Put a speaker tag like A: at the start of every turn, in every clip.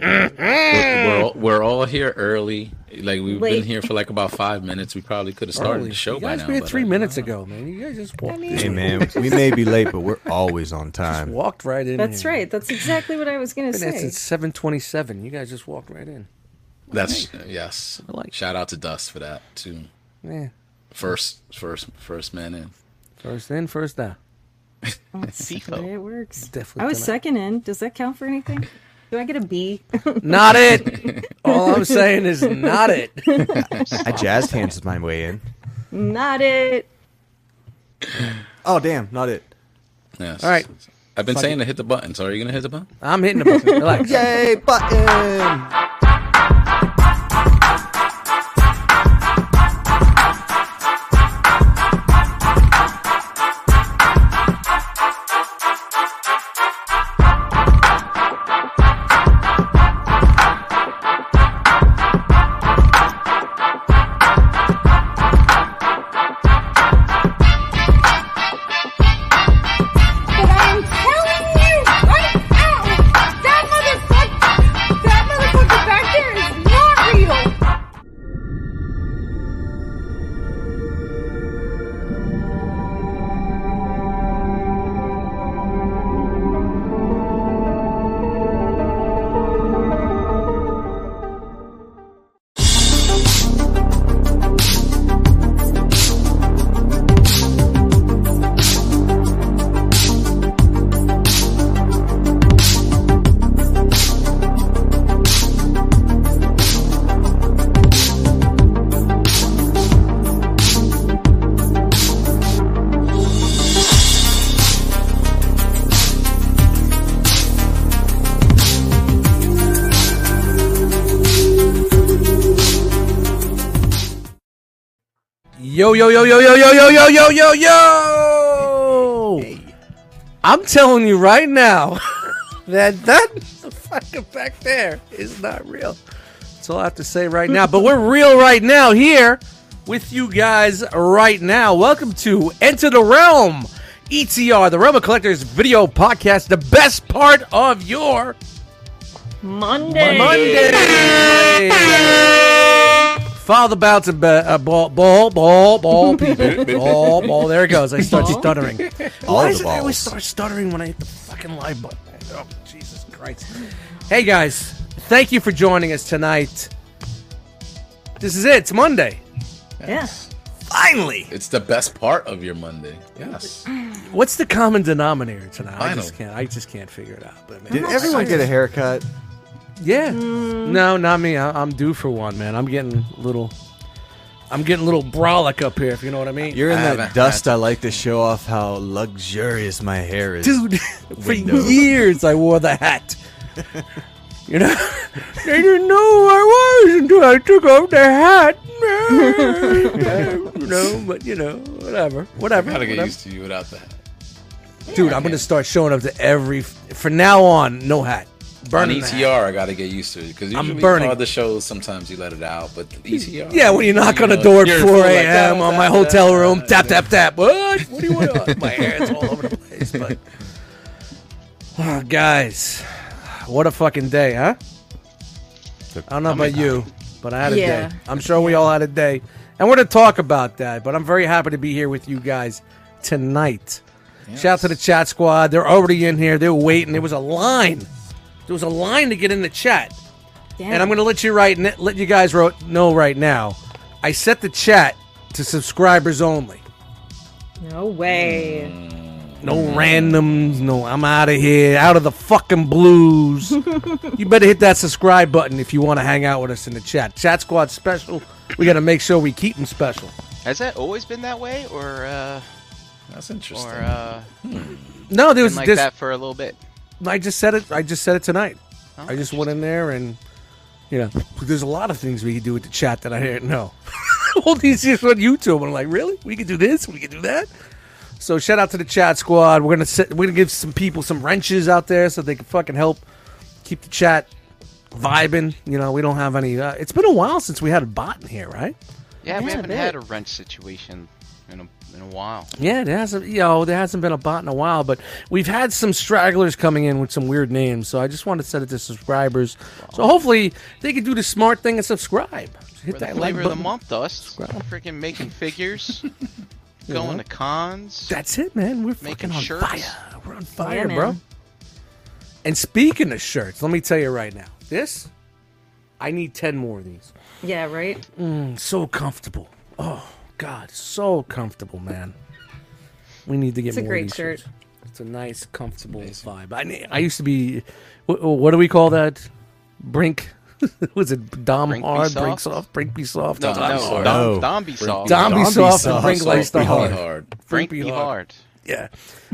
A: we're, we're all, we're all here early. Like we've
B: Late.
A: been here for like about five minutes. We probably could have started
C: Early.
A: the show
C: you
A: by
C: guys
A: now.
C: made it
A: but,
C: three
A: uh,
C: minutes ago, man. You guys just
B: I
C: walked,
B: mean,
D: Hey man, we may be late, but we're always on
C: just
D: time.
C: walked right in.
B: that's
C: here.
B: right. That's exactly what I was going to
C: Been at
B: say.
C: since seven twenty-seven. You guys just walked right in.
A: That's uh, yes.
C: I like-
A: Shout out to Dust for that too.
C: Yeah,
A: First, first, first man in.
C: first in, first out.
B: That's the way it works.
C: Definitely
B: I was
C: tonight.
B: second in. Does that count for anything? Do I get a B?
C: Not it. All I'm saying is not it.
D: I jazz hands my way in.
B: Not it.
D: Oh damn, not it.
A: Yes.
C: All right.
A: I've been saying to hit the button. So are you gonna hit the button?
C: I'm hitting the button. Relax.
D: Yay button.
E: But I'm telling you right now, that motherfucker, that motherfucker back there is not real.
C: Yo, yo, yo, yo, yo, yo, yo, yo, yo, yo, yo. I'm telling you right now that that motherfucker back there is not real. That's all I have to say right now. But we're real right now here with you guys right now. Welcome to Enter the Realm, ETR, the Realm of Collectors video podcast, the best part of your
B: Monday.
C: Monday. Father bouncing ba- uh, ball, ball, ball, ball, people. ball, ball. There it goes. I start
B: Ball.
C: stuttering.
D: All
C: Why
D: the
C: does it always
D: balls.
C: start stuttering when I hit the fucking live button? Oh, Jesus Christ. Hey, guys. Thank you for joining us tonight. This is it. It's Monday.
B: Yes.
C: Finally.
A: It's the best part of your Monday. Yes.
C: What's the common denominator tonight? I just
A: Finally.
C: can't. I just can't figure it out. But man,
D: Did everyone get a haircut?
C: Yeah.
A: Mm.
C: No, not me. I, I'm due for one, man. I'm getting a little. I'm getting a little brolic up here, if you know what I mean.
D: You're in
A: I
D: that
A: haven't
D: dust. I like to show off how luxurious my hair is.
C: dude. For
D: Window.
C: years, I wore the hat. You know, they didn't know who I was until I took off the hat. you know, but you know, whatever, whatever.
A: Gotta get
C: whatever.
A: used to you without that.
C: Dude, I'm gonna start showing up to every. From now on, no hat.
A: On E
C: Burning the hat.
A: ETR, I gotta get used to it because
C: I'm
A: usually
C: burning.
A: all the shows sometimes you let it out, but the E ETR.
C: Yeah, when you knock on the
A: know,
C: door at
A: you're
C: 4
A: like,
C: a.m.
A: "Ah,
C: on
A: ah,
C: my
A: ah,
C: hotel room,
A: ah,
C: tap,
A: ah."
C: tap, tap. What? What do you want? my hair's all over the place. But oh, guys, what a fucking day, huh? I don't know about you, but I had a
B: Yeah.
C: day. I'm sure we all had a day, and we're gonna talk about that. But I'm very happy to be here with you guys tonight. Shout out to the chat squad. They're already in here. They're waiting. There was a line. There was a line to get in the chat.
B: Damn.
C: And I'm going to let you right n- let you guys ro- know right now. I set the chat to subscribers only.
B: No
C: Mm.
B: way.
C: No
F: Mm.
C: randoms. No, I'm out of here. Out of the fucking blues. you better hit that subscribe button if you want to hang out with us in the chat. Chat squad special. We got to make sure we keep them special.
F: Has that always been that way, or uh,
A: That's
F: or
A: interesting.
F: uh,
C: No, there
F: been
C: was
F: like
C: this.
F: that for a little bit?
C: I just said it. I just said it tonight.
F: Oh,
C: I just went in there and you know, there's a lot of things we could do with the chat that I didn't know. All these years on YouTube, I'm like, really? We could do this. We could do that. So shout out to the chat squad. We're gonna sit, we're gonna give some people some wrenches out there so they can fucking help keep the chat vibing. You know, we don't have any. Uh, it's been a while since we had a bot in here, right?
F: Yeah, we
B: Yeah,
F: haven't
B: a
F: had a wrench situation in a in a while.
C: Yeah, there hasn't you know there hasn't been a bot in a while, but we've had some stragglers coming in with some weird names. So I just wanted to set it to subscribers. So hopefully they can do the smart thing and subscribe. Hit
F: We're the
C: that like
F: flavor of the
C: button.
F: month, Dust.
C: Subscribe.
F: Freaking making figures, going to cons.
C: That's it, man. We're
F: Making
C: fucking on
F: shirts.
C: fire. We're on fire,
B: man.
C: bro. And speaking of shirts, let me tell you right now, this I need ten more of these.
B: Yeah, right?
C: so comfortable. Oh God, so comfortable, man. We need to get
B: It's a
C: more of
B: great
C: these
B: shirt.
C: shirts. It's a nice, comfortable vibe. I ne- I used to be. What, what do we call that? Brink. Was it Dom
F: Brink be
C: Hard, Brink
F: soft?
C: Soft, Brink Be Soft?
F: No,
A: Zombie
F: no,
A: Soft.
F: Dom,
D: No.
F: Dombie Soft.
C: Dom be
D: Zombie
C: soft, and
D: soft,
C: Brink
D: soft,
C: Lights the
D: Brink
C: hard.
A: Hard. hard.
F: Frank Be Hard.
C: Yeah.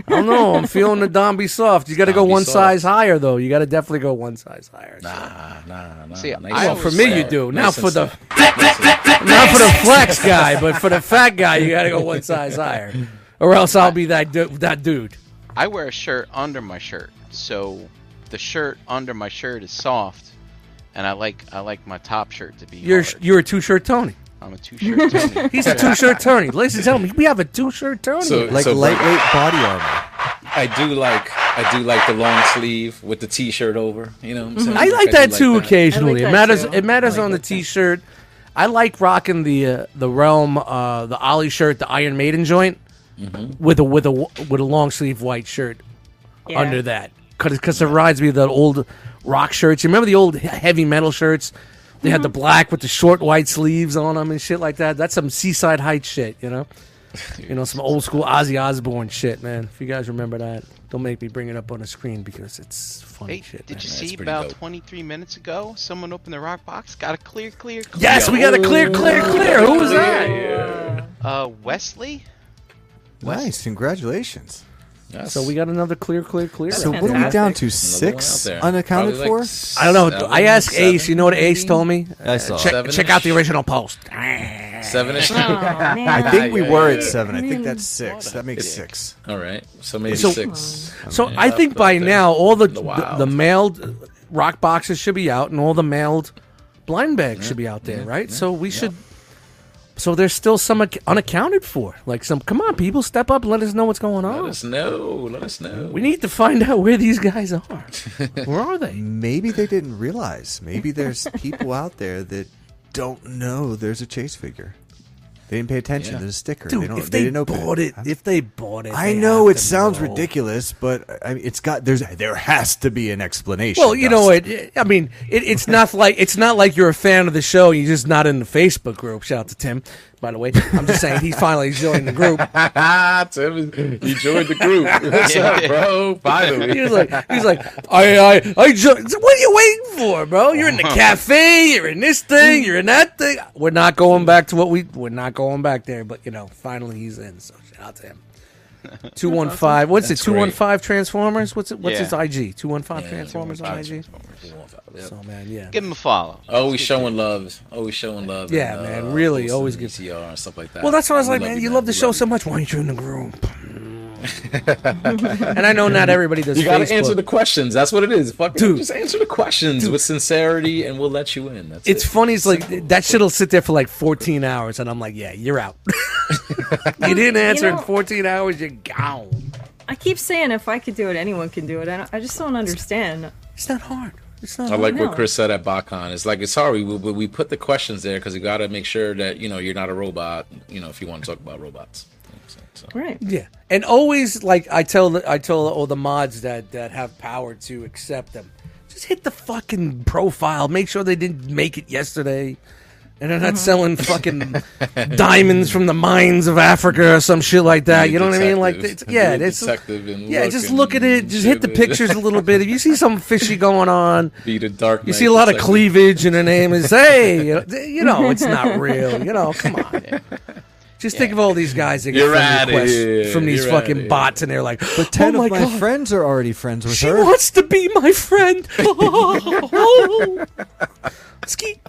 C: I don't know. I'm feeling the Dom Be Soft. You got to go
A: Dom Be
C: one
A: Soft.
C: size higher, though. You got to definitely go one size higher. So-
A: Nah, nah, nah.
F: See,
A: nice
F: I
A: and
C: Well,
F: always
C: for me,
A: soft.
C: you do. Now
A: Nice and
C: for the
A: soft.
C: not for the flex guy, but for the fat guy, you got to go one size higher, or else I'll be that du- that dude.
F: I wear a shirt under my shirt, so the shirt under my shirt is soft, and I like I like my top shirt to be
C: You're
F: hard.
C: you're a two shirt Tony.
F: I'm a two-shirt Tony.
C: He's a two shirt Tony. Ladies and gentlemen, we have a two shirt Tony.
A: So-
D: Like
A: so Brink-
D: lightweight body armor.
A: I do like I do like the long sleeve with the t-shirt over. You know, what I'm saying?
C: Mm-hmm. I like
A: do
C: that too
B: I like
C: occasionally.
B: that
C: it matters.
B: too.
C: It matters
B: I like
C: on the
B: that too.
C: t shirt. I like rocking the uh, the realm, uh, the Ollie shirt, the Iron Maiden joint, with a with a with a long sleeve white shirt
B: Yeah.
C: under that because it reminds me of the old rock shirts. You remember the old he- heavy metal shirts? They had the
B: Mm-hmm.
C: black with the short white sleeves on them and shit like that. That's some seaside height shit, you know. You know, some old school Ozzy Osbourne shit, man. If you guys remember that, don't make me bring it up on the screen because it's funny
F: Hey,
C: shit.
F: did
C: man.
F: you
A: that's
F: see
A: pretty
F: about
A: dope.
F: 23 minutes ago? Someone opened the rock box, got a clear, clear, clear.
C: Yes, we got a clear, clear, clear. Who was that?
F: Uh, Wesley.
D: Nice, congratulations.
C: So we got another clear, clear, clear.
D: So what are we
B: fantastic.
D: down to?
A: Another one out
D: Six
A: there.
D: unaccounted
A: Probably
D: for?
A: like
C: I don't know.
A: seven,
C: I asked
A: seven,
C: Ace. You know what Ace
A: maybe?
C: told me?
D: I saw.
C: Check,
A: Seven-ish.
C: check out the original post. Ah.
A: Seven-ish.
B: Aw, Oh, man.
D: I think we
A: yeah,
D: were
A: yeah. Mm.
D: at seven. I think that's six. That makes six.
A: All right, so maybe
C: So-
A: six.
C: So
A: Yeah,
C: I think
A: up
C: by
A: there.
C: now all the
A: The
C: the,
A: wild.
C: the mailed rock boxes should be out, and all the mailed blind bags should be out there, right? so we should. So there's still some ac- unaccounted for. Like some, come on, people, step up, and let us know what's going
A: Let
C: on.
A: us know. Let us know.
C: we need to find out where these guys are. where are they?
D: Maybe they didn't realize. Maybe there's people out there that don't know there's a chase figure. They didn't pay attention
A: Yeah.
D: to the sticker.
C: Dude,
D: they don't,
C: if they,
D: didn't open
C: bought it, if they bought it,
D: I
C: they
D: know
C: have
D: it
C: to
D: sounds
C: know.
D: ridiculous, but I mean, it's got there's there has to be an explanation.
C: Well, you know
D: Dust.
C: it. I mean, it, it's not like it's not like you're a fan of the show. You're just not in the Facebook group. Shout out to Tim, by the way. I'm just saying he finally joined the group.
A: Tim, you joined the group. What's up, bro? Finally.
C: He was like, he was like, I, I, I. Jo- what are you waiting for, bro? You're in the cafe. You're in this thing. You're in that thing. We're not going back to what we. We're not going back there. But you know, finally he's in. So shout out to him. Two one five. What's it?
A: That's
C: Two
A: great.
C: one five Transformers. What's it? What's
F: Yeah.
C: his IG? Two one five Transformers on
A: Transformers.
C: IG.
A: Yep.
C: So man, yeah.
F: Give him a follow.
A: Always showing love. Always showing love. uh,
C: Yeah, man, really,
A: posting
C: always
A: the
C: good.
A: ECR and stuff like that.
C: Well, that's why I was
A: We
C: like, man, you
A: man.
C: love the
A: We
C: show so much. Why aren't you in the group? and I know not everybody does.
A: You gotta
C: Facebook.
A: answer the questions. That's what it is. Fuck,
C: Dude.
A: dude, just answer the questions with sincerity, and we'll let you in. That's
C: It's
A: it.
C: funny. It's like that shit'll sit there for like 14 hours, and I'm like, yeah, you're out. you didn't answer
B: know-
C: in 14 hours. You're gone.
B: I keep saying if I could do it, anyone can do it. I, don't, I just don't understand.
C: It's not hard. It's not.
A: I like
B: No.
A: what Chris said at BotCon. It's like it's hard. We, we, we put the questions there because we got to make sure that you know you're not a robot. You know, if you want to talk about robots. So,
B: Right.
C: Yeah, and always like I tell the, I tell all the mods that that have power to accept them, just hit the fucking profile. Make sure they didn't make it yesterday, and they're not selling fucking diamonds from the mines of Africa or some shit like that.
A: Be a
C: You know what I mean? Like,
A: detective.
C: it's, yeah,
A: Be a
C: it's
A: detective and
C: yeah.
A: look
C: Just
A: and
C: look at it. Just hit the
A: shit.
C: pictures a little bit. If you see something fishy going on,
A: be the dark.
C: you see a lot of cleavage in her name is hey you know, th- you know it's not real you know come on just think of all these guys that get
A: You're
C: friend
A: outta
C: requests
A: here.
C: from these
A: You're
C: fucking
A: outta here.
C: bots and they're like but
D: ten
C: oh my
D: of my
C: god
D: friends are already friends with
C: she
D: her.
C: wants to be my friend oh. Skeet.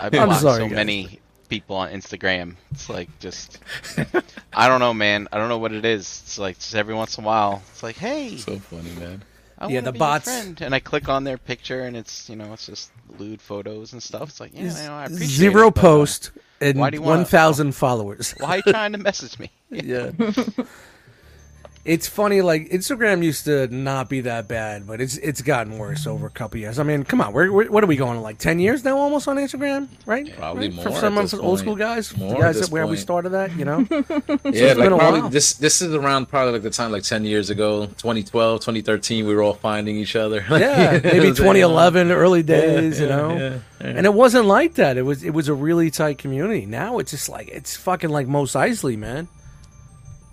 F: I block
C: sorry,
F: so
C: guys.
F: many people on Instagram. It's like just, I don't know, man. I don't know what it is. It's like just every once in a while, it's like, hey,
A: So funny, man.
F: I
C: Yeah,
F: wanna
C: the
F: be your
C: bots.
F: friend. And I click on their picture, and it's you know it's just lewd photos and stuff. It's like yeah, you know, I appreciate
C: Zero
F: it, but, uh,
C: post and
F: why do you wanna-
C: 1,000 followers.
F: why are you trying to message me?
C: yeah. it's funny, like Instagram used to not be that bad, but it's it's gotten worse over a couple years. I mean, come on, we're, we're what are we going like ten years now, almost on Instagram, right?
A: Probably
C: right?
A: more
C: for
A: at
C: some of
A: this
C: us old
A: point.
C: school guys,
A: More
C: the
A: at
C: guys
A: this
C: that where we
A: point.
C: started that, you know.
A: yeah,
C: it's
A: like
C: been a
A: probably
C: while.
A: this this is around probably like the time like 10 years ago, 2012, 2013 we were all finding each other. Like,
C: yeah,
A: it
C: maybe
A: was, you know,
C: 2011, early days, you know.
A: yeah, yeah.
C: And it wasn't like that. It was it was a really tight community. Now it's just like it's fucking like Mos Eisley, man.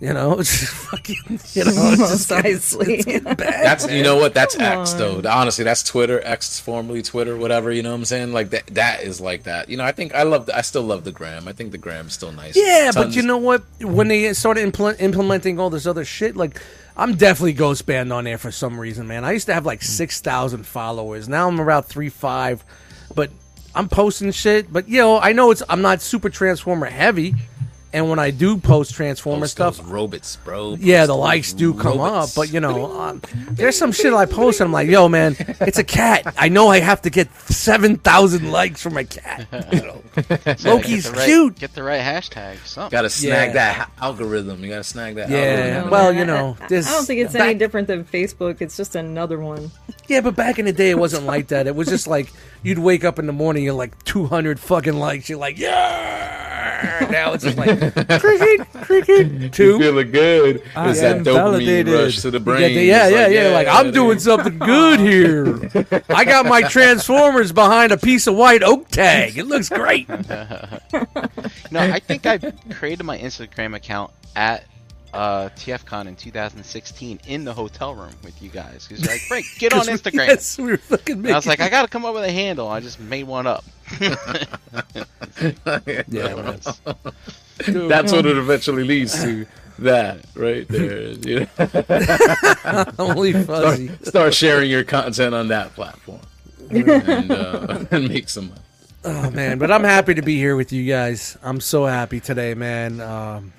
C: You know, it's just fucking you know, it's just getting-
B: Precisely.
C: it's getting bad.
A: That's you know what that's X though. Honestly, that's Twitter X formerly Twitter, whatever. You know what I'm saying? Like that that is like that. You know, I think I love the, I still love the gram. I think the gram's still nice.
C: Yeah, but
A: Tons-
C: you know what? When they started impl- implementing all this other shit, like I'm definitely ghost banned on there for some reason, man. I used to have
A: Hmm.
C: like six thousand followers. Now I'm around three five, but I'm posting shit. But you know, I know it's I'm not super transformer heavy, and when I do post transformer
A: post
C: stuff,
A: those robots, bro.
C: yeah,
A: Post
C: the
A: those
C: likes do come
A: robots.
C: up, but you know, um, there's some shit I post. And I'm like, yo, man, it's a cat. I know I have to get seven thousand likes for my cat. You know? Loki's
F: Get the right-
C: cute.
F: Get the right hashtag. Something.
A: gotta snag
C: Yeah.
A: that ha- algorithm. You gotta snag that.
C: Yeah.
A: algorithm.
C: Well,
B: I-
C: you know,
B: I,
C: this-
B: I don't think it's
C: back-
B: any different than Facebook. It's just another one.
C: Yeah, but back in the day, it wasn't like that. It was just like you'd wake up in the morning, you're like 200 fucking likes. You're like, yeah. Now it's just like cricket, cricket, two. You
A: feeling good.
D: I
A: It's that
D: am
A: dopamine
D: validated.
A: rush to the
C: get
A: brain.
C: the- yeah,
A: It's
C: yeah, yeah. Like I'm
A: dude.
C: doing something good here. I got my Transformers behind a piece of white oak tag. It looks great.
F: No, I think I created my Instagram account at uh, TFCon in 2016 in the hotel room with you guys. Because you're like, Frank, get on
C: 'Cause we-
F: Instagram.
C: Yes, we were fucking
F: And
C: making.
F: I was like, I gotta come up with a handle. I just made one up.
C: yeah,
F: What else?
A: Oh. That's what it eventually leads to. That right there. You know?
C: only fuzzy.
A: Start sharing your content on that platform and, uh, and make some money.
C: Oh man, but I'm happy to be here with you guys. I'm so happy today, man. Um,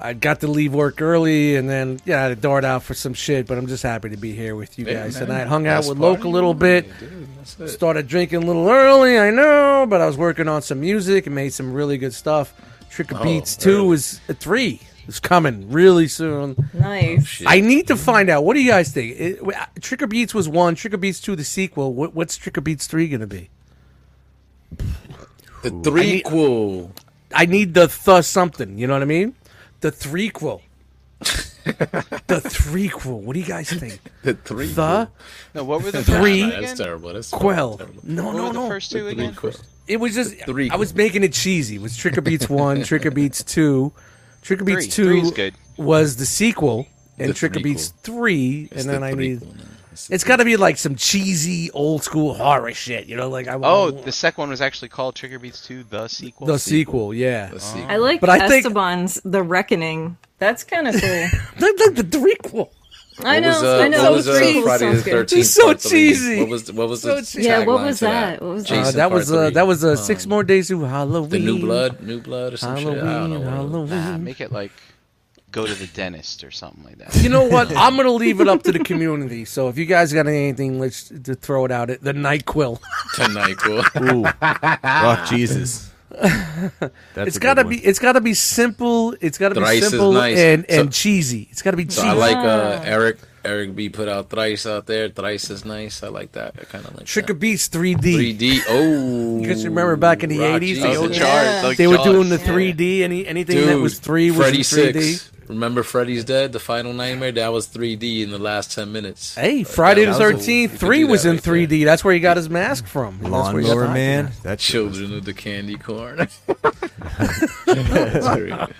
C: I got to leave work early, and then yeah, I had to dart out for some shit. But I'm just happy to be here with you guys
A: man.
C: tonight. Hung out
A: House
C: with
A: party.
C: Loke a little bit.
A: Dude, that's it.
C: Started drinking a little early, I know, but I was working on some music and made some really good stuff. Trick of
A: Oh,
C: Beats Two
A: early.
C: is uh, three. It's coming really soon.
B: Nice.
A: Shit.
C: I need to find out. What do you guys think? It, w- uh, Trick or Beats was one. Trick or Beats Two, the sequel. What, what's Trick or Beats Three going to be?
A: The threequel.
C: I need the th something. You know what I mean? The threequel. the threequel. What do you guys think?
A: The three.
C: The
F: No, what were the
C: Three.
F: first two
A: That's
F: again?
A: terrible. That's
C: quell.
A: terrible.
C: No,
F: What
C: no,
F: were the
C: no.
F: first two
A: Three
F: again?
A: quell.
C: It was just
A: threequel.
C: I was making it cheesy. It was Trick or Beats One, Trick or Beats Two, Trick or Beats
F: Three.
C: Two
F: Three's good.
C: was the sequel, and
A: The
C: Trick or Beats Three,
A: It's
C: and then
A: the
C: I need.
A: threequel, man. It's the
C: It's got to be like some cheesy old school horror shit, you know? Like I
F: Oh, the second one was actually called Trigger Beats 2, the sequel.
C: the sequel, yeah.
B: Ah.
A: threequel. See,
B: I like
C: But I think-
B: Esteban's The Reckoning. That's kind of cool.
C: Like the threequel.
B: I
A: what
B: know.
A: was, uh,
B: I know.
A: What was, uh,
B: Pretty cool
A: Friday the
B: sounds good.
A: Thirteenth?
C: It's so cheesy.
A: What was what was
C: So
A: the
C: cheesy.
B: Yeah, what
A: tagline
B: was
A: to
B: that? What was that?
C: Uh,
A: Jason
C: that was
A: Part
C: uh,
A: Three.
C: that was uh, six more days to Halloween.
A: the new blood, new blood, or some shit. I don't know.
C: Halloween,
A: what it was.
C: Halloween.
F: Nah, make it like go to the dentist or something like that.
C: You know what? I'm gonna leave it up to the community. So if you guys got anything, let's to throw it out. The Nyquil.
A: Tonight, cool.
D: Ooh. oh, Jesus. That's
C: It's gotta be. It's gotta be simple. It's gotta be
A: Thrice is
C: simple
A: nice.
C: and and
A: So-
C: cheesy. It's gotta be cheesy.
A: So I like uh, Eric. Eric B put out thrice out there. Thrice is nice. I like that. I kind of like
C: Trick or
A: that.
C: Beats 3D.
A: 3D. Oh,
C: Because you remember back in the
A: Rock
C: 80s,
A: Jesus.
C: they were-
B: Yeah.
F: like
C: They were
F: Jaws.
C: doing the
F: Yeah.
C: 3D. Any anything that was three was
A: Freddy
C: in 3D.
A: Six. Remember Freddy's Dead, the final nightmare? That was 3D in the last 10 minutes.
C: Hey, Friday the
A: Uh, that was a- you
C: Thirteenth,
A: could
C: three
A: do
C: was
A: that
C: in
A: right there.
C: 3D. That's where he got his mask from. That's where he got
D: Lawnmower
C: the-
D: Man. That shit was
A: Children of the Candy Corn. That's very good.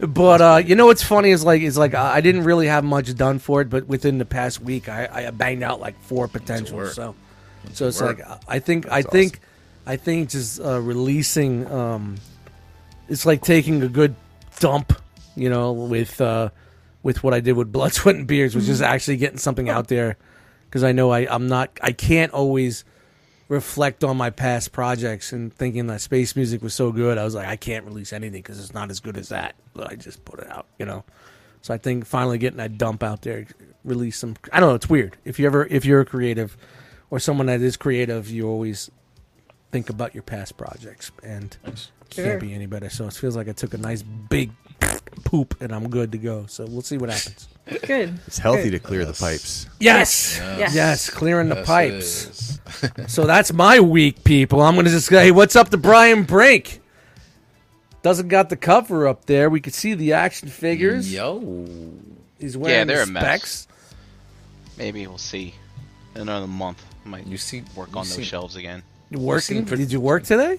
C: But uh, you know what's funny is like is like I I didn't really have much done for it, but within the past week, I, I banged out like four potentials.
A: work.
C: So, so it's
A: work.
C: like I- I think I think I think just uh, releasing. Um, it's like taking a good dump, you know, with uh, with what I did with Blood, Sweat, and Beards, which is actually getting something out there because I know I, I'm not I can't always reflect on my past projects and thinking that space music was so good, I was like, I can't release anything because it's not as good as that. But I just put it out, you know. So I think finally getting that dump out there, release some. I don't know. It's weird. If you ever, if you're a creative, or someone that is creative, you always think about your past projects, and
B: Sure.
C: can't be any better. So it feels like I took a nice big poop, and I'm good to go. So we'll see what happens.
B: Good.
D: It's healthy to clear the pipes.
C: Yes, yes,
B: Yes.
C: clearing the
A: Yes, it
C: pipes.
A: is.
C: So that's my week, people. I'm going to just go, hey, what's up to Brian Brink? Doesn't got the cover up there. We could see the action figures.
A: Yo.
C: He's wearing
F: they're
C: the
F: a mess.
C: specs.
F: Maybe we'll see. In another month, I might
A: You see-
F: work
A: you
F: on those
A: see-
F: shelves again.
C: You Working?
A: seen per-
C: Did you work today?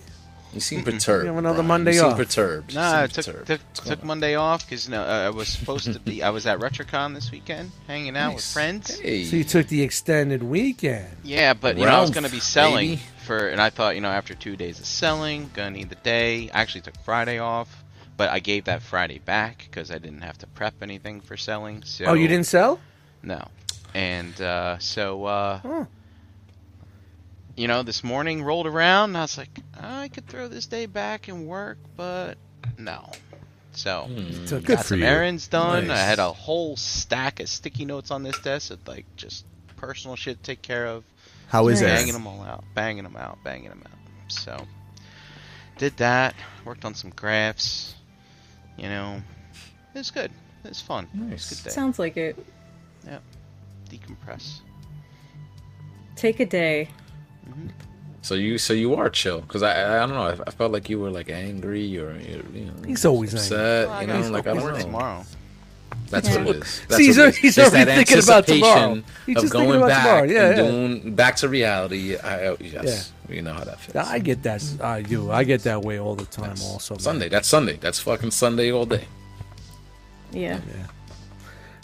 A: You seem perturbed.
C: You have another
A: Brian.
C: Monday
A: you seem
C: off.
A: perturbed. You
F: Nah,
A: seem
F: I took
A: perturbed.
F: took,
A: What's
F: took
A: going
F: Monday off because no, uh, I was supposed to be. I was at RetroCon this weekend, hanging out
A: on?
F: with friends.
A: Hey.
C: So you took the extended weekend.
F: Yeah, but you know, I was
A: Ralph,
F: gonna be selling
A: baby.
F: for, and I thought you know after two days of selling, gonna need the day. I actually took Friday off, but I gave that Friday back because I didn't have to prep anything for selling. So
C: Oh, you didn't sell?
F: No, and uh, so uh,
C: Huh.
F: you know this morning rolled around, and I was like, I could throw this day back and work, but no. So
C: Hmm. Took
D: Good
F: got
D: for
F: some
D: you.
F: errands done. I
A: Nice.
F: had a whole stack of sticky notes on this desk of like just personal shit to take care of.
D: How is
B: Nice.
F: Banging
D: that?
F: them all out, banging them out, banging them out. So did that. Worked on some graphs. You know, it was good. It was fun. It was a good day.
B: Sounds like it.
F: Decompress.
B: Take a day.
A: So you so you are chill because I I I don't know I, I felt like you were like angry or you know
C: He's always
A: upset you know like I
F: Work
A: don't know
F: tomorrow.
A: that's
B: Yeah.
A: what it is that's
C: See, he's
A: what it
C: al-
A: is.
C: he's
A: It's
C: already
A: that
C: thinking about
A: anticipation
C: tomorrow. He's
A: of
C: just thinking
A: going
C: about
A: back
C: tomorrow. Yeah,
A: and
C: yeah.
A: doing back to reality I, I- yes you know how that feels
C: I get that. I do. I get that way all the time. also, man.
A: Sunday that's Sunday that's fucking Sunday all day
B: Yeah.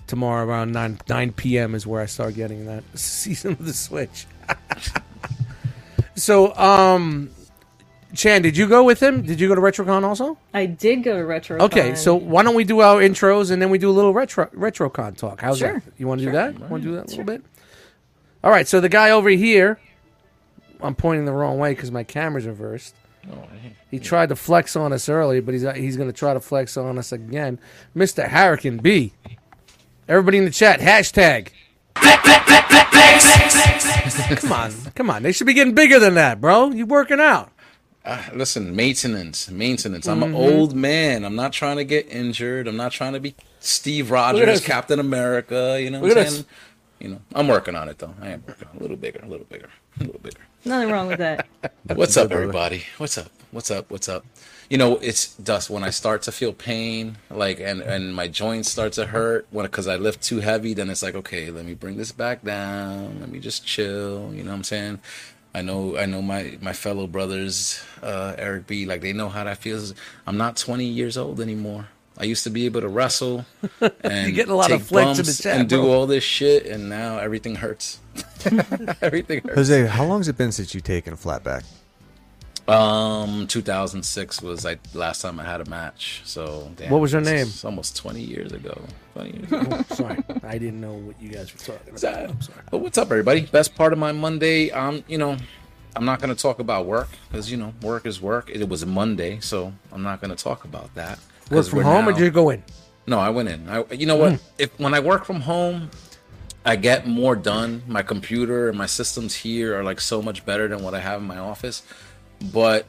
C: tomorrow around nine nine p.m. is where I start getting that season of the Switch. so, um, Chan, did you go with him? Did you go to RetroCon also?
B: I did go to retro.
C: Okay, so why don't we do our intros and then we do a little retro RetroCon talk? How's
B: Sure.
C: that? You want to do that? Want to do that a little bit? All right. So the guy over here, I'm pointing the wrong way because my camera's reversed.
B: Oh,
C: He tried to flex on us early, but he's he's going to try to flex on us again. Mr. Hurricane B. Everybody in the chat, hashtag. come on, come on. They should be getting bigger than that, bro. You working out.
A: listen maintenance maintenance I'm an
C: Mm-hmm.
A: old man I'm not trying to get injured I'm not trying to be Steve Rogers
C: this.
A: Captain America you know
C: Look
A: what
C: at
A: I'm
C: this.
A: saying you know I'm working on it though I am working on it. a little bigger a little bigger a little bigger.
B: nothing wrong with that.
A: What's up, everybody? What's up? What's up? What's up? You know, it's dust. When I start to feel pain, like, and and my joints start to hurt when because I lift too heavy, then it's like, okay, let me bring this back down. Let me just chill. You know what I'm saying? I know, I know my my fellow brothers, uh, Eric B. Like they know how that feels. I'm not 20 years old anymore. I used to be able to wrestle and
C: getting a lot of
A: take
C: flicks in the
A: bumps
C: chat,
A: and do
C: bro.
A: all this shit, and now everything hurts. everything hurts.
D: Jose, how long has it been since you taken a flat back?
A: Um, 2006 was like last time I had a match. So damn,
C: What was your
A: this
C: name?
A: is Almost 20 years ago. 20 years ago.
C: Sorry, I didn't know what you guys were talking
A: So,
C: about. I'm sorry.
A: but what's up, everybody? Best part of my Monday. Um, you know, I'm not gonna talk about work because you know work is work. It was Monday, so I'm not gonna talk about that. 'Cause
C: Work from
A: we're
C: home, or
A: now-
C: did you go in?
A: No, I went in. I, you know
C: Hmm.
A: what? If when I work from home, I get more done. My computer and my systems here are like so much better than what I have in my office. But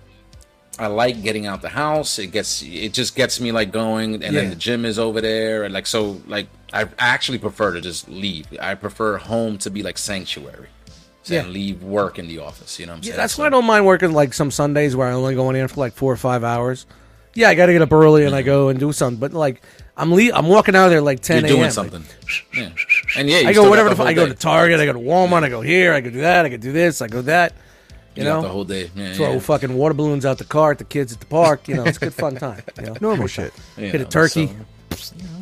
A: I like getting out the house. It gets it just gets me like going, and
C: Yeah.
A: then the gym is over there, and like so like I actually prefer to just leave. I prefer home to be like sanctuary. So
C: Yeah.
A: and leave work in the office. You know what I'm
C: Yeah,
A: saying?
C: that's
A: So-
C: why I don't mind working like some Sundays where I only go in for like four or five hours. Yeah, I got to get up early and I go and do something. But like, I'm le- I'm walking out of there like
A: You're
C: 10 a.m.
A: doing
C: like,
A: something. Yeah. And yeah, you
C: I
A: still
C: go
A: got
C: whatever.
A: the
C: The fu-
A: whole
C: I go
A: day.
C: to Target. I go to Walmart. I go here. I go do that. I could do this. I go that. You
A: You got the
C: know,
A: whole day. Yeah,
C: throw
A: yeah.
C: fucking water balloons out the car at the kids at the park. You know, it's a good fun time. You know?
D: Normal shit.
A: You
C: Hit a
A: know,
C: turkey.
A: so-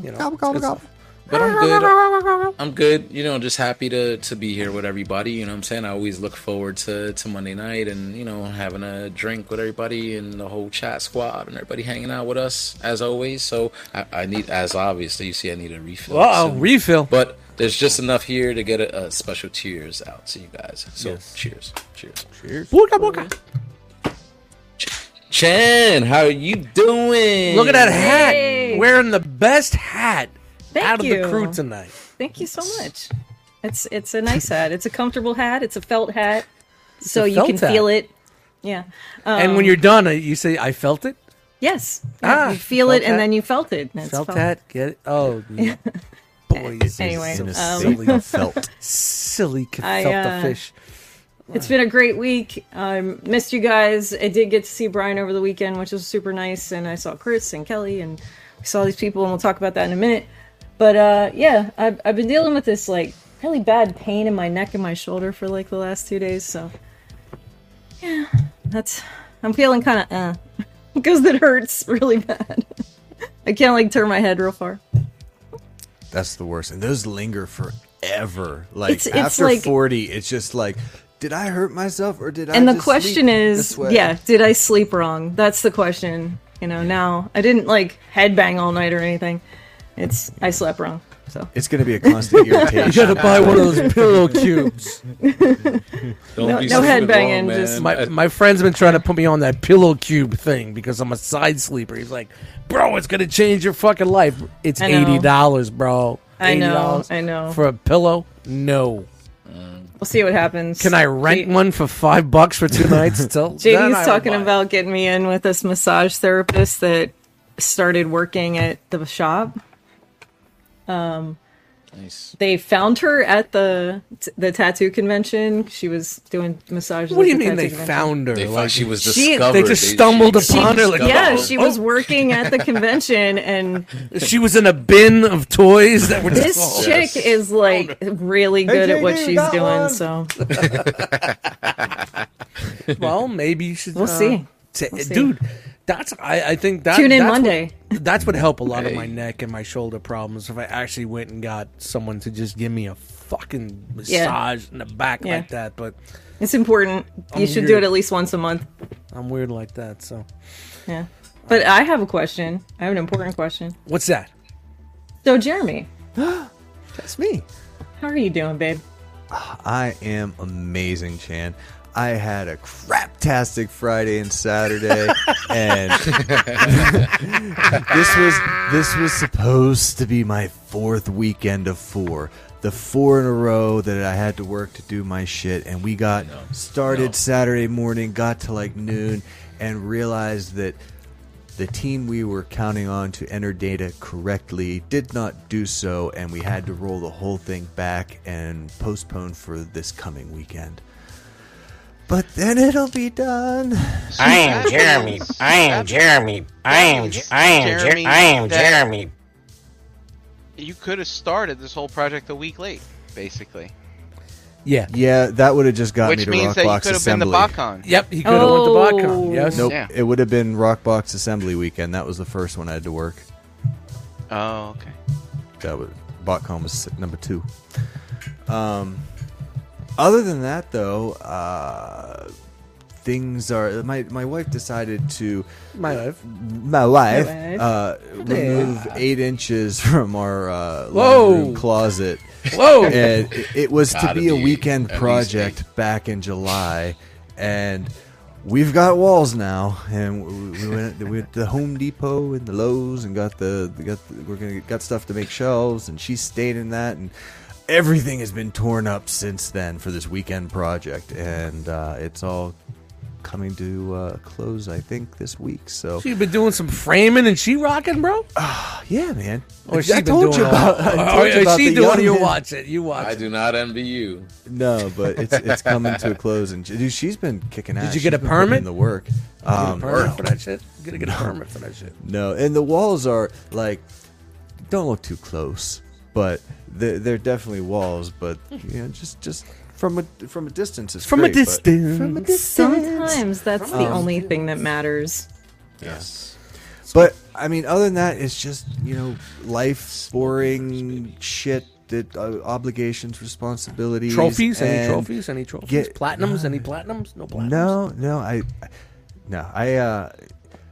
C: You know,
D: Gobble,
C: it's
D: gobble,
C: good
D: gobble.
A: But I'm good. I'm good. You know, just happy to to be here with everybody. You know what I'm saying? I always look forward to to Monday night and, you know, having a drink with everybody and the whole chat squad and everybody hanging out with us as always. So I, I need as obviously you see I need a refill.
C: Uh oh,
A: soon.
C: refill.
A: but there's just enough here to get a, a special cheers out to you guys. So cheers. Cheers.
C: Booga, booga.
A: Chen, how are you doing?
C: Look at that hat.
B: Hey.
C: Wearing the best hat
B: Thank
C: out of
B: you.
C: the crew tonight.
B: Thank you so much. It's it's a nice hat. It's a comfortable hat. It's a felt hat, so
C: a
B: you
C: felt
B: can
C: hat.
B: feel it. Yeah. Um,
C: and when you're done, uh, you say, "I felt it."
B: yes, yeah,
C: Ah,
B: you feel
C: felt
B: it, and
C: hat.
B: then you felt it. and it's
C: Felt that? Get it? Oh, you- boy, this is
B: Anyway,
C: some
D: in a
B: um,
D: silly felt.
C: silly c-
B: I,
C: felt
B: uh,
C: the fish.
B: It's been a great week. I missed you guys. I did get to see Brian over the weekend, which was super nice. And I saw Chris and Kelly, and we saw these people, and we'll talk about that in a minute. But uh, yeah, I've, I've been dealing with this like really bad pain in my neck and my shoulder for like the last two days. So yeah, that's I'm feeling kind of uh because it hurts really bad. I can't like turn my head real far.
D: That's the worst. And those linger forever. Like
B: It's- it's
D: after
B: like-
D: 40, it's just like, did I hurt myself or did I
B: and the
D: just
B: question
D: sleep
B: is
D: this way?
B: yeah did i sleep wrong that's the question you know now i didn't like headbang all night or anything it's i slept wrong so
D: It's going to be a constant irritation.
C: You gotta buy one of those pillow cubes.
A: Don't
B: No-
A: be
B: no
A: sleeping
B: headbanging,
A: long, man.
B: just-
C: My my friend's been trying to put me on that pillow cube thing because I'm a side sleeper. He's like, "Bro, it's gonna change your fucking life. It's
B: I know.
C: eighty dollars, bro.
B: I know,
C: $80
B: I know.
C: for a pillow. No,
B: we'll see what happens
C: can I rent
B: J-
C: one for five bucks for two nights? Till then I
B: jd's
C: will
B: talking
C: buy it.
B: about getting me in with this massage therapist that started working at the shop
A: Nice.
B: they found her at the the tattoo convention she was doing massages
C: What do
B: at the
C: you mean
B: tattoo
C: they
B: convention.
C: found her?
A: They thought
C: Like,
A: she was
B: she-
A: discovered.
C: They just stumbled upon her, like, oh,
B: yeah,
A: discovered.
B: she was working at the convention and
C: she was in a bin of toys that were
B: this
C: just.
B: chick is like really good at what
D: JD,
B: she's
D: got
B: doing
D: one?
B: so
C: well, maybe you should.
B: We'll
C: uh,
B: see.
C: ta-
B: We'll see.
C: dude. That's I, I think that
B: Tune in
C: that's what-
B: Monday.
C: that's what helped a lot of my
A: Hey.
C: neck and my shoulder problems. If I actually went and got someone to just give me a fucking massage
B: Yeah.
C: in the back
B: Yeah.
C: like that, but
B: it's important you
C: I'm
B: should do
C: weird.
B: it at least once a month
C: I'm weird like that. So
B: yeah but i have a question i have an important question
C: what's that?
B: so jeremy
D: That's me.
B: how are you doing babe
D: I am amazing, Chan. I had a craptastic Friday and Saturday, and this was this was supposed to be my fourth weekend of four, the four in a row that I had to work to do my shit, and we got started Saturday morning, got to like noon, and realized that the team we were counting on to enter data correctly did not do so, and we had to roll the whole thing back and postpone for this coming weekend. But then it'll be done.
G: I am Jeremy. I am Jeremy. I am. I am. Jer- I am Jeremy.
F: You could have started this whole project a week late, basically.
C: Yeah.
D: Yeah, that would have just got me
F: Which
D: to
F: means that you
D: Rockbox
F: could have been the
D: Assembly.
F: BotCon.
C: Yep. He could have went to
B: Oh.
C: BotCon. Yes.
D: nope,
F: Yeah.
D: it would have been Rockbox Assembly weekend. That was the first one I had to work.
F: Oh, okay.
D: That was BotCon was number two. Um, other than that, though, uh, things are. My my wife decided to
C: My life.
D: my wife
B: wife.
D: uh, remove eight inches from our uh,
C: Whoa.
D: living room closet,
C: Whoa.
D: and it, it was
C: Ah,
D: to
A: Gotta
D: be a
A: be
D: weekend
A: at least
D: project back in July, and we've got walls now, and we- we went we went to the Home Depot and the Lowe's and got the got the, we're gonna got stuff to make shelves, and she stayed in that and. Everything has been torn up since then for this weekend project, and uh, it's all coming to uh, close, I think, this week. So
C: You've been doing some framing and she rocking, bro.
D: yeah, man.
C: Or
D: I,
C: Oh, she
D: I
C: been
D: told
C: doing
D: you
C: all-
D: about.
C: Or,
D: I told
C: or
D: you about
C: she
D: the
C: doing?
D: young
C: You
D: man.
C: watch it. You watch.
A: I
C: it.
A: do not envy you.
D: No, but it's it's coming to a close, and dude, she's been kicking ass.
C: you get
D: She's
C: a
D: been putting in
C: permit?
D: The work.
C: Get a
D: Um,
C: permit for that shit. You gotta get a permit for that shit.
D: no, and the walls are like, don't look too close, but they're, they're definitely walls. But you know, just just from a from a distance, it's
C: From a
D: great, but-
C: distance.
D: From a distance.
B: sometimes that's the only thing that matters
A: Yes.
D: But I mean, other than that, it's just you know, life, boring shit. That uh, obligations, responsibilities,
C: Trophies? Any
D: and-
C: trophies? Any trophies?
D: get-
C: platinums? any platinums? No platinums.
D: No, no, I, I- no, I. uh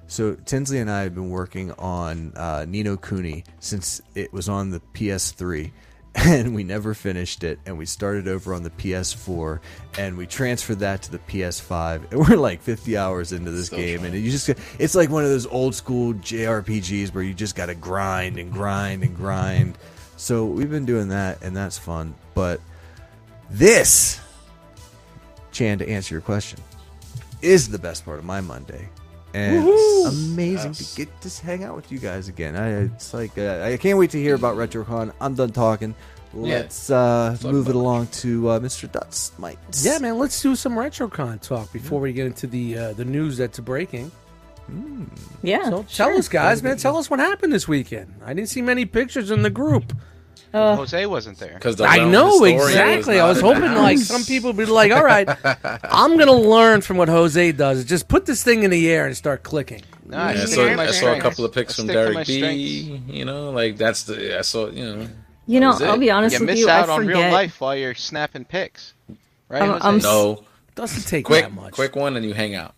D: So Tinsley and I have been working on uh, Nino Cooney since it was on the PS3, and we never finished it. And we started over on the PS4, and we transferred that to the PS5. And we're like 50 hours into this
A: Still
D: game, and you just it's like one of those old school JRPGs where you just got to grind and grind and grind So we've been doing that, and that's fun. But this, Chan, to answer your question, is the best part of my Monday. And it's amazing to get to hang out with you guys again. I, it's like uh, I can't wait to hear about RetroCon. I'm done talking. Let's uh, move
A: about
D: it
A: it.
D: along to uh, Mr. Dutz. Mike.
C: Yeah, man. Let's do some RetroCon talk before we get into the uh, the news that's breaking.
B: Yeah.
C: So tell us, guys, man. Tell us what happened this weekend. I didn't see many pictures in the group.
F: Jose wasn't there.
A: Because
C: I know exactly. I was hoping like some people would be like, "All right, I'm gonna learn from what Jose does. Just put this thing in the air and start clicking."
F: No, I,
A: Yeah, I
F: stick
A: saw,
F: to my
A: I saw a
F: strengths.
A: couple of
F: I
A: pics from
F: stick to my
A: Derek
F: strengths.
A: B. You know, like that's the I saw. You know,
B: You know,
F: That's it.
B: I'll be honest
F: you
B: with
F: miss
B: you.
F: out
B: I
F: on
B: forget.
F: real life while you're snapping pics, right?
B: I'm-
F: Jose?
B: I'm s-
A: no
C: Doesn't take
A: quick,
C: that much.
A: quick one, and you hang out.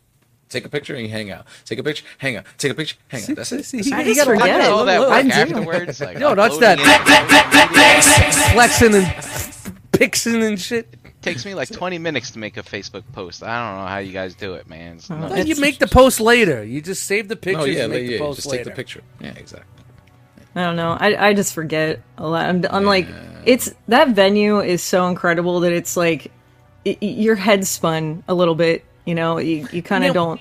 A: Take a picture and you hang out. Take a picture, hang out. Take a picture, hang out. That's it.
C: See,
A: That's
C: he-
A: it.
B: I
C: he
B: just
C: gotta
B: forget
C: look
B: it.
C: at
F: all that
C: Look,
F: work
C: look.
F: afterwards. Like,
C: No, that's
F: uploading
C: that
F: it.
C: flexing and pixing and shit.
F: takes me like 20 minutes to make a Facebook post. I don't know how you guys do it,
B: Uh-huh.
F: man. It's nuts.
C: No, you make the post later. You just save the pictures
A: No, Oh, yeah,
C: and make
A: like,
C: the
A: yeah.
C: post
A: Just
C: later.
A: take the picture. Yeah, exactly.
B: I don't know. I, I just forget a lot. I'm, I'm like, it's that venue is so incredible that it's like y- y- your head spun a little bit. You know, you, you kind
C: You know,
B: of don't.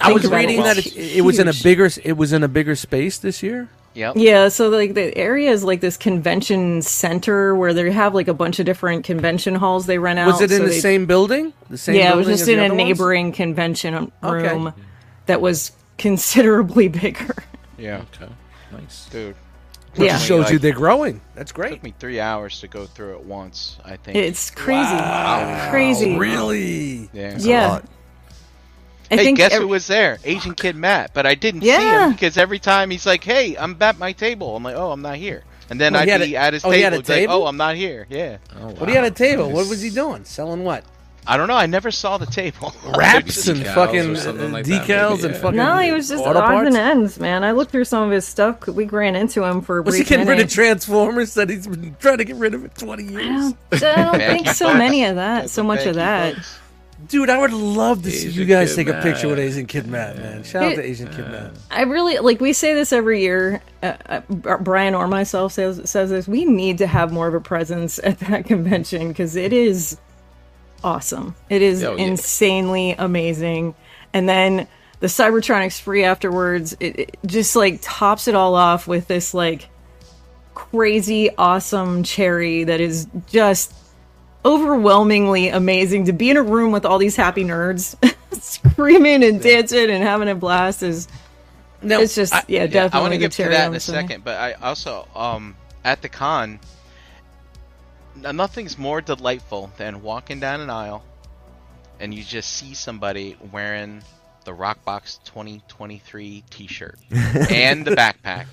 C: I was
B: think about
C: reading
B: it.
C: that it, it was in a
B: Huge.
C: bigger it was in a bigger space this year.
F: Yep.
B: Yeah, so like the area is like this convention center where they have like a bunch of different convention halls they rent out.
C: Was it in
B: so
C: the
B: they-
C: same building? The same.
B: Yeah, it was
C: building as
B: just
C: the
B: in a
C: other ones?
B: neighboring convention
C: Okay.
B: room that was considerably bigger.
F: Yeah.
A: Okay, nice.
F: Dude,
B: yeah,
C: Shows you
F: like-
C: they're growing. That's
F: it
C: great.
F: took me three hours to go through it once, I think.
B: it's crazy, crazy.
C: Really?
F: yeah.
B: Yeah,
D: lot.
B: I
F: Hey,
B: think
F: guess
B: every-
F: who was there? Asian Kid Matt. But I didn't see
B: Yeah.
F: him because every time he's like, "Hey, I'm at my table," I'm like, "Oh, I'm not here." And then
C: Oh, he
F: I'd
C: had
F: be
C: a-
F: at his
C: oh, he had
F: table,
C: a
F: it's like,
C: table?
F: "Oh, I'm not here." Yeah.
A: Oh, wow.
C: What do you had a table? What was he doing? Selling what?
F: I don't know. I never saw the table.
C: Wraps and
A: Decals
C: fucking uh,
A: or something like that,
C: decals
A: maybe,
C: and
A: yeah.
C: fucking.
B: no, he was just
C: auto
B: odds
C: parts?
B: and ends, man. I looked through some of his stuff. 'cause We ran into him for a
C: Was
B: brief
C: he getting rid
B: minute.
C: of Transformers that he's been trying to get rid of for 20
B: I
C: years?
B: don't, I don't
F: Baggy
B: think so
F: boots.
B: many of that,
F: That's
B: so
F: a
B: much of
F: baggy
B: that.
F: boots.
C: Dude, I would love to see
A: Asian
C: you guys
A: Kid
C: take a picture with
A: Matt.
C: Asian Kid Matt, man. Shout out
B: It-
C: to Asian Kid Matt.
B: I really like we say this every year. Uh, uh, Br- Brian or myself says says this. We need to have more of a presence at that convention because it is awesome. It is
A: Oh, yeah.
B: insanely amazing. And then the Cybertronics free afterwards, it, it just like tops it all off with this like crazy awesome cherry that is just overwhelmingly amazing to be in a room with all these happy nerds screaming and dancing and having a blast is
C: Now,
B: it's just
C: I-
B: yeah,
F: Yeah, I
B: definitely.
F: want to
B: the
F: get to
B: cherry
F: that
B: on
F: in a
B: the Sunday.
F: second, but I also um at the con, n- nothing's more delightful than walking down an aisle and you just see somebody wearing the Rockbox 2023 T-shirt and the backpack,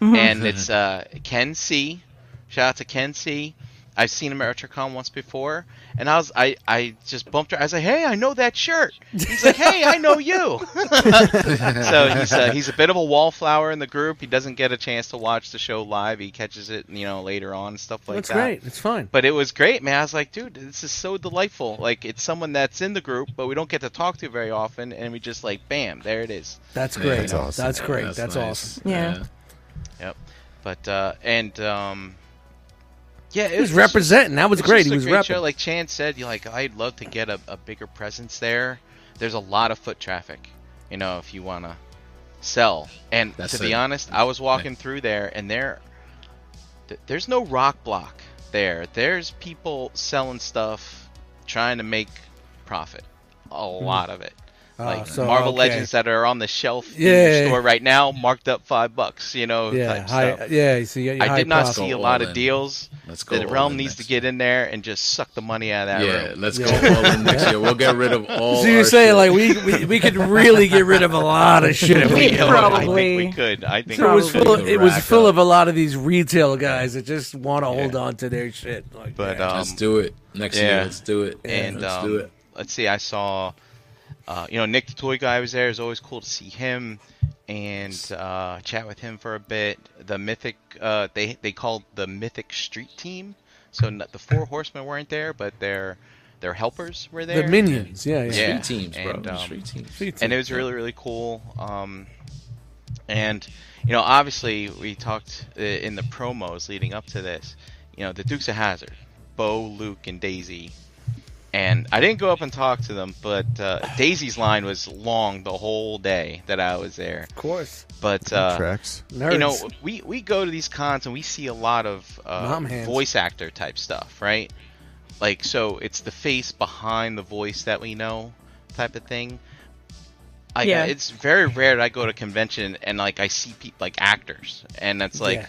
F: and it's uh Ken C. Shout out to Ken C. I've seen him at RetroCon once before, and I was I, I just bumped her. I was like, "Hey, I know that shirt." He's like, "Hey, I know you." so he's uh, he's a bit of a wallflower in the group. He doesn't get a chance to watch the show live. He catches it, you know, later on and stuff like
C: That's
F: that.
C: great. It's fine.
F: But it was great, man. I was like, dude, this is so delightful. Like, it's someone that's in the group, but we don't get to talk to very often, and we just like, bam, there it is.
C: That's great.
A: that's
C: That's,
D: awesome.
C: great.
A: nice.
C: That's, awesome.
B: Yeah.
F: Yep. But uh, and um, yeah, it
C: He was
F: was just-
C: representing. That was
F: It's
C: great.
F: just
C: He
F: a
C: was
F: great
C: repping.
F: show. Like Chan said, you like I'd love to get a, a bigger presence there. There's a lot of foot traffic, you know, if you wanna sell. And
A: That's
F: to be
A: it.
F: honest, I was walking through there, and there, th- there's no rock block there. There's people selling stuff, trying to make profit. A
A: Mm-hmm.
F: lot of it. Like
C: Oh, so,
F: Marvel
C: okay.
F: Legends that are on the shelf in
C: Yeah.
F: your store right now, marked up five bucks. You know,
C: yeah,
F: type
C: high,
F: stuff.
C: yeah. You see,
F: I did not
A: profit.
F: see a
A: Go all
F: lot of
A: in.
F: deals.
A: Let's go
F: The
A: all
F: realm
A: in
F: needs to
A: next
F: get in there and just suck the money out of that
A: Yeah,
F: room.
A: let's go all in next year. We'll get rid of all.
C: So you're
A: our
C: saying
A: shit.
C: like we, we we could really get rid of a lot of shit if we
B: Yeah,
F: You know,
B: probably.
F: I think we could. I think
C: So it
F: we
C: was
F: could.
C: full. Of, it was
A: Rack
C: full
A: up.
C: of a lot of these retail guys that just want to hold on to their shit. Like,
F: But
C: yeah.
F: um,
A: let's do it next year.
F: yeah.
A: Let's do it.
F: and
A: let's
F: um,
A: do it.
F: let's see. I saw, uh, you know, Nick the toy guy was there. It was always cool to see him and uh, chat with him for a bit. The mythic, uh, they they called the mythic street team. So n the four horsemen weren't there, but their their helpers were there.
C: the minions, yeah, yeah.
F: Yeah.
A: Three teams, bro.
F: and, um,
A: Three teams.
C: Street
F: and it
C: team.
F: was really really cool. Um, And you know, obviously, we talked uh, in the promos leading up to this. You know, the Dukes of Hazard, Bo, Luke, and Daisy. And I didn't go up and talk to them, but uh, Daisy's line was long the whole day that I was there.
C: Of course.
F: But uh,
D: Tracks.
C: Nerds.
F: you know, we we go to these cons and we see a lot of uh,
C: Mom hands.
F: voice actor type stuff, right? Like, so it's the face behind the voice that we know, type of thing. I,
B: Yeah.
F: it's very rare that I go to a convention and like I see people like actors, and that's like,
C: Yeah.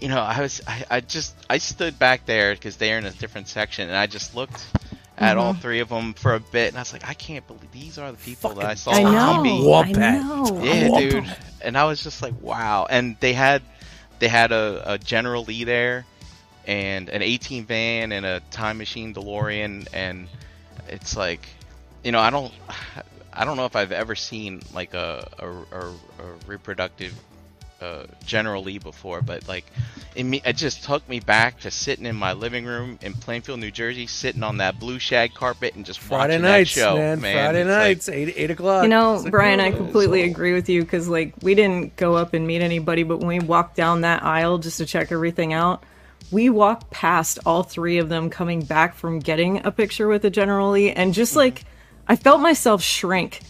F: you know, I was I, I just I stood back there because they're in a different section, and I just looked at all
B: Mm-hmm.
F: three of them for a bit, and I was like, I can't believe these are the people that I saw
B: I
F: on
B: know.
F: TV.
C: Womp
B: I
C: at.
B: know.
F: Yeah, dude. And I was just like, wow. And they had they had a, a General Lee there and an 18 van and a time machine DeLorean and it's like you know, I don't I don't know if I've ever seen like a a, a, a reproductive uh, General Lee before, but like it, me, it just took me back to sitting in my living room in Plainfield, New Jersey, sitting on that blue shag carpet and just
C: Friday
F: watching
C: nights,
F: that show,
C: man. Friday
F: It's like-
C: nights, eight eight o'clock.
B: You know,
C: It's like,
B: Brian, I
C: oh.
B: completely agree with you because, like, we didn't go up and meet anybody, but when we walked down that aisle just to check everything out, we walked past all three of them coming back from getting a picture with the General Lee, and just like, I felt myself shrink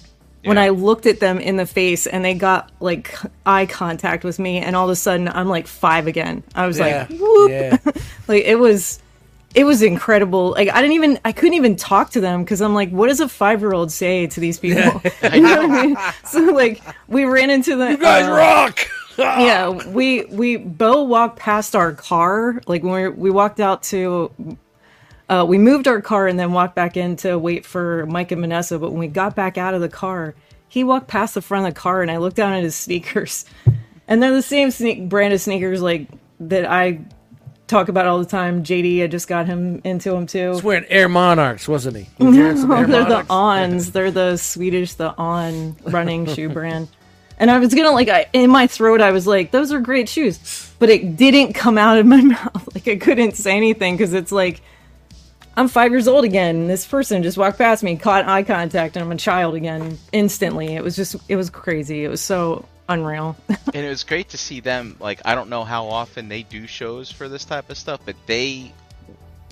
B: when I looked at them in the face and they got like eye contact with me, and all of a sudden I'm like five again. I was
C: Yeah.
B: like, whoop.
C: Yeah.
B: Like, it was. It was incredible. Like I didn't even, I couldn't even talk to them because I'm like, what does a five year old say to these people? You know what I mean? So like we ran into the
C: guys
B: uh,
C: rock.
B: yeah we we Bo walked past our car like when we, we walked out to uh, we moved our car and then walked back in to wait for Mike and Vanessa but when we got back out of the car he walked past the front of the car and I looked down at his sneakers and they're the same sneak brand of sneakers like that I talk about all the time JD I just got him into them too
C: He's wearing Air Monarchs, wasn't he? He was wearing some Air
B: they're the
C: Monarchs.
B: ons. They're the Swedish, the on running shoe brand. And I was gonna like I, in my throat, I was like, "Those are great shoes," but it didn't come out of my mouth. Like I couldn't say anything because it's like I'm five years old again. And this person just walked past me, caught eye contact, and I'm a child again instantly. It was just, it was crazy. It was so unreal.
F: and it was great to see them like i don't know how often they do shows for this type of stuff but they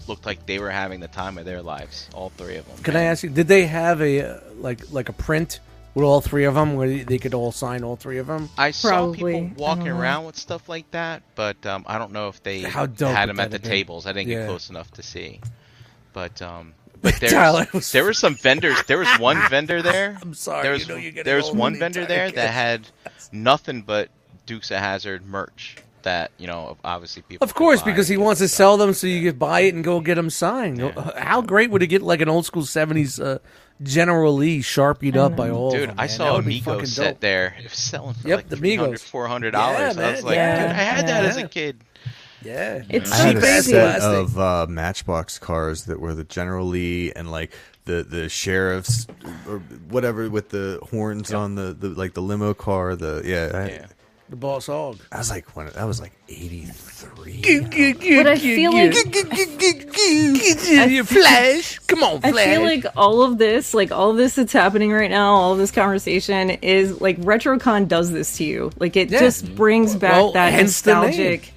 F: looked like they were having the time of their lives all three of them
C: Can I ask you? Did they have a uh, like like a print with all three of them where they could all sign all three of them?
F: i saw
B: Probably. I
F: people
B: don't
F: walking
B: know.
F: around with stuff like that but um, i don't know if they
C: How dope
F: had
C: would
F: them at
C: that
F: the
C: have been?
F: tables i didn't
C: Yeah.
F: get close enough to see but um but
C: Tyler
F: there's,
C: was-
F: there were some vendors there was one vendor there i'm
C: sorry,
F: there
C: you
F: was,
C: know you're getting
F: there was
C: old
F: one
C: and
F: vendor
C: tired
F: there
C: of
F: that had nothing but dukes of hazard merch that you know obviously people
C: Of course,
F: could buy
C: because he
F: and get
C: wants to
F: stuff.
C: sell them so you could buy it and go get them signed. How great would it get like an old school seventies uh, General Lee sharpied up by all? of
F: Dude,
C: them,
F: I
C: man.
F: saw
C: That
F: a
C: would be fucking
F: Migos set
C: dope.
F: there. It was selling for
C: Yep,
F: like
C: the Migos.
F: $300, $400.
C: Yeah,
F: I was
C: man,
F: like,
B: yeah,
F: dude, I had that
B: yeah.
F: as a kid.
C: Yeah,
B: It's
D: I had
B: so
D: a
B: crazy.
D: set
C: Plastic.
D: of uh, Matchbox cars that were the General Lee and like the the sheriffs or whatever with the horns on the, the like the limo car. The yeah, I,
F: Yeah.
C: the boss hog.
D: I was like when that was like eighty three.
B: But I feel like
C: Flash, come on,
B: I feel like all of this, like all of this that's happening right now, all of this conversation is like RetroCon does this to you. Like it
C: Yeah.
B: just brings back
C: Well,
B: that
C: hence the name.
B: nostalgic.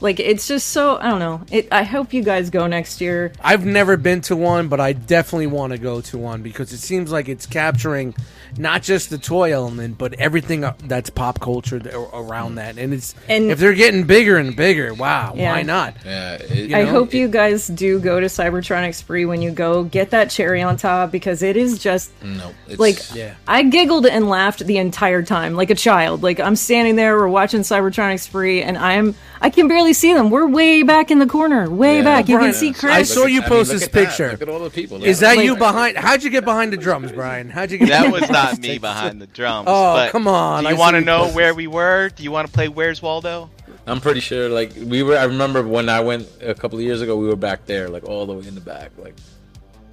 B: Like it's just so I don't know. It, I hope you guys go next year.
C: I've never been to one, but I definitely want to go to one because it seems like it's capturing not just the toy element, but everything uh, that's pop culture th- around that. And it's
B: Mm. And-
C: if they're getting bigger and bigger, wow,
B: Yeah.
C: why not?
A: Yeah, it,
B: I
C: know,
B: hope you guys do go to Cybertronics Spree when you go. Get that cherry on top because it is just
A: no, it's,
B: like
C: Mm. Yeah.
B: I giggled and laughed the entire time, like a child. Like I'm standing there, we're watching Cybertronics Free, and I'm I can barely see them. We're way back in the corner, way
A: Yeah.
B: back. You
C: Brian,
B: can see
C: I
B: Chris.
C: saw you post
A: look
C: this
A: at that.
C: picture.
A: Look at all the people.
C: Is that
B: Like-
C: you behind? How'd you get behind the drums, Brian? How'd you get?
F: That was not me behind the drums.
C: Oh,
F: but
C: come on,
F: Do
C: I
F: you
C: see
F: want to
C: you
F: know
C: posted.
F: where we were? Do you want to play Where's Waldo?
A: I'm pretty sure. Like we were. I remember when I went a couple of years ago. We were back there, like all the way in the back, like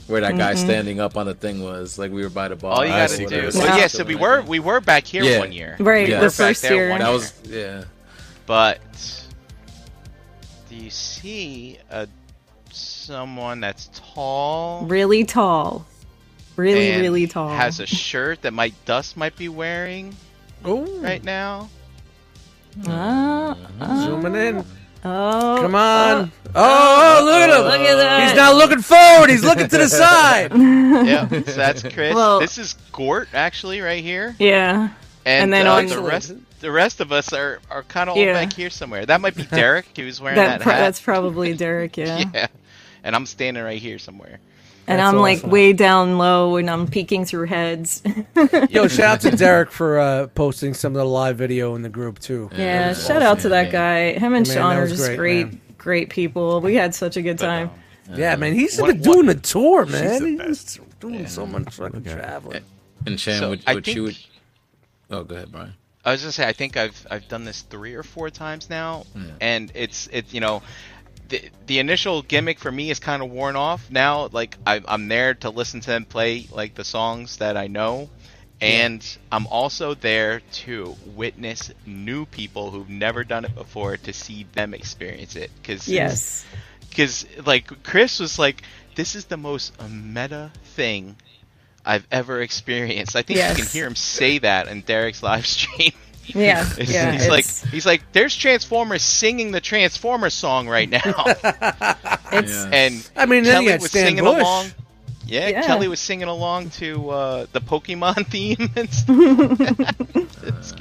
A: where that guy standing up on the thing was. Like we were by the
C: Oh,
A: bar.
F: All you
A: I
F: got to
A: see what
F: do.
A: it was.
F: Well, yeah, so we were we were back here
A: Yeah.
F: one year.
B: Right,
A: Yeah.
B: the
A: We're back
B: first
F: there
B: year.
F: one-
A: That was yeah.
F: But do you see a, someone that's tall?
B: really tall, really
F: and
B: really tall.
F: Has a shirt that my dust might be wearing.
C: Ooh,
F: right now.
B: Ah, ah.
C: zooming in.
B: oh,
C: Come on. Oh, oh, look at him.
B: Look at that.
C: He's not looking forward. He's looking to the side.
F: Yeah, so that's Chris.
B: Well-
F: this is Gort actually right here,
B: Yeah.
F: and,
B: and then
F: uh,
B: on-
F: the rest. The rest of us are, are kind of all
B: Yeah.
F: back here somewhere. That might be Derek, who's wearing that,
B: That pro-
F: hat.
B: that's probably Derek, yeah.
F: yeah, and I'm standing right here somewhere.
B: And
C: That's
B: I'm like
C: awesome.
B: way down low and I'm peeking through heads.
C: Yo, shout out to Derek for uh, posting some of the live video in the group too.
B: yeah, shout out to that guy. Him and
C: that
B: Sean are
C: was
B: just
C: great,
B: great,
C: man.
B: great, people. We had such a good time.
C: Yeah, man, he's
F: What-
C: been doing a tour,
D: He's
C: man.
D: the
C: He's
D: best.
C: doing so much fucking traveling.
A: And Shan,
F: So,
A: would,
F: I
A: would
F: think-
A: you would? Oh, go ahead, Brian.
F: I was gonna say I think I've I've done this three or four times now, and it's it you know, the the initial gimmick for me is kind of worn off now. Like I, I'm there to listen to them play like the songs that I know, and I'm also there to witness new people who've never done it before to see them experience it. Because
B: Yes.
F: because like Chris was like, this is the most meta thing I've ever experienced. I think
B: Yes.
F: you can hear him say that in Derek's live stream.
B: Yeah.
F: It's-
B: yeah.
F: he's like
B: it's-
F: he's like there's Transformers singing the Transformers song right now,
B: it's-
A: Yeah.
F: and
C: I mean, then
F: Kelly
C: you had
F: was
C: Stan
F: singing
C: Bush.
F: along. Yeah,
B: Yeah.
F: Kelly was singing along to uh, the Pokemon theme and stuff.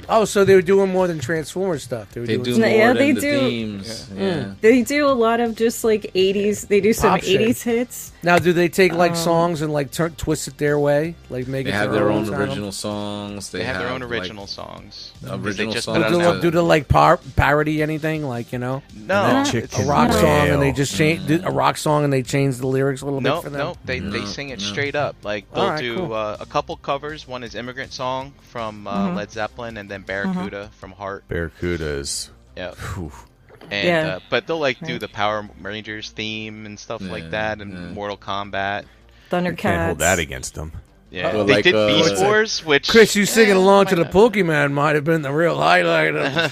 C: Oh, so they were doing more than Transformers stuff. They were
A: They
C: doing
A: do
B: No,
A: more
B: yeah,
A: than
B: they
A: the
B: do.
A: themes. Yeah.
B: They do a lot of just like 80s. They do some
C: Pop shit.
B: 80s hits.
C: Now, do they take
B: Um,
C: like songs and like turn, twist it their way, like make
A: They
C: it
A: have their own
C: style?
A: original songs. They,
F: They have their own
A: like-
F: original songs. 'cause
A: original
F: they just
A: songs.
F: Put
C: Do
F: out
A: Now-
C: they,
F: an
C: do they like par- parody anything, like you know,
F: album.
D: That
F: no,
D: chick
C: a
D: can
C: rock
D: wail.
C: song and they just change did a rock song and they change the lyrics a little
F: No,
C: bit for them?
F: no, they, they sing it
A: no.
F: straight up. Like they'll
C: Alright,
F: do
C: cool.
F: uh, a couple covers. One is "Immigrant Song" from uh,
A: Mm-hmm.
F: Led Zeppelin, and then "Barracuda" from Heart.
D: Barracudas.
F: Yeah.
D: Whew.
F: And
B: Yeah.
F: uh, but they'll like do the Power Rangers theme and stuff like
A: Yeah,
F: that, and
A: yeah.
F: Mortal Kombat.
B: Thundercats.
D: Can't hold that against them.
F: Yeah,
A: Well,
F: they
A: like,
F: did
A: uh,
F: Beast
A: what's that?
F: Wars, which
C: Chris, you singing
F: Eh,
C: along
F: might
C: to the
F: not-
C: Pokemon might have been the real highlight of the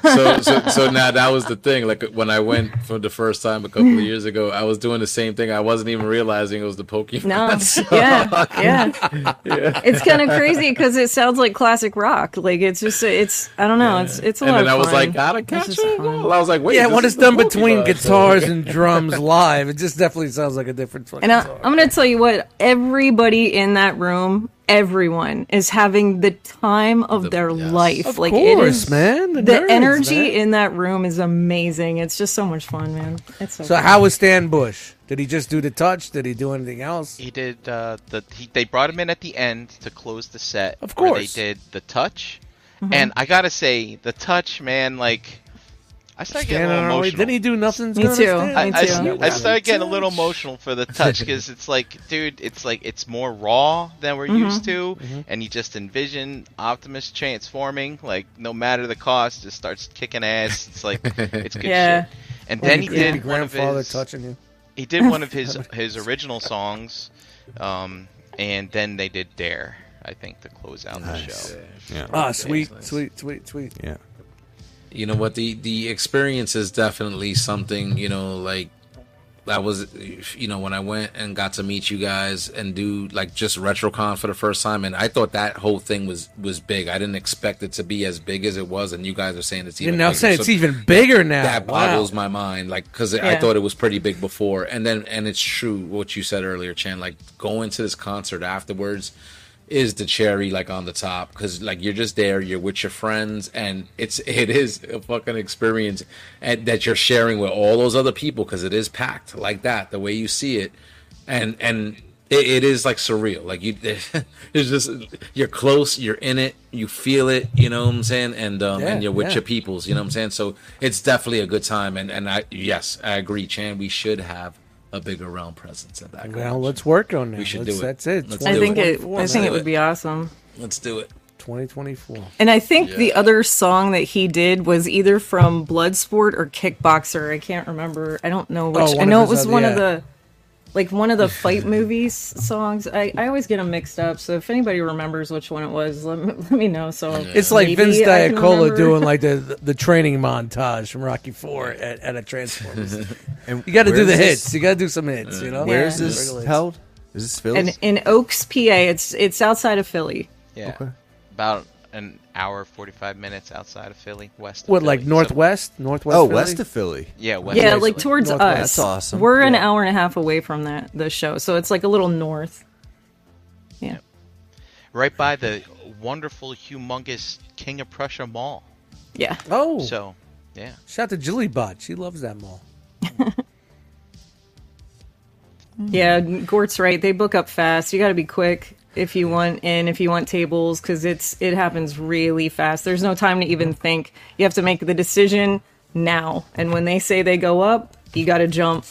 C: show.
A: so, so, so now that was the thing. Like when I went for the first time a
B: Hmm.
A: couple of years ago, I was doing the same thing. I wasn't even realizing it was the Pokemon.
B: No, yeah, yeah. It's kind of crazy because it sounds like classic rock. Like it's just, it's, I don't know, it's, it's a
A: and
B: lot
A: then
B: of
A: I was
B: fun.
A: like, "Ah, gotta catch
B: is
A: it. I
B: fun.
A: was like, wait.
C: yeah,
A: this
C: when
A: is
C: it's
A: the
C: done between
A: Pokemon.
C: guitars and drums live, it just definitely sounds like a different fucking
B: And I,
C: song.
B: I'm going to tell you what, everybody in that room, everyone is having the time of their
A: yes.
B: life.
C: of
B: like it
C: course,
B: is,
C: man. The,
B: the
C: nerds,
B: energy
C: man.
B: in that room is amazing. It's just so much fun, man. It's so,
C: So
B: fun.
C: how was Stan Bush? Did he just do the touch? Did he do anything else?
F: He did uh, the. He, they brought him in at the end to close the set.
C: Of
F: where
C: course. Mm-hmm.
F: they did the touch, and I gotta say, the touch, man, like I started getting a
C: Standing on
F: little
C: our way-
F: emotional.
C: Didn't he do nothing's
B: Me
C: gonna
B: too.
C: stand?
F: I,
B: Me
F: I,
B: too.
F: s- I started getting a little emotional for the touch because it's like, dude, it's like it's more raw than
C: Mm-hmm.
F: we're used to, and you just envision Optimus transforming, like no matter the cost, just starts kicking ass. It's like it's good
B: Yeah.
F: shit. And
C: Or
F: then he
C: your
F: did
C: creepy
F: one of
C: grandfather
F: his
C: touching you.
F: he did one of his his original songs, um, and then they did Dare, I think, to close out the show.
D: Uh,
C: Ah, sweet, sweet, sweet, sweet.
D: Yeah.
A: you know what the the experience is definitely something you know like that was you know when i went and got to meet you guys and do like just retrocon for the first time and i thought that whole thing was was big i didn't expect it to be as big as it was and you guys are saying it's
C: You
A: even
C: know, I'm
A: bigger.
C: saying
A: So
C: it's even bigger now.
A: that
C: wow.
A: boggles my mind like because i
B: Yeah.
A: thought it was pretty big before and then and it's true what you said earlier chan like going to this concert afterwards is the cherry like on the top because like you're just there you're with your friends and it's it is a fucking experience and that you're sharing with all those other people because it is packed like that the way you see it and and it, it is like surreal like you it's just you're close you're in it you feel it you know what i'm saying and um
C: Yeah,
A: and you're with
C: yeah.
A: your peoples you know what i'm saying so it's definitely a good time and and i yes i agree chan we should have a bigger realm presence at that
C: Well,
A: convention.
C: let's work on that.
A: We should do
C: Let's-
A: it.
C: That's it.
A: Let's
B: I
A: do
B: think it, I
A: Let's
B: think
A: do
B: it
A: it.
B: would be awesome.
A: let's do it
C: 2024.
B: And I think the other song that he did was either from Bloodsport or Kickboxer. I can't remember. I don't know which.
C: Oh, one
B: I
C: of
B: know it
C: his
B: was
C: other-
B: one of
C: yeah.
B: the like one of the fight movies songs. I, I always get them mixed up. So if anybody remembers which one it was, let me, let me know. So
C: It's like
B: maybe
C: Vince
B: I can remember.
C: Diacola doing like the the training montage from Rocky Four at, at a Transformers.
D: And
C: you got to do
D: where's
C: the
D: this-
C: hits. You got to do some hits. You know.
D: Where's
B: Yeah.
D: this
C: Regular hits.
D: held? Is this Philly?
B: And in Oaks, PA. It's it's outside of Philly.
F: Yeah, about an hour forty five minutes outside of Philly, west. Of
C: What,
F: Philly.
C: like
F: So-
C: northwest, northwest?
D: Oh,
C: Philly?
D: west of Philly.
F: yeah, west
B: yeah,
F: of
B: like
F: Philly.
B: towards
C: Northwest.
B: us.
D: That's awesome.
B: We're an hour and a half away from that the show, so it's like a little north. Yeah.
F: right by the wonderful, humongous King of Prussia Mall.
B: Yeah.
C: Oh,
F: So, yeah,
C: shout out to Jilly Bot. She loves that mall.
B: Yeah, Gort's right. They book up fast. You got to be quick if you want in, if you want tables, because it's it happens really fast. There's no time to even think. You have to make the decision now. And when they say they go up, you got to jump.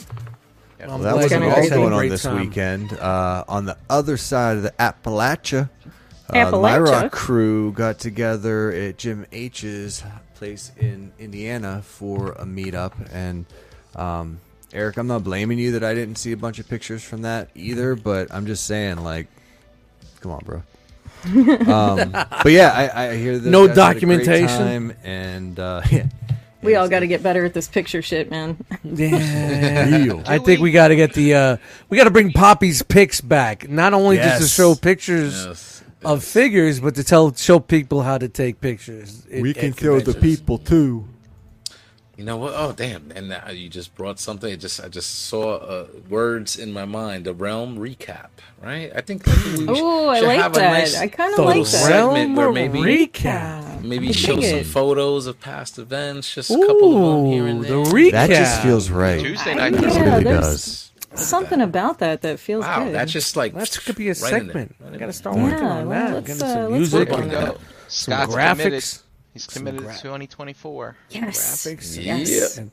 C: I'm
D: Well, that
C: glad
D: was
B: It's
C: you
B: gonna be
D: all
C: guys
B: great.
C: had a
D: going on
C: great
D: this
C: time.
D: weekend. Uh, on the other side of the Appalachia, uh, the My
B: Appalachia.
D: Rock crew got together at Jim H's place in Indiana for a meetup. And um, Eric, I'm not blaming you that I didn't see a bunch of pictures from that either, but I'm just saying, like, come on, bro. um, but yeah, I, I hear that
C: No
D: you guys had a great
C: documentation.
D: time and uh, yeah,
B: We all got to get better at this picture shit, man.
C: Yeah.
D: real.
C: I think we got to get the uh, we got to bring Poppy's pics back. Not only just
D: Yes.
C: to show pictures of figures, but to tell show people how to take pictures. at- at conventions.
D: people too.
A: You know what? Oh, damn! And now you just brought something. I just I just saw uh, words in my mind. The realm recap, right? I think like, we sh-
B: Ooh, I
A: should
B: like
A: have a
B: that.
A: nice
B: I kinda
A: little
B: like that.
A: segment where
C: Realm
A: maybe
C: recap.
A: maybe
B: I
A: show
B: dig
A: some
B: it.
A: photos of past events, just a couple of them here
C: Ooh,
A: and
C: the
A: there.
C: recap.
D: That just feels right.
F: Tuesday
B: Yeah,
F: night. was-
D: really
B: there's
D: does.
B: something about that that feels
A: Wow,
B: good.
A: that just like
C: That could be a
A: right in there.
C: segment.
A: Right
C: I
A: in
C: got to
A: there.
C: start
B: Yeah,
C: working on
B: well,
C: that.
B: let's,
C: Getting some
B: uh, let's
C: music,
B: work
C: and
B: on
C: uh,
B: that.
F: Scott's committed.
C: graphics,
F: He's committed
C: gra-
F: to 2024.
B: yes.
C: graphics,
B: Yes.
C: and,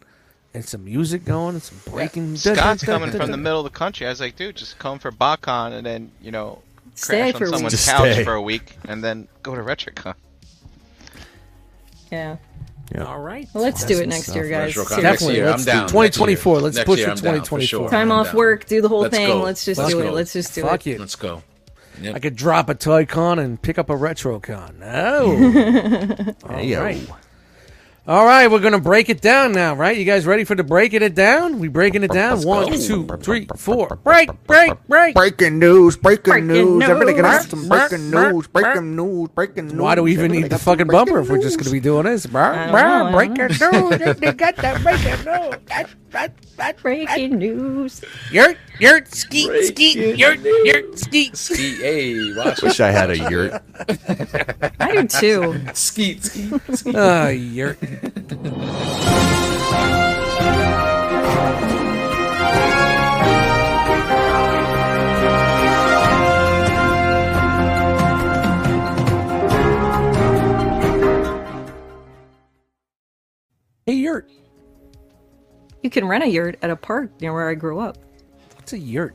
C: and some music going, and some breaking.
F: Scott's coming from the middle of the country. I was like, dude, just come for BotCon and then you know
B: Stay
F: crash
B: for a
F: on
B: week.
F: someone's
D: Just
F: couch
D: stay.
F: for a week and then go to RetroCon.
B: Yeah.
C: All right,
B: Well, let's do it next year, guys.
A: Retro
B: Seriously.
A: Con next
C: Definitely,
A: year.
C: let's
A: I'm
C: do
A: down.
C: 2024. Let's
A: Next
C: push
A: year,
C: it
A: I'm down, for
C: 2024.
A: sure.
B: Time
A: I'm
B: off
A: down.
B: work, do the whole
A: Let's
B: thing.
A: go.
B: Let's just
A: Let's
B: do it.
A: go.
B: Let's just do
C: Fuck
B: it.
C: it.
A: Let's go.
C: I could drop a toy con and pick up a retro con. Oh. All right. All right, we're gonna break it down now, right? You guys ready for the breaking it down? We breaking it down. One, two, three, four. Break, break, break.
H: Breaking news, breaking,
B: Breaking
H: news, everybody can have
B: news.
H: some breaking news, breaking news, breaking news.
C: Why do we even
H: Everybody
C: need the
H: got some
C: fucking
H: breaking
C: bumper if we're just
H: news.
C: gonna be doing this? Brr,
B: don't
C: brr,
B: know, I
C: breaking
B: don't
C: news. They got that breaking news.
B: Breaking news.
C: Yurt, yurt, skeet, skeet, yurt, yurt, skeet.
A: Ski, hey, watch it.
D: Wish I had a yurt.
B: I do too.
A: Skeet, skeet.
C: Ah, yurt. Hey, yurt.
B: You can rent a yurt at a park near where I grew up.
C: What's a yurt?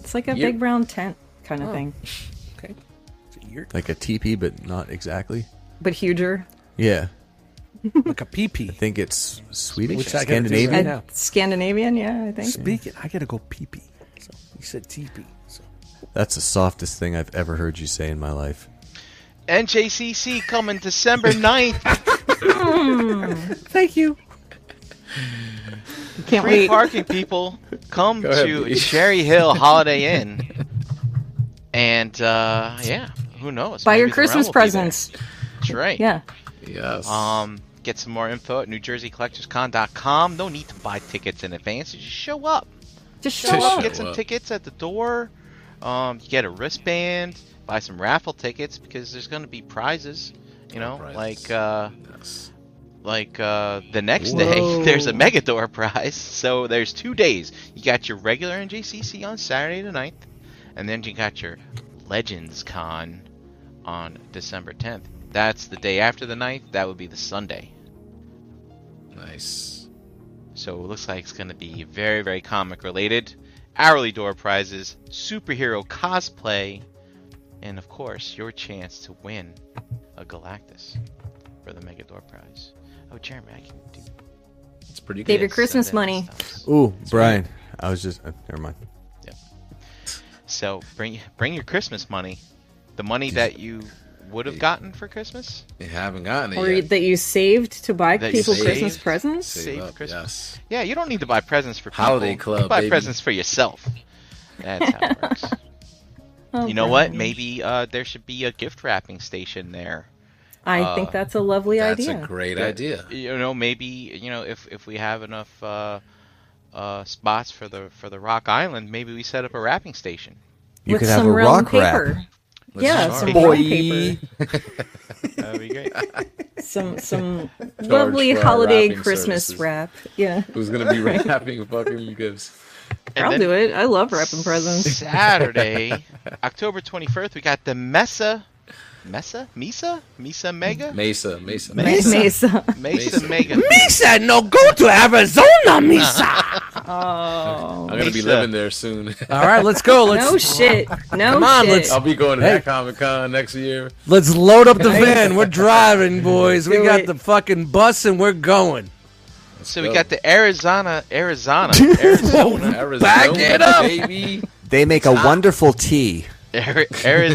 B: It's like a
A: Yurt.
B: big brown tent kind
F: Oh.
B: of thing,
C: Okay. It's a yurt.
D: Like a teepee, but not exactly.
B: but huger.
D: Yeah.
C: Like a pee-pee.
D: I think it's Swedish,
C: Which I gotta do
D: Scandinavian.
C: right
B: And
C: now.
B: Scandinavian, yeah, I think.
C: Speaking, I gotta go pee-pee. So, you said teepee. So.
D: That's the softest thing I've ever heard you say in my life.
F: NJCC coming December 9th.
C: Thank you.
B: Can't
F: Free
B: wait.
F: parking people come
A: ahead,
F: to
A: please.
F: Cherry Hill Holiday Inn. And uh, yeah, who knows?
B: Buy
F: Maybe
B: your
F: the realm
B: Christmas
F: will be there.
B: presents.
F: That's right.
B: Yeah.
A: Yes.
F: Um, get some more info at NewJerseyCollectorsCon.com. No need to buy tickets in advance. You just show up.
B: Just show
A: Just
B: up.
A: show
F: Get some
A: up.
F: tickets at the door. Um, you get a wristband. Buy some raffle tickets because there's going to be prizes. You know,
A: prizes.
F: like uh,
A: Yes.
F: like uh, the next day there's a Megador prize. So there's two days. You got your regular NJCC on Saturday the 9th, and then you got your Legends Con on December 10th. That's the day after the 9th. That would be the Sunday.
A: Nice.
F: So it looks like it's going to be very, very comic related. Hourly door prizes, superhero cosplay, and of course, your chance to win a Galactus for the Mega Door Prize. Oh, Jeremy, I can do
A: It's pretty
B: Save
A: good.
B: your Christmas
F: that
B: money.
F: stuff.
D: Ooh, Brian. I was just. Uh, never mind.
F: So bring bring your Christmas money, the money that you would have gotten for Christmas.
A: They haven't gotten it
B: Or
A: yet.
B: that you saved to buy
F: That you
B: people
F: saved.
B: Christmas presents.
A: Save
F: Save
A: up,
F: Christmas.
A: yes.
F: Yeah, you don't need to buy presents for people.
A: Holiday club,
F: buy
A: baby.
F: presents for yourself. That's how it works.
B: Oh,
F: You know what?
B: gosh.
F: Maybe uh, there should be a gift wrapping station there.
B: I
F: uh,
B: think that's a lovely
A: That's
B: idea.
A: a great
F: That-
A: idea.
F: You know, maybe you know if if we have enough uh, uh, spots for the for the Rock Island, maybe we set up a wrapping station.
D: You
B: With
D: could have
B: some
D: a
B: round
D: rock
B: paper.
D: rap.
B: Yeah,
A: start.
B: some
F: Boy.
B: round paper.
F: That'd be great.
B: Some some
A: for
B: lovely
A: our
B: holiday
A: wrapping
B: Christmas
A: services.
B: wrap. Yeah.
A: Who's gonna be wrapping fucking gifts?
B: I'll do it. I love wrapping presents.
F: Saturday, October twenty first, we got the Mesa, Mesa, Misa, Misa Mega,
A: Mesa, Mesa,
B: Mesa.
F: Mesa
A: Mesa.
F: Mega.
C: Misa, no, go to Arizona, Misa.
B: Oh.
A: I'm gonna be
F: Mesa.
A: living there soon.
C: All right, let's go. Let's
B: No shit. No
C: Come on,
B: shit.
C: let's-
A: I'll be going to
C: Hey.
A: that Comic Con next year.
C: let's load up the van. We're driving, boys. We
B: Do
C: got
B: it.
C: the fucking bus and we're going.
F: So we
A: go.
F: got the Arizona, Arizona, Arizona,
A: Arizona,
C: Back it up.
A: baby.
D: They make a wonderful tea.
F: Ari-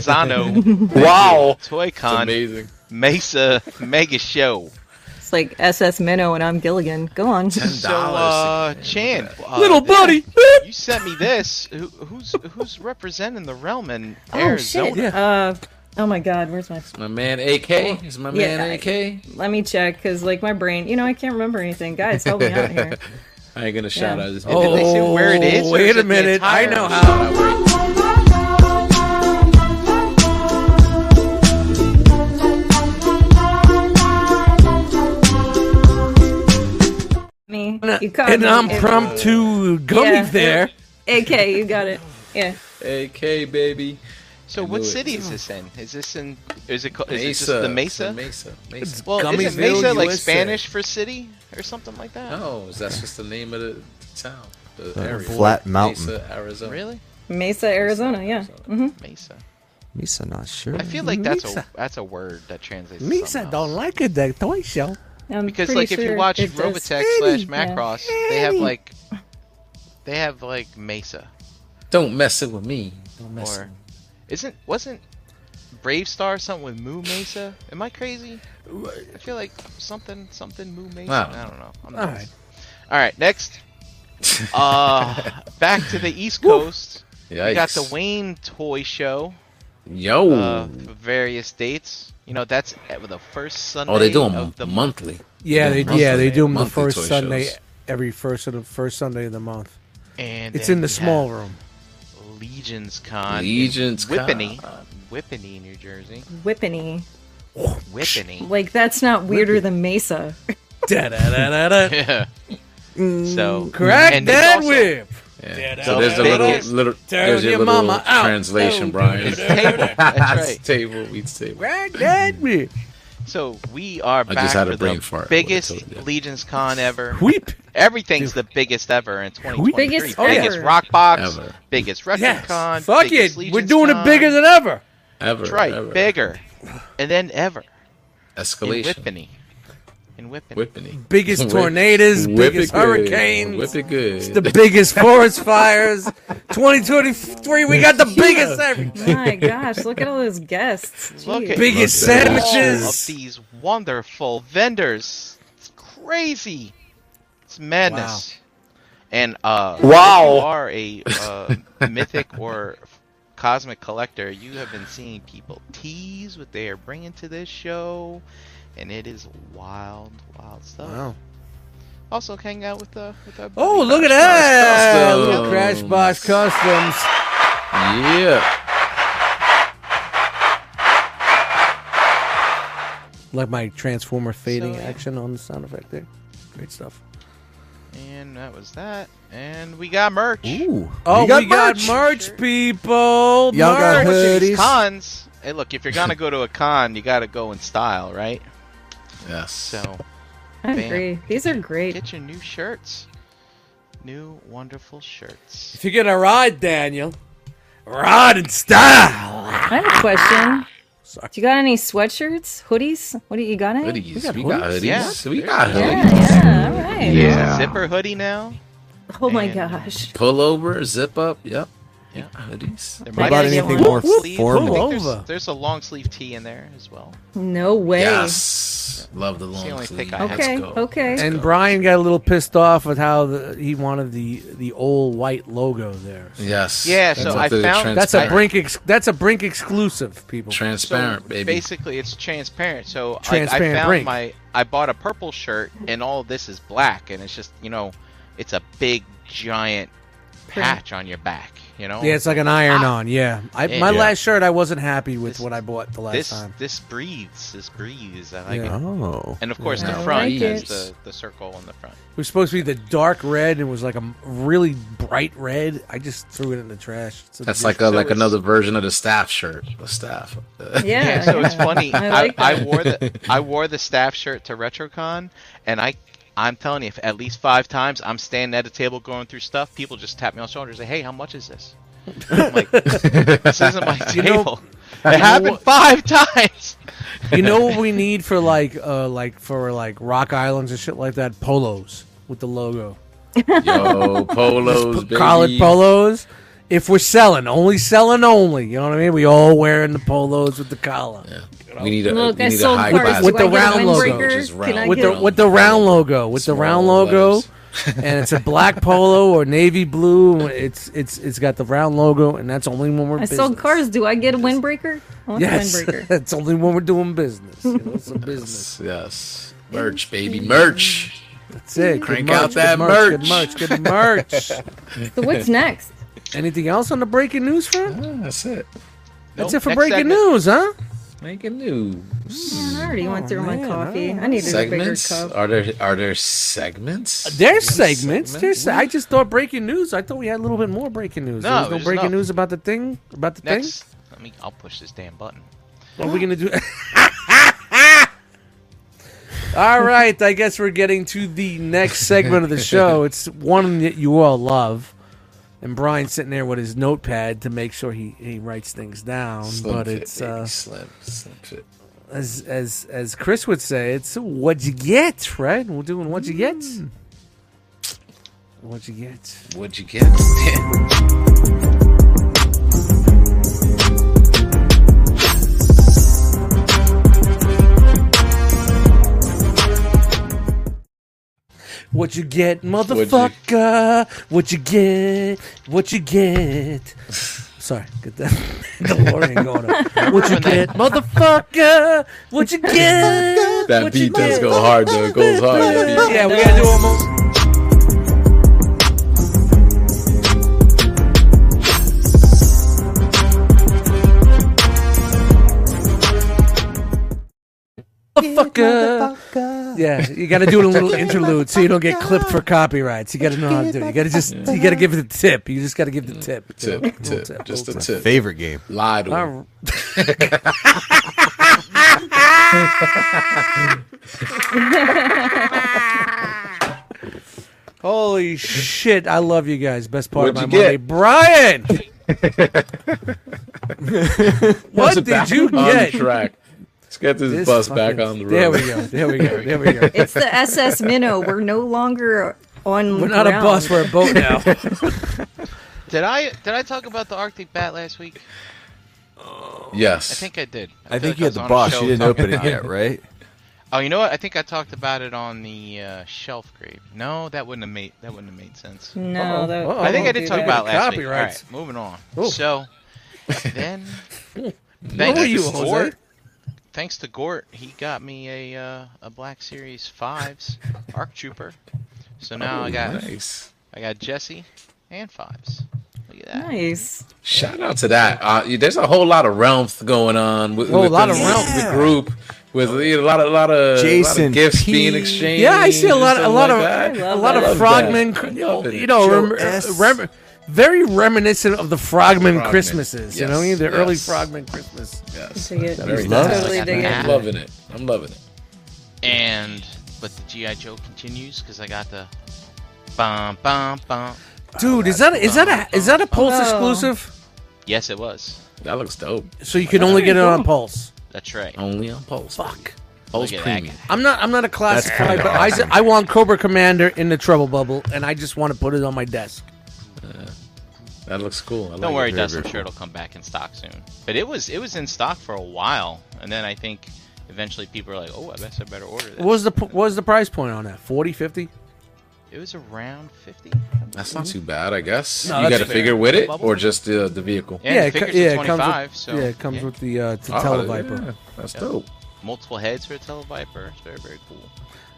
F: Arizona
G: Wow.
F: Toy
A: It's
F: Con,
A: amazing.
F: Mesa Mega Show.
B: It's like SS Minnow and I'm Gilligan. Go on.
F: So, uh, Chan, uh,
C: Little
F: this-
C: buddy.
F: you sent me this. Who, who's who's representing the realm in
B: Oh
F: Arizona?
B: shit. Uh, oh my god. Where's my?
A: My man AK is my
B: Yeah,
A: man
B: I-
A: AK. I
B: Let me check because like my brain, you know, I can't remember anything. Guys, help me out here.
A: ain't gonna shout
B: Yeah.
A: out his
F: Did they say where it is, or
C: Oh, wait
F: is it
C: a
F: the
C: minute. I
F: entire-
C: know how.
B: Me.
F: uh,
B: You caught
C: An
B: me.
C: impromptu gummy
B: Yeah.
C: there.
B: AK, you got it. Yeah.
A: AK baby.
F: So
A: I
F: what
A: knew it.
F: city is this in? Is this in? Is it? ca- Is
A: Mesa.
F: it just the Mesa?
A: It's Mesa. Mesa.
F: Well, isn't
C: Gummyville,
F: Mesa like
C: USA.
F: Spanish for city or something like that?
A: No, that's just the name of the town. The
D: Uh,
A: area.
D: Flat Mountain.
A: Mesa, Arizona.
F: Really?
B: Mesa, Arizona. Yeah. hmm
F: Mesa.
D: Misa, not sure.
F: I feel like that's a
C: Mesa.
F: that's a word that translates. to something
C: Misa
F: else.
C: don't like it, that toy show.
B: I'm
F: because
B: pretty
F: like if you
B: sure
F: watch
B: it does.
F: Robotech slash
C: Eddie,
F: Macross, they have
C: Eddie.
F: like they have like Mesa
A: Don't mess it with me. Don't mess
F: or isn't wasn't Brave Star something with Moo Mesa? Am I crazy? I feel like something something Moo Mesa.
A: I don't
F: I don't know. I'm
C: All
F: nuts.
C: right.
F: All right. Next, uh, back to the East Coast.
A: it.
F: We got the
A: Yikes.
F: Wayne Toy Show
A: Yo.
F: uh, for various dates. You know that's at the first Sunday.
A: oh, they do them
F: of the month.
A: monthly.
C: Yeah, they,
A: Monthly-
C: yeah, they do them the
A: monthly
C: first
A: toy
C: Sunday,
A: shows.
C: every first of the first Sunday of the month.
F: And
C: It's
F: then
C: in the
F: we
C: small
F: have-
C: room.
F: Legions Con. in
A: Legions Con.
F: Whippany. Whippany, New Jersey.
B: Whippany.
C: Mm.
F: Whippany.
B: Like that's not weirder than Mesa.
C: Da-da-da-da-da.
F: Yeah.
C: Mm,
F: so
C: Crack
F: and there's
C: that
F: also-
C: whip.
A: Yeah. So there's a
F: Big
A: little,
F: kiss.
A: little,
C: Turn
A: there's your
C: your
A: little
C: mama out.
A: translation,
C: Oh,
A: Brian.
F: Table. That's right.
A: table, each table.
C: Crack that whip.
F: So we are back
A: just had
F: for
A: a brain
F: the
A: fart when I told
F: biggest
A: you that.
F: Legions Con ever.
C: Weep.
F: Everything's the biggest ever in 2023.
B: Biggest
F: biggest
B: ever.
F: Rock Box,
A: Ever.
F: biggest Retro
C: Yes.
F: Con.
C: Fuck it.
F: biggest Legions
C: We're doing
F: Con.
C: it bigger than ever.
A: Ever,
F: That's right.
A: ever.
F: Bigger. And then ever. In
A: Escalation.
F: Whippany. In Whippany.
A: Whippany.
C: Biggest
A: Whip-
C: tornadoes,
A: whip
C: biggest
A: it good.
C: hurricanes.
A: Whip it good.
C: The biggest forest fires. 2023, we got the biggest everything.
B: My gosh, look at all those guests.
F: Look
B: Jeez.
F: at-
C: Biggest
A: Look at that.
F: all of
C: sandwiches.
F: these wonderful vendors. It's crazy. It's madness. And uh, wow, if you are a uh, mythic or cosmic collector. You have been seeing people tease what they are bringing to this show, and it is wild, wild stuff.
C: Wow.
F: Also, hang out with the with our
C: Oh,
F: buddy
C: look at
F: Crash
C: that.
A: Customs.
C: Little Crash Boss Customs.
A: yeah.
C: Like my Transformer fading
F: So, yeah.
C: action on the sound effect there. Great stuff.
F: Box. And that was that. And we got merch.
D: Ooh.
C: Oh,
D: we got merch.
C: merch, people.
D: Y'all
C: merch.
D: got
F: Going to
D: hoodies.
F: these cons. Hey, look, if you're gonna go to a con, you gotta go in style, right?
A: Yes.
F: So.
B: I
F: Bam.
B: agree. These are great.
F: Get your new shirts. New wonderful shirts.
C: If you're gonna ride, Daniel, ride in style.
B: I have a question.
C: Sorry.
B: Do you got any sweatshirts, hoodies? What do you you got? Any?
A: hoodies. We got hoodies.
F: Yeah.
A: We got
B: Yeah,
A: hoodies.
B: yeah. All right.
F: Zipper hoodie now.
B: Oh my
F: And-
B: gosh.
A: Pull over, zip up. Yep.
F: Yeah.
A: hoodies.
F: There
B: They
F: might
B: bought
F: be
B: anything
F: long
D: more
F: sleeve-
D: formal.
F: I think There's,
C: Pullover.
F: there's a long sleeve tee in there as well.
B: No way.
A: Yes, love the long
F: only
A: sleeve.
F: pick I had.
B: Okay,
A: Let's go.
B: okay.
A: Let's
C: And
A: go.
C: Brian got a little pissed off with how the, he wanted the the old white logo there.
A: Yes.
F: Yeah, so
A: That's
F: I
A: the
F: found-
C: That's a
A: transparent-
C: brink. Ex- that's a brink exclusive, people.
A: Transparent,
F: so
A: baby.
F: Basically, it's transparent. So like,
C: Transparent
F: I found
C: brink.
F: my I bought a purple shirt, and all of this is black, and it's just you know, it's a big giant patch on your back. You know,
C: yeah, it's like an iron on. Yeah, I,
F: Yeah.
C: my
A: Yeah.
C: last shirt, I wasn't happy with
F: Ah. This-
C: what I bought the last
F: this
C: time.
F: this breathes. This breathes. I like
C: Yeah.
F: it.
D: Oh.
F: And of course,
B: Yeah. I
F: the front
B: like
F: is
B: it.
F: the, the circle on the front.
C: It was supposed to be the dark red and was like a m- really bright red. I just threw it in the trash. It's
A: That's like a,
F: So
A: like
F: it's-
A: another version of the staff shirt. The staff.
B: yeah.
F: Yeah, so it's
B: yeah.
F: funny.
B: I
F: I,
B: like
F: I,
B: that.
F: wore the I wore the staff shirt to RetroCon, and I I'm telling you, if at least five times I'm standing at a table going through stuff, people just tap me on the shoulder and say, "Hey, how much is this?" I'm like, this isn't my
C: You know-
F: table. it happened five times.
C: you know what we need for like uh like for like rock islands and shit like that polos with the logo
A: Yo, polos,
C: Just
A: baby.
C: put collared polos if we're selling only selling only you know what i mean we all wearing the polos with the collar
A: We need a
B: Look,
A: we
B: I
A: need a
B: sold
A: high
B: cars.
A: class
B: Do
C: With the
B: I get a
C: round logo.
B: windbreaker?
A: Just round.
B: Can I
A: With
C: with
B: get
C: the
B: a-
A: Round
C: with the round logo with the
A: Small
C: round logo
A: letters.
C: and it's a black polo or navy blue it's it's it's got the round logo and that's only when we're
B: I sold
C: business.
B: cars. Do I get a windbreaker? I want
C: yes
B: a windbreaker.
C: that's only when we're doing business you know, it's a business
A: Yes, merch, baby, merch.
C: that's it Good
A: Crank
C: merch,
A: out
C: good
A: that
C: merch good merch good merch
B: So what's next?
C: anything else on the breaking news front
A: Yeah, that's it.
C: That's
F: Nope,
C: it for
F: next
C: breaking
F: segment.
C: news, huh?
A: Making news.
B: Man, I already went through my
C: Oh, man,
B: coffee. I needed
A: Segments?
B: a bigger cup.
A: Are there are there segments?
C: There's
A: Yes,
C: segments. There's.
A: segments.
C: se- I just thought breaking news. I thought we had a little bit more breaking news.
F: No,
C: there was no
F: there's
C: breaking
F: not.
C: news about the thing. About the
F: Next, let me. I'll push this damn button.
C: thing. What are we gonna do? all right. I guess we're getting to the next segment of the show. It's one that you all love. And Brian's sitting there with his notepad to make sure he, he writes things down.
A: Slim
C: but
A: fit,
C: it's
A: baby,
C: uh,
A: slim, slim fit.
C: as as as Chris would say, it's what you get, right? We're doing what you get. What you get.
A: What'd you get?
C: What you get, motherfucker? What you get? What you get? Sorry, get that DeLorean going up. What you get, motherfucker? What you get?
A: that
C: What you
A: beat does
C: get?
A: go hard though. It goes hard. That beat.
C: Yeah, we gotta do almost. Motherfucker. Yeah, you gotta do a little interlude so you don't get clipped for copyrights. You gotta know how to do it. You gotta just you gotta give it the tip. You just gotta give the tip. you know?
A: Tip,
C: Little
A: tip, just a
C: little
A: tip.
D: Favorite game.
A: Lie to
C: All
A: him.
C: right. Holy shit! I love you guys. Best part of my
A: What'd you
C: Monday,
A: get?
C: Brian. what
A: Let's
C: did
A: back
C: you
A: on
C: get?
A: Track. Let's get this,
C: This
A: bus back
C: fucking-
A: on the road.
C: There we go. There we go. There we go.
B: It's the SS Minnow. We're no longer on.
C: We're not a
B: ground.
C: bus. We're a boat now.
F: Did I did I talk about the Arctic Bat last week?
A: Yes.
F: I think I did.
D: I
F: feel
D: think
F: like
D: you had
F: was
D: the
F: on a
D: boss.
F: show
D: You didn't
F: talking
D: open it
F: about
D: yet, right?
F: Oh, you know what? I think I talked about it on the uh, shelf grave. No, that wouldn't have made that wouldn't have made sense.
B: No, that,
C: Uh-oh.
F: I think I
C: do
F: did talk
C: that.
F: about it last week. All
C: Copyrights.
F: right, moving on.
C: Ooh.
F: So then,
C: What
F: thanks
C: were you,
F: to
C: Jose?
F: Gort, thanks to Gort, he got me a uh, a Black Series Fives Arc Trooper. So now I got
A: Nice.
F: I got Jesse and Fives. Look at that.
B: nice.
A: Shout out to that. Uh, you- there's a whole lot of realm going on. With,
C: Whole
A: within
C: lot of
A: the-
C: realm.
A: The group with you know, a lot of lot of, lot
D: Jason
A: of gifts
D: P.
A: being exchanged.
C: Yeah, I see a lot, a
A: and
C: lot
A: stuff
C: of,
A: like that.
B: I
C: a lot
B: love
C: of
A: that.
C: frogman.
A: I love it.
C: You know,
D: Joe
C: rem,
D: S.
C: rem- very reminiscent of the frogman,
A: Frogman.
C: Christmases. You know, what I mean? the
A: Yes,
C: early
A: yes.
C: frogman Christmas.
A: Yes.
B: Dig it.
A: Very
D: Love
A: nice.
B: Totally dig
A: I'm
B: it.
A: loving it. I'm loving it.
F: And but the GI Joe continues because I got the bum bum bum.
C: Dude, is that is that a is that a Pulse
B: Oh.
C: exclusive?
F: Yes, it was.
A: That looks dope.
C: So you can only get it on Pulse.
F: That's right.
A: Only on Pulse.
C: Fuck.
A: Pulse
F: Look at that
A: Premium.
C: I'm not. I'm not a classified.
D: kinda
C: But I, I want Cobra Commander in the Trouble Bubble, and I just want to put it on my desk.
A: That looks cool. I like
F: Don't
A: it.
F: worry,
D: very,
F: Dust. I'm
D: very
F: sure it'll come back in stock soon. But it was it was in stock for a while, and then I think eventually people are like, "Oh, I guess I better order that."
C: What was the p- what was the price point on that? 40, 50?
F: It was around fifty.
A: That's
F: Mm-hmm.
A: not too bad, I guess.
C: No,
A: you got
C: that's
A: to
C: fair.
A: figure with it,
F: Bubble.
A: or just the the vehicle.
F: Yeah,
C: it,
F: it,
C: co-
F: yeah,
C: it comes with,
F: 25, so
C: yeah, it comes
F: yeah.
C: with the uh, t-
A: Oh,
C: Televiper.
A: yeah, that's dope.
F: multiple heads for a Televiper. It's very very cool.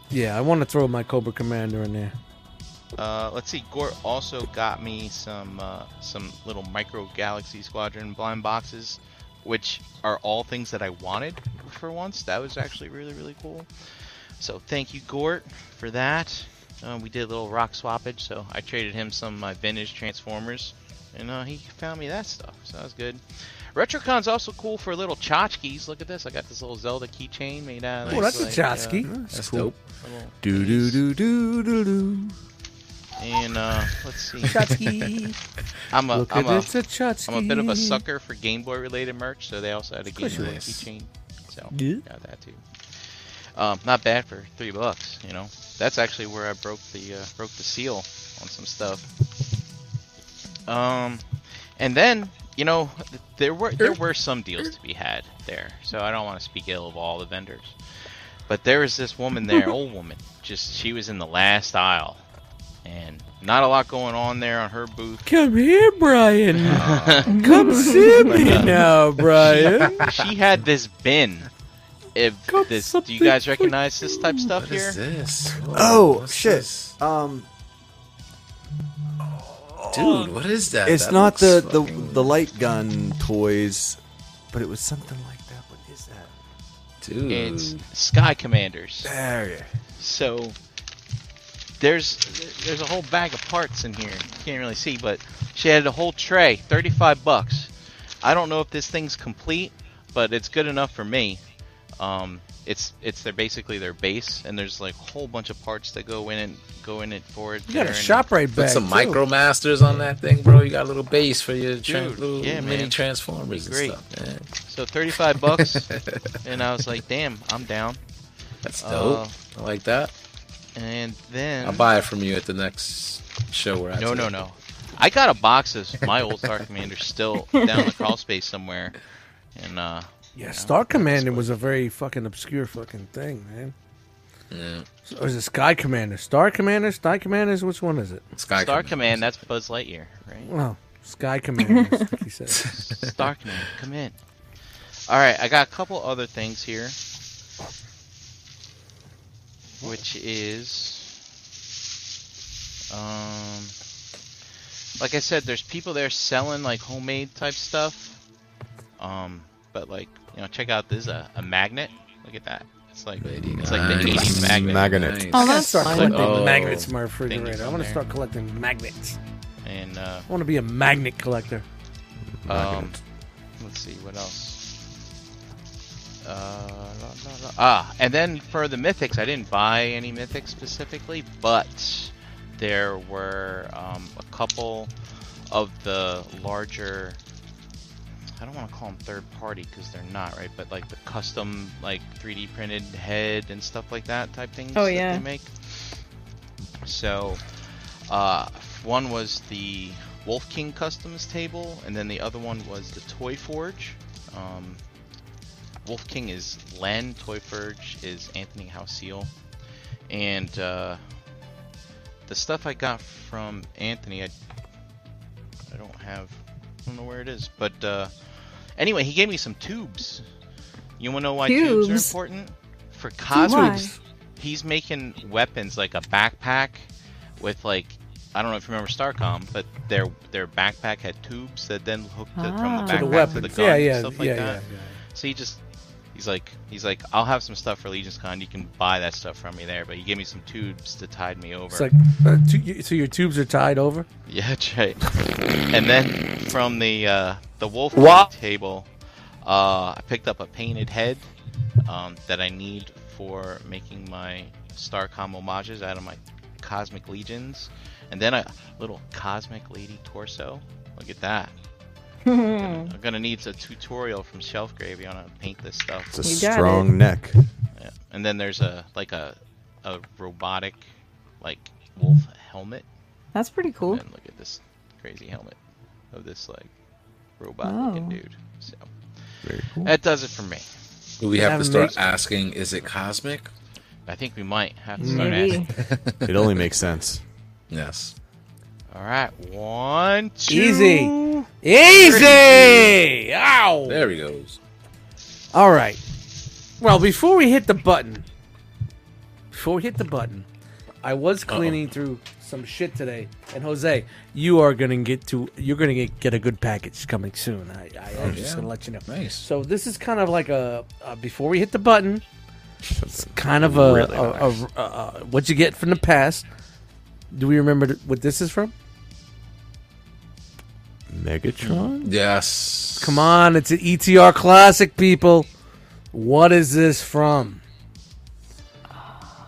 C: Yeah, I want to throw my Cobra Commander in there.
F: Uh, let's see. Gort also got me some uh, some little micro Galaxy Squadron blind boxes, which are all things that I wanted for once. That was actually really really cool. So thank you Gort for that. Um, we did a little rock swappage, so I traded him some of my vintage Transformers, and uh, he found me that stuff. So that was good. Retrocon's also cool for little tchotchkes. Look at this. I got this little Zelda keychain made out of
C: Oh,
F: this,
C: that's a
F: like,
C: Chotsky.
A: That's
C: cool.
A: dope.
F: uh, little
D: Do do do do do do.
F: And uh, let's see.
C: Chotsky.
F: I'm a,
C: Look
F: I'm
C: at
F: a
C: it's a Chotsky.
F: I'm a bit of a sucker for Game Boy related merch, so they also had a Game
A: course you
F: Boy
A: were.
F: keychain. So
C: Yeah.
F: got that too. Um, not bad for three bucks, you know. That's actually where I broke the uh, broke the seal on some stuff. Um, and then you know th- there were
A: Er.
F: there were some deals to be had there, so I don't want to speak ill of all the vendors. But there was this woman there, old woman. Just she was in the last aisle, and not a lot going on there on her booth.
C: Come here, Brian. Come see me now, Brian.
F: she had this bin. If
C: Got
F: this, do
C: something
F: you guys
C: for
F: recognize this type of stuff
A: What is
F: here?
A: this?
D: Oh
A: what's
D: shit.
A: this?
D: Um,
A: dude! What is that?
D: it's
A: That
D: not the,
A: looks
D: the
A: fucking-
D: the light gun toys, but it was something like that. What is that?
A: dude.
F: It's Sky Commanders.
D: There. you-
F: So there's there's a whole bag of parts in here. You can't really see, but she had a whole tray, 35 bucks. I don't know if this thing's complete, but it's good enough for me. Um, it's it's their basically their base, and there's like a whole bunch of parts that go in and go in it for it.
C: You got
F: there,
C: a
F: and-
C: shop right
A: Put
C: back.
A: some
C: too.
A: micromasters on that thing, bro. You got a little base for your tran-
F: Dude,
A: little
F: yeah,
A: mini
F: man.
A: transformers
F: Great.
A: and stuff. Man.
F: So 35 bucks, and I was like, damn, I'm down.
A: That's
F: Uh,
A: dope. I like that.
F: And then
A: I'll buy it from you at the next show we're at.
F: No, no,
A: together.
F: no. I got a box of my old Star Commander still down in the crawl space somewhere, and uh,
C: Yeah, Star Commander was a very fucking obscure fucking thing, man. Yeah. Or is it Sky Commander? Star Commander? Sky Commanders? Which one is it?
A: Sky
F: Star
A: Command.
F: Command. That's Buzz Lightyear, right?
C: Oh, Sky Commander. I think he said.
F: Star Command, come in. All right, I got a couple other things here, which is, um, like I said, there's people there selling like homemade type stuff. Um, but like you know, check out this is a, a magnet. Look at that. It's like it's like the 80s magnet.
D: Magnet.
B: Oh,
C: I gotta
B: that's
C: start
B: fun.
C: collecting
A: Oh.
C: magnets in my refrigerator. I
F: from
C: want to
F: there.
C: start collecting magnets.
F: And uh,
C: I want to be a magnet collector.
F: um, let's see what else. Uh, la, la, la. Ah, and then for the mythics, I didn't buy any mythics specifically, but there were um, a couple of the larger. I don't want to call them third party because they're not right, but like the custom like 3D printed head and stuff like that type things
B: Oh,
F: that
B: yeah.
F: they make. So uh, one was the Wolf King Customs table, and then the other one was the Toy Forge. Um, Wolf King is Len, Toy Forge is Anthony Houseel. And uh, the stuff I got from Anthony, I, I don't have, I don't know where it is. But uh, anyway, he gave me some tubes. You want to know why tubes, are
B: Tubes?
F: important? For
B: Why?
F: Cosmos he's making weapons like a backpack with like I don't know if you remember Starcom, but their their backpack had tubes that then hooked it from
B: Ah.
F: the
B: To the
F: backpack to the,
C: weapons.
F: gun
C: Yeah,
F: and
C: yeah,
F: stuff like
C: yeah,
F: that.
C: yeah, yeah.
F: So he just he's like he's like I'll have some stuff for Legion's Con. You can buy that stuff from me there, but he gave me some tubes to tide me over.
C: It's like, uh, tu- you- so your tubes are tied over?
F: Yeah, that's right. and then from the uh, the wolf table, uh, I picked up a painted head um, that I need for making my Starcom homages out of my Cosmic Legions, and then a little Cosmic Lady torso. Look at that. I'm gonna need a tutorial from Shelf Gravy on how to paint this stuff.
D: It's a
B: You got
D: strong
B: it.
D: neck.
F: Yeah. And then there's a like a a robotic like wolf helmet
B: That's pretty cool.
F: and look at this crazy helmet. of this like robot-looking
B: Oh.
F: dude. So
D: Very cool.
F: that does it for me.
A: Do we have to
C: That
A: start
C: makes-
A: asking, is it cosmic?
F: I think we might have to start
B: Maybe.
F: asking.
D: It only makes sense.
A: Yes.
F: All right, one, two.
C: Easy. Easy. Ow.
A: There he goes.
C: All right. Well, before we hit the button, before we hit the button, I was cleaning through some shit today, and Jose, you are gonna get to you're gonna get, get a good package coming soon. I, I, I'm just
A: yeah.
C: gonna let you know.
A: Nice.
C: So this is kind of like a, a before we hit the button. It's kind of a,
D: really
C: a- a- a- a- what you get from the past. Do we remember th- what this is from?
D: Megatron?
A: Yes.
C: Come on, it's an ETR classic, people. What is this from?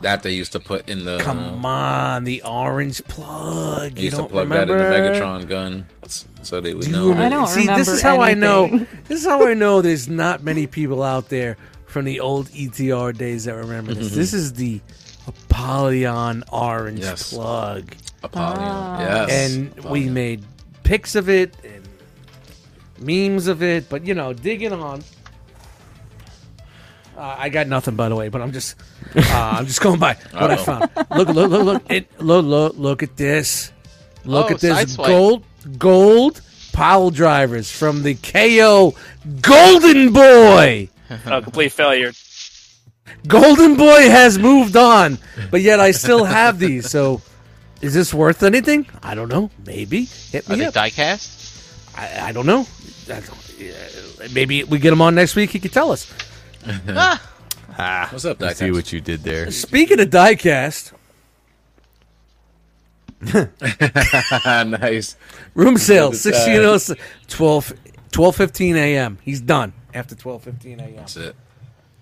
A: That they used to put in the.
C: Come on, the orange plug.
A: They
C: You
A: used to
C: don't
A: plug
C: remember?
A: that in the Megatron gun s- so they would
C: Do you
A: know.
C: remember-
B: I don't
C: See, this
B: remember
C: is how I know.
B: anything.
C: This is how I know there's not many people out there from the old ETR days that remember
A: Mm-hmm.
C: this. This is the Apollyon orange
A: Yes.
C: plug,
A: Apollyon.
B: Ah.
A: Yes.
C: and we
F: Oh,
A: Apollyon.
C: made pics of it and memes of it. But you know, digging on. Uh, I got nothing, by the way. But I'm just, uh, I'm just going by what I
F: Oh.
A: Uh-oh.
C: found. Look, look, look, look, it, look, look, look at this. Look
F: Oh,
C: at this
F: sideswipe.
C: gold, gold pile drivers from the KO Golden Boy.
I: Oh, complete failure.
C: Golden Boy has moved on, but yet I still have these. So, is this worth anything? I don't know. Maybe hit
F: Are
C: me
F: they
C: up.
F: diecast?
C: I, I don't know. I don't- yeah, maybe we get him on next week. He could tell us.
D: Ah,
A: What's up,
D: I see
A: Diecast?
D: what you did there.
C: Speaking of diecast,
A: nice.
C: room sale
A: the time.
C: 16 12 12:15 a.m. He's done after 12:15 a.m.
A: That's it.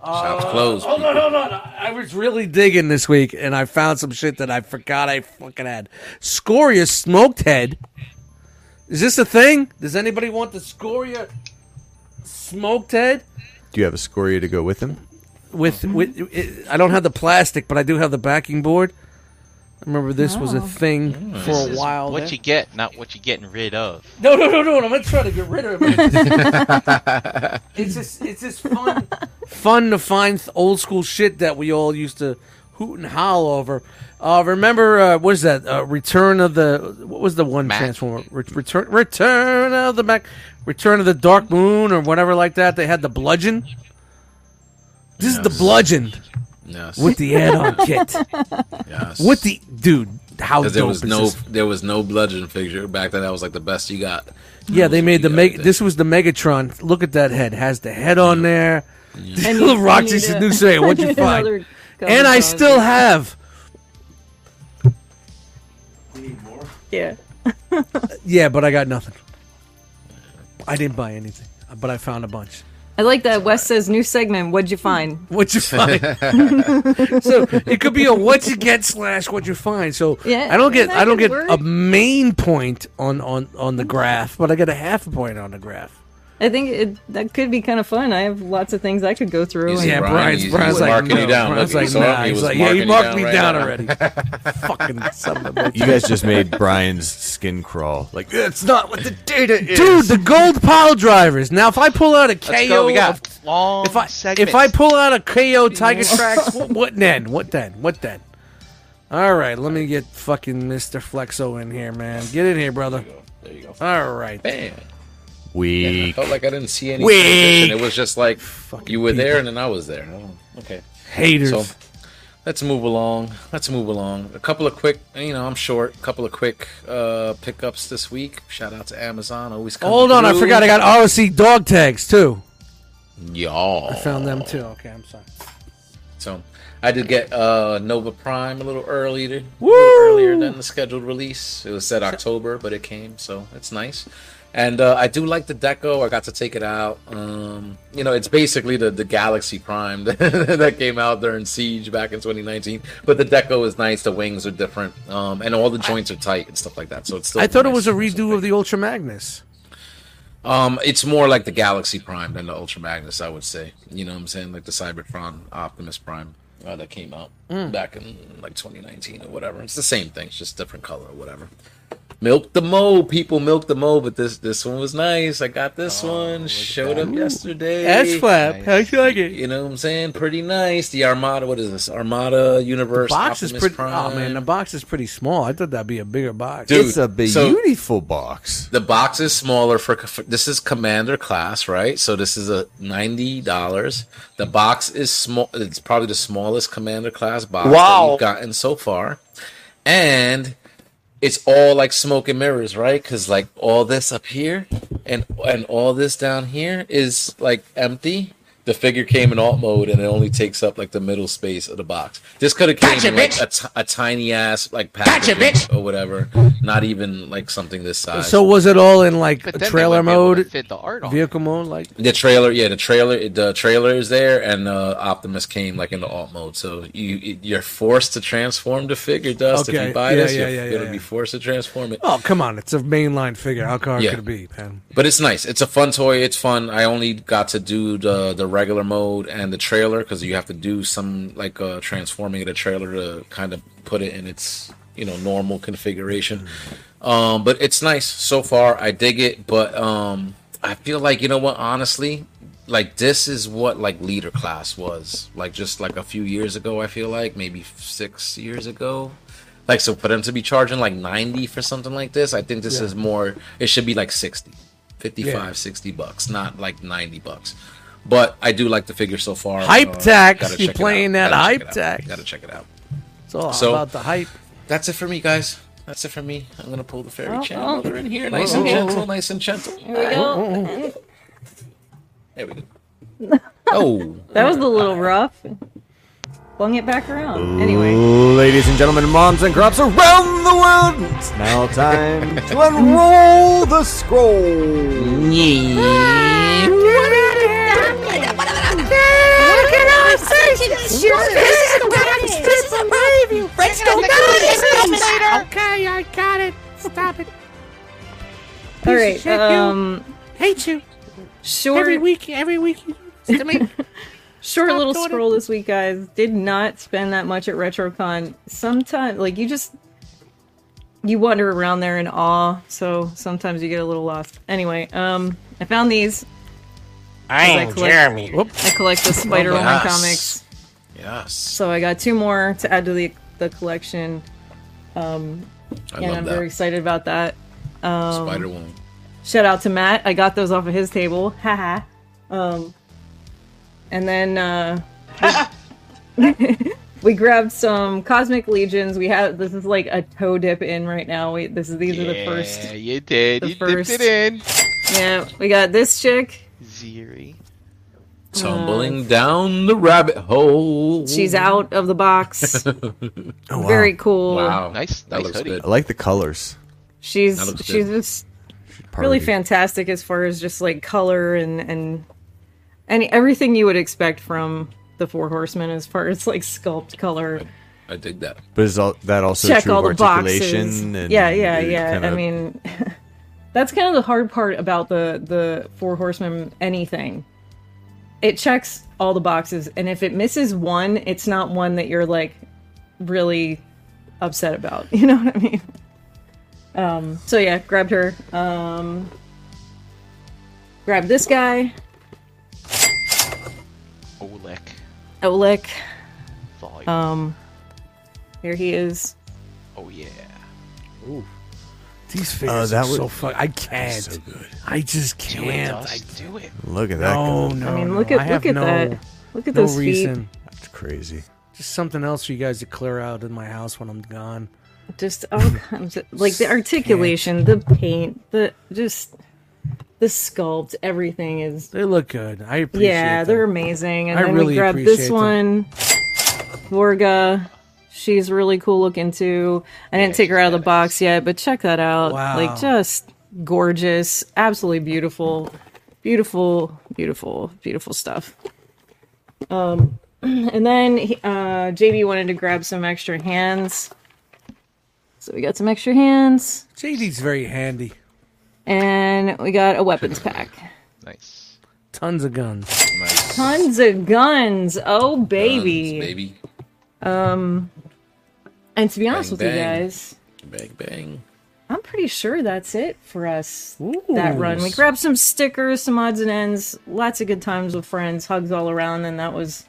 A: Shop's closed.
C: Uh, Hold on, hold on. I was really digging this week, and I found some shit that I forgot I fucking had. Scoria smoked head. Is this a thing? Does anybody want the Scoria smoked head?
D: Do you have a scoria to go with him?
C: With
F: Mm-hmm.
C: with, it, I don't have the plastic, but I do have the backing board. I remember this was a thing for
F: This
C: a
F: is
C: while.
F: What
C: there.
F: you get, not what you're getting rid of.
C: No, no, no, no! I'm not trying to get rid of it. it's just, it's just fun, fun to find th- old school shit that we all used to hoot and howl over. Uh, remember, uh, what is that? Uh, Return of the what was the one
F: Mac.
C: Transformer? Re- return, Return of the Mac, Return of the Dark Moon, or whatever like that. They had the bludgeon. This is the
A: Yes.
C: bludgeon
A: Yes.
C: with the add-on kit.
A: yes.
C: With the dude, how dope
A: Because there was
C: is
A: no
C: this?
A: there was no bludgeon figure back then. That was like the best you got.
C: Yeah, they made the
A: Yeah,
C: meg.
A: they-
C: This was the Megatron. Look at that head. Has the head on there.
B: And
C: Little
B: you
C: Roxy
B: need a-
C: Sanu say, "What'd you
B: Another
C: find?"
B: cover
C: And I
B: song.
C: still have.
B: Yeah.
C: Yeah, but I got nothing. I didn't buy anything, but I found a bunch.
B: I like that Wes says new segment. What'd you find?
C: What'd you find? so it could be a what you get slash what you find. So
B: Yeah,
C: I don't get
B: that
C: I don't
B: could
C: get a
B: work.
C: main point on on on the graph, but I get a half a point on the graph.
B: I think it, that could be kind of fun. I have lots of things I could go through.
A: Easy.
B: And,
C: Yeah,
A: Brian,
C: Brian's,
A: he- he
C: Brian's
A: was
C: like,
A: marking you
C: no.
A: down.
C: Brian's
A: Look,
C: like,
A: you saw him,
C: nah.
A: he
C: He's
A: was
C: like, yeah, you marked
A: marking
C: me
A: you
C: down
A: down
C: already. Fucking son of a
D: You guys just made Brian's skin crawl. Like, that's not what the data is.
C: Dude, the gold pile drivers. Now, if I pull out a KO,
F: Let's go. We
C: of-
F: got long
C: if I
F: segments.
C: if I pull out a KO Tiger Tracks, what, what then? What then? What then? All right, let me get fucking Mr. Flexo in here, man. Get in here, brother.
A: There you go.
C: All right.
A: Bam. I
D: Weak.
A: felt Oh, like I didn't see any
C: Weak.
A: transition. It was just like you were there
C: people.
A: and then I was there. Oh, okay.
C: Haters.
A: So let's move along. Let's move along. A couple of quick, you know, I'm short. A couple of quick uh, pickups this week. Shout out to Amazon. Always coming
C: Hold on, I
A: through.
C: forgot I got ROC dog tags too.
A: y'all.
C: I found them too. Okay, I'm sorry.
A: So I did get uh, Nova Prime a little earlier,
C: Woo!
A: earlier than the scheduled release. It was said October, but it came, so it's nice. And uh, I do like the deco. I got to take it out. Um, you know, it's basically the, the Galaxy Prime that came out during Siege back in 2019. But the deco is nice. The wings are different, um, and all the joints are tight and stuff like that. So it's still.
C: I thought it
A: nice.
C: was a redo of the Ultra Magnus.
A: Um, it's more like the Galaxy Prime than the Ultra Magnus, I would say. You know what I'm saying? Like the Cybertron Optimus Prime uh, that
C: Mm.
A: came out back in like 2019 or whatever. It's the same thing, it's just different color or whatever. Milk the mole, people milk the mole, but this this one was nice. I got this
C: Oh,
A: one. Showed up yesterday.
C: Ass flap.
F: Nice.
C: How you like it?
A: You know what I'm saying? Pretty nice. The Armada. What is this? Armada Universe.
C: box is
A: Optimus
C: pretty.
A: Prime.
C: Oh man, the box is pretty small. I thought that'd be a bigger box.
A: Dude,
D: it's a
A: so-
D: beautiful box.
A: The box is smaller for, for this is commander class, right? So this is a ninety dollars. The box is small. It's probably the smallest commander class box that
I: Wow.
A: we've gotten so far, and it's all like smoke and mirrors, right? Because like all this up here and and all this down here is like empty. The figure came in alt mode, and it only takes up like the middle space of the box. This could have came
G: Gotcha,
A: in, like
G: bitch.
A: a, t- a tiny ass like
G: Gotcha,
A: packaging
G: bitch.
A: or whatever. Not even like something this size.
C: So was it all in like
F: But
C: a
F: then they
C: trailer
F: wouldn't be able to
C: mode,
F: fit the art on.
C: vehicle mode? Like
A: The trailer, yeah, the trailer, the trailer is there, and uh, Optimus came like in the alt mode, so you you're forced to transform the figure. Dust, if
C: Okay,
A: you buy
C: yeah,
A: this,
C: yeah,
A: you're
C: yeah,
A: gonna
C: yeah,
A: be
C: yeah.
A: forced to transform it.
C: oh come on, it's a mainline figure. How hard
A: Yeah.
C: could it be, man?
A: But it's nice. It's a fun toy. It's fun. I only got to do the the regular mode and the trailer because you have to do some like uh, transforming of the trailer to kind of put it in its you know normal configuration. Um, but it's nice so far. I dig it. But um, I feel like you know what? Honestly, like this is what like leader class was like just like a few years ago. I feel like maybe six years ago. Like so, for them to be charging like ninety for something like this, I think this is more. It should be like sixty. 55
C: Yeah.
A: 60 bucks not like 90 bucks but i do like the figure so far uh,
C: Hype tax.
A: gotta
C: You
A: check it
C: playing
A: out.
C: that
A: Gotta check
C: hype
A: it out.
C: tax.
A: gotta check it out
C: It's all
A: So-
C: about the hype.
A: that's it for me guys that's it for me i'm gonna pull the fairy
B: Oh,
A: channel
B: oh.
A: in here nice and gentle nice and gentle
B: Here we go.
A: there we go oh
B: That was a little rough. Flung it back around. Anyway,
D: Ladies and gentlemen, moms and crops around the world, it's now time to unroll the scroll.
E: Look at our search This is the greatest piece of review. Let's go back
G: Okay, I got it. Stop it.
B: all
G: of
B: right.
G: shit, you.
B: Um,
G: Hate you. Every
B: short,
G: week, every week you do this to me.
B: short
G: stop
B: little
G: doing it.
B: scroll this week, guys. Did not spend that much at RetroCon. Sometimes, like you just you wander around there in awe, so sometimes you get a little lost. Anyway, um, I found these.
G: I
B: I
G: am
B: click?
G: Jeremy.
B: I collect the Spider Woman
A: yes.
B: comics.
A: yes
B: So I got two more to add to the the collection,
A: i
B: and
A: love that
B: I'm very excited about that.
A: spider-woman
B: Shout out to Matt. I got those off of his table. Haha. Um, and then uh, we grabbed some Cosmic Legions. We have this is like a toe dip in right now. We, this is these are the
F: Yeah,
B: first.
F: you did.
B: the
F: you
B: first-
F: dipped it in.
B: Yeah, we got this chick.
F: Ziri.
A: tumbling down the rabbit hole
B: She's out of the box. Very cool.
A: Oh, wow
F: Nice-
A: that
F: nice
A: looks
F: hoodie.
A: good
D: I like the colors.
B: She's
A: That looks good.
B: she's just really fantastic as far as just like color and and and everything you would expect from the four horsemen as far as like sculpt color
A: i dig that
D: But is all, that also
B: check
D: true
B: all the
D: of articulation?
B: boxes
D: And
B: yeah yeah
D: it
B: yeah
D: kinda-
B: i mean that's kind of the hard part about the the four horsemen anything it checks all the boxes and if it misses one it's not one that you're like really upset about you know what i mean um so yeah grabbed her um grabbed this guy
F: Oleg.
B: Oleg.
F: Volume.
B: Um, There he is.
F: oh yeah.
C: These
D: Uh,
C: figures
D: that
C: are
D: would-
C: so fuck. I can't. I just can't. I,
F: Just do it.
D: look at that.
C: no,
D: guy.
C: no.
B: I mean, look
C: no.
B: at
C: I
B: look
C: have
B: at
C: no,
B: that. Look at
C: No
B: those
C: reason.
D: That's crazy.
C: Just something else for you guys to clear out in my house when I'm gone.
B: feet. Just oh, all kinds of like the articulation, the paint, the just the sculpt. Everything is
C: They look good. I appreciate.
B: yeah,
C: them.
B: they're amazing. And
C: I
B: then
C: really
B: we grabbed
C: appreciate
B: this
C: them.
B: one, Vorga. She's really cool looking too. I didn't take her out of the box yet, but check that out.
C: Wow.
B: Like just gorgeous, absolutely beautiful, beautiful, beautiful, beautiful stuff. Um, and then he- uh, JB wanted to grab some extra hands, so we got some extra hands,
C: JD's very handy.
B: and we got a weapons pack.
F: Nice.
C: Tons of guns.
A: nice
B: Tons of guns. Oh baby.
A: Guns, baby
B: And to be honest
A: Bang,
B: with you
A: bang.
B: guys,
A: bang bang
B: I'm pretty sure that's it for us that run. We grabbed some stickers, some odds and ends, lots of good times with friends, hugs all around, and that was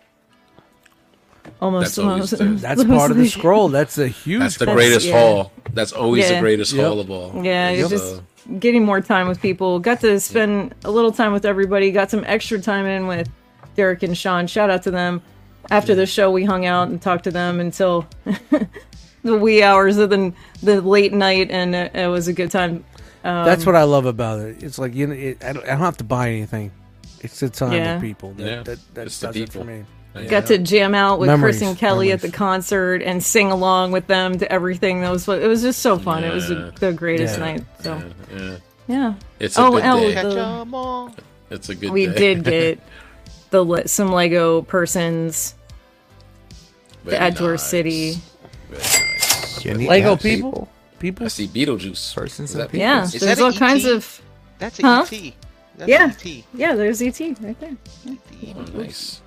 A: That's
B: almost the
A: always
B: most.
A: the-
C: That's part of the scroll. That's a huge.
A: That's the
B: That's-
A: greatest
B: yeah.
A: haul. That's always
B: Yeah.
A: the greatest
C: Yep.
A: haul of all. Uh,
B: Yeah,
A: So,
B: you're just getting more time with people. Got to spend a little time with everybody. Got some extra time in with Derek and Sean. Shout out to them. After the show, we hung out and talked to them until the wee hours of the, the late night, and it, it was a good time.
A: Um,
C: That's what I love about it. It's like you know, it, I, don't, I don't have to buy anything. It's the time
B: Yeah.
C: with people. That,
A: Yeah.
C: that, that
A: It's
C: does
A: the
C: it for
A: people.
C: me.
A: yeah.
B: Got to jam out with
C: Memories,
B: Chris and Kelly at
C: memories.
B: the concert and sing along with them to everything. That was what- it was just so fun. It was
A: Yeah.
B: the, the greatest
C: Yeah.
B: night. So
A: Yeah.
B: yeah,
A: It's a
B: Oh,
A: good
B: and
A: day.
B: the-
F: Catch 'em all.
A: It's a good
B: we
A: day.
B: did get the le- some Lego persons.
A: Very
B: the Edgeworth
A: nice.
B: City.
A: Very nice.
C: Lego people, people.
A: I see Beetlejuice.
D: Persons
A: Is that E
D: and people.
B: Yeah,
F: Is that
B: there's
F: a
B: all
F: ET?
B: kinds of
F: That's a
B: Huh?
F: ET. That's E
B: Yeah.
F: an ET.
B: yeah. There's ET right there.
A: Oh, nice.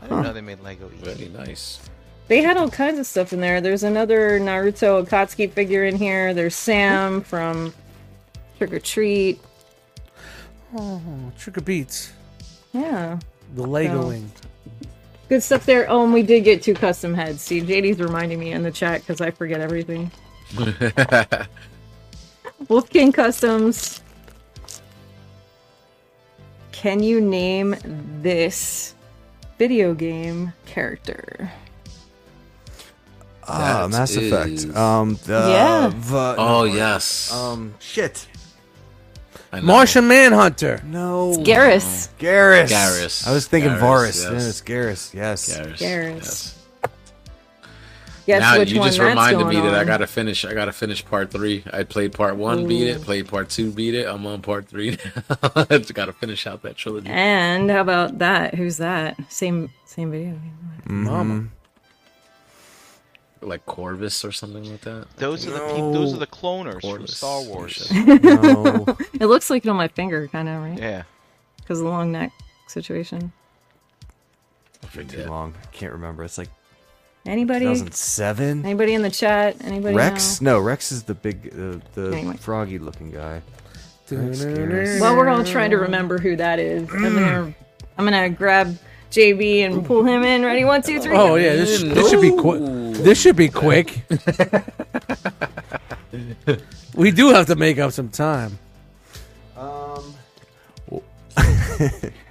F: I didn't know they made Lego E ET.
A: Very nice.
B: They had all kinds of stuff in there. There's another Naruto Akatsuki figure in here. There's Sam from Trick or Treat.
C: Trick or beats.
B: Yeah,
C: The Legoing.
B: good stuff there. Oh, and we did get two custom heads. See, JD's reminding me in the chat because I forget everything. Wolfgang Customs. Can you name this video game character?
D: Ah,
A: That
D: Mass
A: is-
D: Effect. Um,
A: Uh,
D: the,
B: Yeah.
D: the-
A: Oh yes.
D: um, shit.
A: I know.
C: Martian Manhunter.
D: No.
B: Garrus.
D: Garrus.
A: Garrus.
D: I was thinking
A: Garrus,
D: Varus.
A: yes.
D: Then it's Garrus. Yes.
A: Garrus.
B: Garrus.
A: Yes.
B: Guess
A: now
B: which
A: you
B: one
A: just
B: that's
A: reminded me
B: going
A: that I
B: on.
A: gotta finish. I gotta finish part three. I played part one, beat it. Played part two, beat it. I'm on part three now. I just gotta finish out that trilogy.
B: Eh. And how about that? Who's that? Same same video.
C: Mama.
A: Like Corvus or something like that.
F: Those are the peop- those are the cloners from
A: Corvus.
F: Star Wars.
D: No.
B: It looks like it on my finger, kind of right
F: Yeah.
B: because the long neck situation.
A: I
D: Too
A: forget.
D: long. I can't remember. It's like
B: Anybody?
D: 2007.
B: Anybody in the chat? Anybody?
D: Rex?
B: know?
D: No, Rex is the big, uh, the
B: Anyway.
D: froggy-looking guy.
B: Well, we're all trying to remember who that is. I'm gonna I'm gonna grab JB and pull him in. Ready? One, two, three.
C: Oh yeah, this, this should be quick. This should be quick. we do have to make up some time.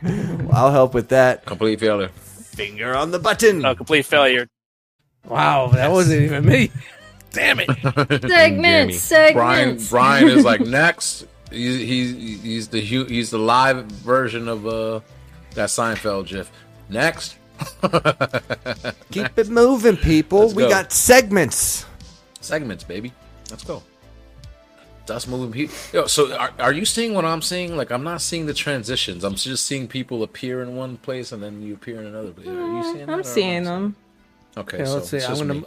D: Well, I'll help with that.
A: Complete failure.
D: Finger on the button.
I: A complete failure.
C: Wow, that wasn't even me. Damn it!
B: Segments.
A: Brian
B: Segments.
A: Brian is like next. He's he's, he's the hu- he's the live version of uh that Seinfeld gif. Next,
D: Keep it moving, people.
A: Let's
D: We
A: go.
D: got segments.
A: segments, baby. Let's go. Dust moving people. Yo, so are, are you seeing what I'm seeing? Like I'm not seeing the transitions. I'm just seeing people appear in one place and then you appear in another place. Are you seeing? that or am I
B: I'm seeing them.
A: Okay,
C: Yeah,
A: so
C: let's see.
A: It's
C: I'm
A: just
C: gonna.
A: me.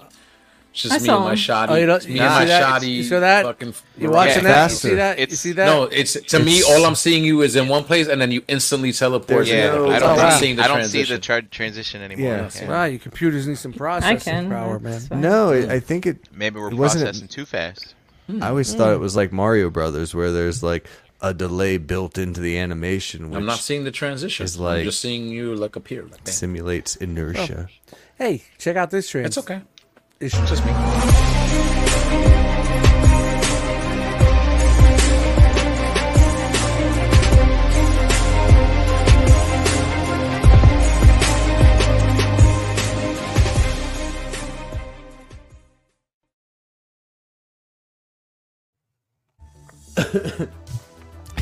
A: It's
B: I
A: just me
B: saw
A: and my
B: him.
A: shoddy.
C: Oh, you don't-
A: it's me
C: you
A: and
C: see
A: my
C: that?
A: shoddy.
C: You saw that?
A: Fucking,
C: You watching
F: Yeah.
C: that? You see
D: Faster.
C: that? You
F: It's-
C: see that?
A: No, it's to me. All I'm seeing you is in one place, and then you instantly teleport. to
F: Yeah,
A: another
F: I
A: place.
F: don't,
A: I'm
F: think-
A: not seeing the
F: I don't see
A: transition.
F: the tra- transition anymore.
D: Yeah.
F: Okay.
C: Wow, your computers need some processing
B: I can.
C: power, man.
B: That's fine.
D: No, it, I think it.
F: Maybe we're
D: It wasn't-
F: processing too fast.
D: I always thought it was like Mario Brothers, where there's like a delay built into the animation, which
A: I'm not seeing the transition.
D: is like-
A: I'm just seeing you like appear. Like that.
D: simulates inertia.
C: Hey, check out this trans.
A: It's okay.
C: It's
A: Just me.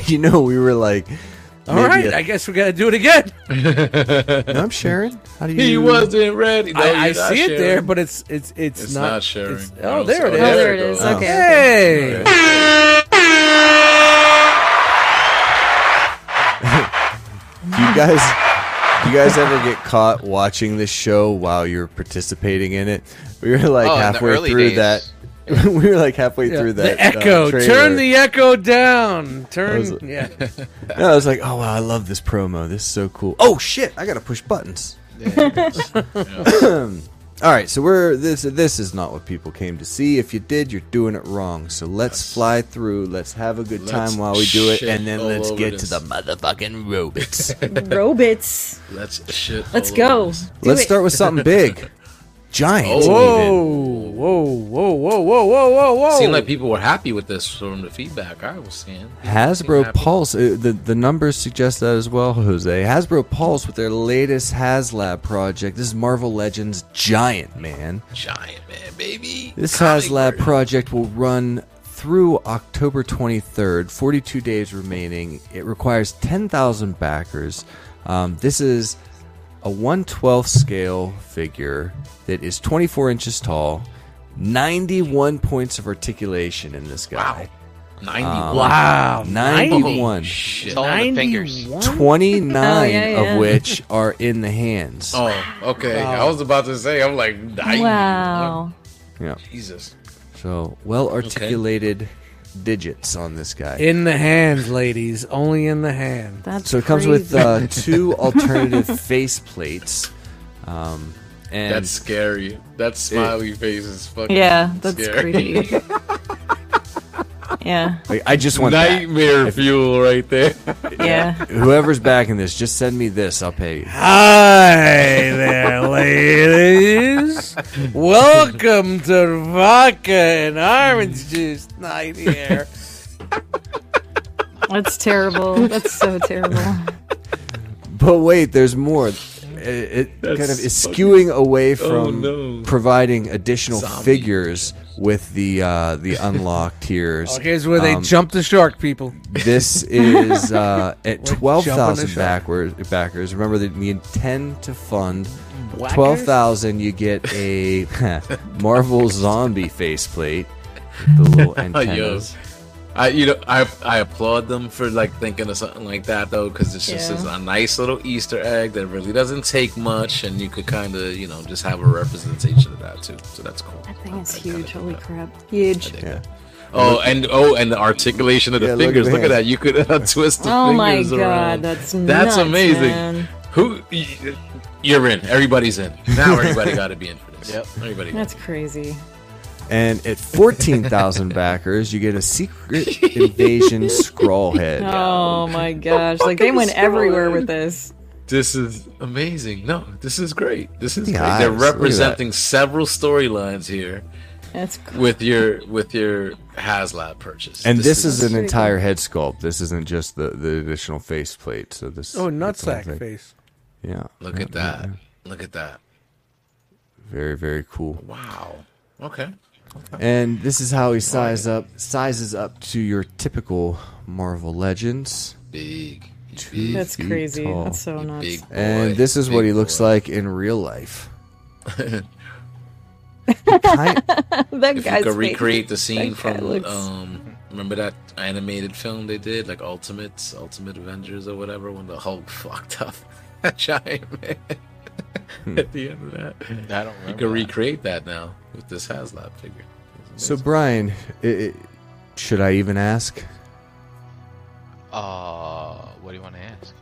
D: You know, we were like,
C: all
D: maybe
C: right.
D: a-
C: I guess we gotta do it again.
D: no, I'm Sharon. How do you?
A: He wasn't ready. No,
C: I, I
A: you're not
C: see it
A: sharing.
C: there, but it's it's it's,
A: It's
C: not,
A: not sharing.
C: it's-
A: I
C: oh,
A: don't see-
C: there it is.
B: Oh, there it is.
A: goes.
B: Okay.
C: Hey,
D: Do you guys, do you guys ever get caught watching this show while you're participating in it? We were like
F: Oh, in the
D: halfway
F: early
D: through
F: days.
D: that. we were like halfway
C: Yeah,
D: through that.
C: the echo.
D: uh, trailer.
C: Turn the echo down.
D: was
C: Turn.
D: it?
C: Yeah.
D: No, I was like, oh wow, I love this promo. This is so cool. Oh shit, I gotta push buttons. All right, so we're this. This is not what people came to see. If you did, you're doing it wrong. So let's fly through. Let's have a good time while we do it,
A: shit
D: and then
A: all
D: let's
A: over
D: get
A: this.
D: to the motherfucking robots.
B: Robots.
A: Let's shit.
B: Let's
A: all
B: go.
A: over this.
B: Do
D: let's
B: it.
D: start with something big,
A: Oh,
D: giant.
C: Whoa,
D: even.
C: whoa, whoa, whoa, whoa, whoa, whoa, whoa.
A: Seemed like people were happy with this from the feedback I was seeing. People seemed
D: Hasbro
A: happy.
D: Pulse. uh, the the numbers suggest that as well, Jose. Hasbro Pulse with their latest HasLab project. This is Marvel Legends Giant Man.
A: Giant man, baby.
D: This
A: Comic
D: HasLab
A: version.
D: project will run through October 23rd, 42 days remaining. It requires 10,000 backers. Um, this is a 112 scale figure that is 24 inches tall, 91 points of articulation in this guy.
A: Ninety-one.
C: Wow.
D: 91.
A: Oh, Shit.
F: It's all in the fingers.
D: 29
B: Oh, yeah, yeah.
D: of which are in the hands.
A: Oh, okay. I was about to say. I'm like, 90.
B: Wow.
D: Yeah.
A: Jesus.
D: So, well articulated digits on this guy.
C: In the hand, ladies. Only in the hand.
B: That's
D: So it comes with
B: crazy.
D: uh, two alternative face plates. Um, and
A: That's scary. That smiley face is fucking.
B: yeah, that's
A: scary.
B: creepy. yeah,
D: like, I just want that.
A: Nightmare fuel right there.
B: yeah.
D: Whoever's backing this, just send me this. I'll pay you.
C: Hi there, ladies. Welcome to Vodka and Orange Juice Night here.
B: That's terrible. That's so terrible.
D: But wait, there's more. It, it kind of is skewing away from providing additional figures with the uh, the unlock tiers.
C: Oh, here's where they
D: Um,
C: jump the shark, people.
D: This is uh, at twelve thousand
C: shark.
D: backwards backers. Remember that you need ten to fund. Twelve thousand, you get a Marvel zombie faceplate. with The little antennas.
A: Yes. I you know I I applaud them for like thinking of something like that though because it's just
B: Yeah.
A: is a nice little Easter egg that really doesn't take much and you could kind of you know just have a representation of that too so that's cool.
B: That thing is
A: I kinda
B: huge.
A: dig
B: Holy
A: that.
B: crap. Huge.
A: I dig that. Oh and oh and the articulation of the
D: Yeah, look at
A: fingers.
D: the
A: Look at, that.
D: hands.
A: You could uh, twist the
B: Oh my
A: fingers
B: god,
A: around.
B: that's
A: that's
B: nuts,
A: amazing.
B: man.
A: Who y- you're in? Everybody's in now. Everybody got to be in for this.
F: Yep.
A: Everybody.
B: That's crazy.
D: and at fourteen thousand backers, you get a Secret Invasion scroll head.
B: Oh my gosh! Like they went everywhere with this.
A: This is amazing. No, this is great. This is
D: The
A: great.
D: eyes,
A: They're
D: look at that.
A: representing several storylines here
B: That's cr-
A: with your with your HasLab purchase.
D: And this, is, an
B: Pretty
D: entire head sculpt. This isn't just the, the additional faceplate. So
C: Oh,
D: this this whole thing.
C: nutsack face.
D: Yeah.
A: look at that. Look at that.
D: Very very cool.
A: Wow. Okay.
D: And this is how he size up sizes up to your typical Marvel Legends.
A: Big. He's
D: Two
A: Big.
B: that's
D: feet
B: crazy.
D: tall.
B: That's so nuts.
A: Big boy.
D: And this is what
A: Big
D: he looks
A: boy.
D: like in real life. He kind-
B: That
A: If you
B: guy's
A: could
B: face.
A: recreate the scene
B: That guy
A: from
B: looks-
A: um remember that animated film they did, like Ultimates, Ultimate Avengers or whatever, when the Hulk fucked up that giant man
D: Hmm.
A: at the end of that.
F: I don't
A: You can
F: remember.
A: recreate that now with this HasLab figure.
D: so Brian, i i should I even ask?
F: that. Uh, what do you want to ask?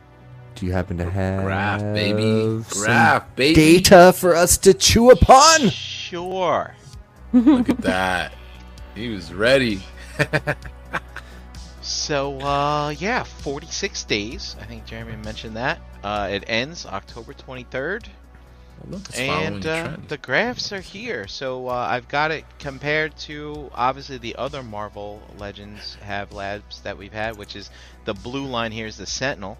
D: Do you happen to have
A: Graph, baby.
D: some
A: Graph, baby.
D: data for us to chew upon?
F: Sure.
A: Look at that. He was ready.
F: So, uh, yeah, 46 days. I think Jeremy mentioned that. Uh, it ends October 23rd.
A: It's following
F: and
A: the
F: uh,
A: trend.
F: the graphs are here. So uh, I've got it compared to obviously the other Marvel Legends have labs that we've had, which is the blue line here is the Sentinel,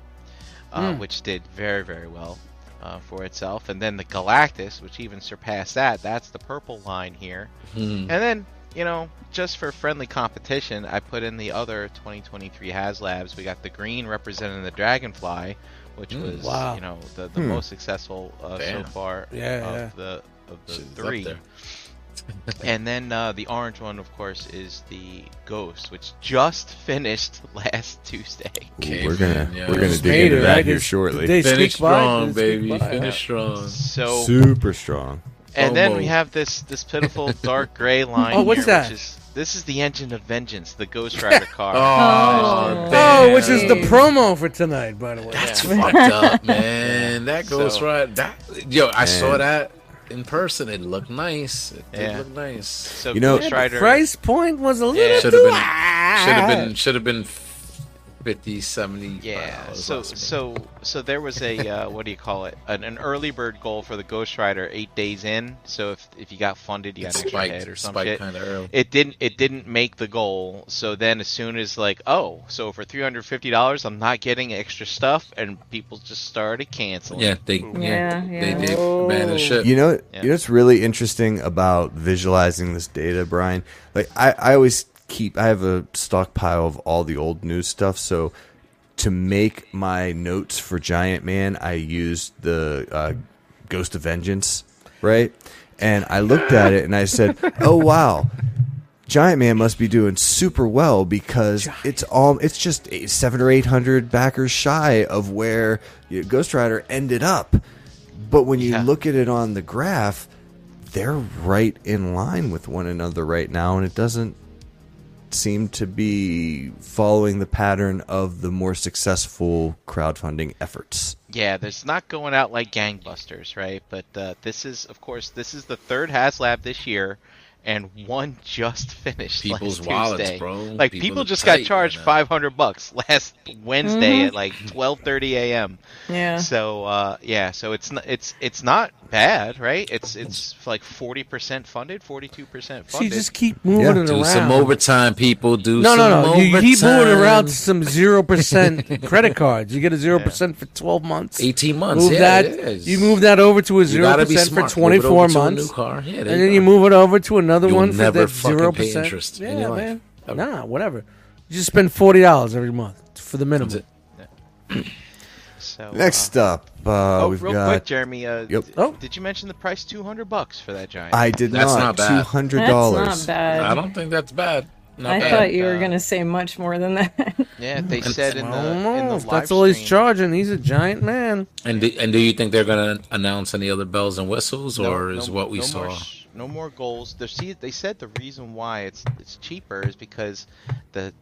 A: Hmm.
F: uh, which did very very well uh, for itself, and then the Galactus, which even surpassed that. That's the purple line here,
A: Hmm.
F: and then. You know, just for friendly competition, I put in the other 2023 HasLabs. We got the green representing the Dragonfly, which was
C: Wow.
F: you know the, the most successful uh, so
A: Hmm, Damn.
F: far
C: Yeah,
F: of
C: yeah.
F: the of the
A: Shit is up
F: three.
A: there.
F: and then uh, the orange one, of course, is the ghost, which just finished last Tuesday.
A: Cave
D: we're gonna
A: man, yeah.
D: we're gonna
C: Just
D: dig
C: made
D: into
C: it,
D: that
C: right?
D: here
C: It's-
D: shortly.
C: They
A: Finish
C: sneak by,
A: strong,
C: they sneak
A: baby.
C: by.
A: Finish strong.
F: So
D: Super strong.
F: and then we
A: FOMO.
F: have this this pitiful dark gray line.
C: Oh, what's
F: here,
C: that?
F: Which is, this is the engine of vengeance, the Ghost Rider car.
B: Oh.
A: damn.
C: Oh, which is the
B: Jeez.
C: promo for tonight, by the way.
A: That's fucked up, man. That
F: So-
A: goes right. That yo, I saw that. in person, it looked nice. It did
F: Yeah.
A: look nice.
F: So
D: You know-
F: Ghost
D: Yeah, but
F: Rider,
C: Price point was a little
F: Yeah.
A: Should
C: too
A: have been.
D: Ah.
C: high.
A: Should have been. Should have been. 50, 70.
F: Yeah.
A: miles
F: so
A: less than me.
F: so so there was a uh, what do you call it? An, an early bird goal for the Ghost Rider eight days in. So if if you got funded, you got an extra head or some
A: spiked
F: shit.
A: kind of early.
F: It didn't it didn't make the goal. So then as soon as like oh so for three hundred fifty dollars I'm not getting extra stuff and people just started canceling.
A: Yeah, they yeah,
B: Yeah, yeah.
A: they did abandon ship.
D: You know,
F: Yeah.
D: you know what's really interesting about visualizing this data, Brian? Like I, I always keep I have a stockpile of all the old news stuff, so to make my notes for Giant Man, I used the uh, Ghost of Vengeance, right? And I looked at it and I said, "Oh wow, Giant Man must be doing super well because it's all it's just eight- seven or eight hundred backers shy of where you know, Ghost Rider ended up." But when you
F: Yeah.
D: look at it on the graph, they're right in line with one another right now, and it doesn't seem to be following the pattern of the more successful crowdfunding efforts.
F: Yeah, there's not going out like gangbusters, right? But uh, this is, of course, this is the third HasLab this year, and one just finished.
A: People's
F: last
A: wallets,
F: Tuesday.
A: bro.
F: Like
A: People
F: people,
A: are
F: just
A: tight
F: got charged
A: right now.
F: 500 bucks last Wednesday at like 12:30 a.m.
B: Yeah.
F: So uh, yeah, so it's not, it's it's not bad, right? It's it's like 40% funded, 42% funded.
C: She just keep moving
D: Yeah.
C: it
D: Do
A: Do
C: around.
A: some overtime, people. Do
C: No, no,
A: some
C: no. You keep moving
A: overtime.
C: around to some zero percent credit cards. You get a zero percent for twelve months.
A: Eighteen months.
C: Move
A: yeah, it
C: that.
A: is.
C: You move that over to a
A: You
C: zero
A: gotta be
C: percent for
A: smart. Move it
C: twenty four
A: over to a
C: months,
A: new car. Yeah, there
C: and then
A: go.
C: you move it over to another
A: You'll
C: one for
A: never
C: that
A: fucking
C: zero
A: pay
C: percent.
A: interest
C: Yeah,
A: in your life.
C: man.
A: Ever.
C: Nah, whatever. You just spend forty dollars every month for the minimum.
A: it.
F: so, uh,
D: Next up, uh,
F: oh,
D: we've
F: real
D: got.
F: quick, Jeremy. Uh,
D: Yep.
F: d-
C: Oh.
F: Did you mention the price? 200 bucks for that giant.
D: I did
A: That's
D: not.
A: not bad.
D: Two hundred
B: That's
D: dollars.
B: not bad.
A: I don't think that's bad. Not
B: I
A: bad.
B: thought you were
F: uh,
B: gonna say much more than that.
F: Yeah, they
D: Mm,
F: said in
C: I
F: the
C: don't
F: in
C: know.
F: the
C: Oh, If
F: live
C: Mm, that's all he's
F: stream-
C: charging. He's a giant man.
A: And do, and do you think they're going to announce any other bells and whistles,
F: No-
A: or
F: no-
A: is what we
F: no
A: saw?
F: More, sh- no more goals. They see they said the reason why it's it's cheaper is because the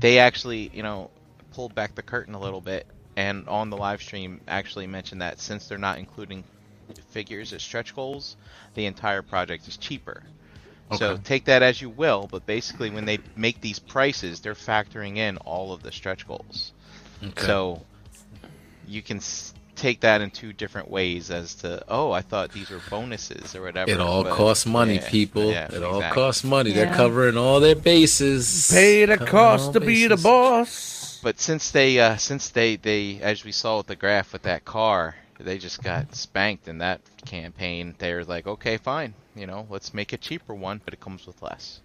F: they actually you know pulled back the curtain a little bit and on the live stream actually mentioned that since they're not including figures as stretch goals, the entire project is cheaper. So
A: Okay.
F: take that as you will, but basically when they make these prices, they're factoring in all of the stretch goals.
A: Okay.
F: So you can s- take that in two different ways as to, oh, I thought these were bonuses or whatever.
A: it all
F: but-
A: costs money,
F: yeah,
A: people.
F: yeah,
A: it all
F: exactly.
A: costs money. They're
B: Yeah.
A: covering all their bases.
C: Pay the
A: Covering all
C: cost to be the
A: bases.
C: boss.
F: But since they, uh, since they, they, as we saw with the graph with that car, they just got spanked in that campaign. They're like, okay, fine, you know, let's make a cheaper one, but it comes with less.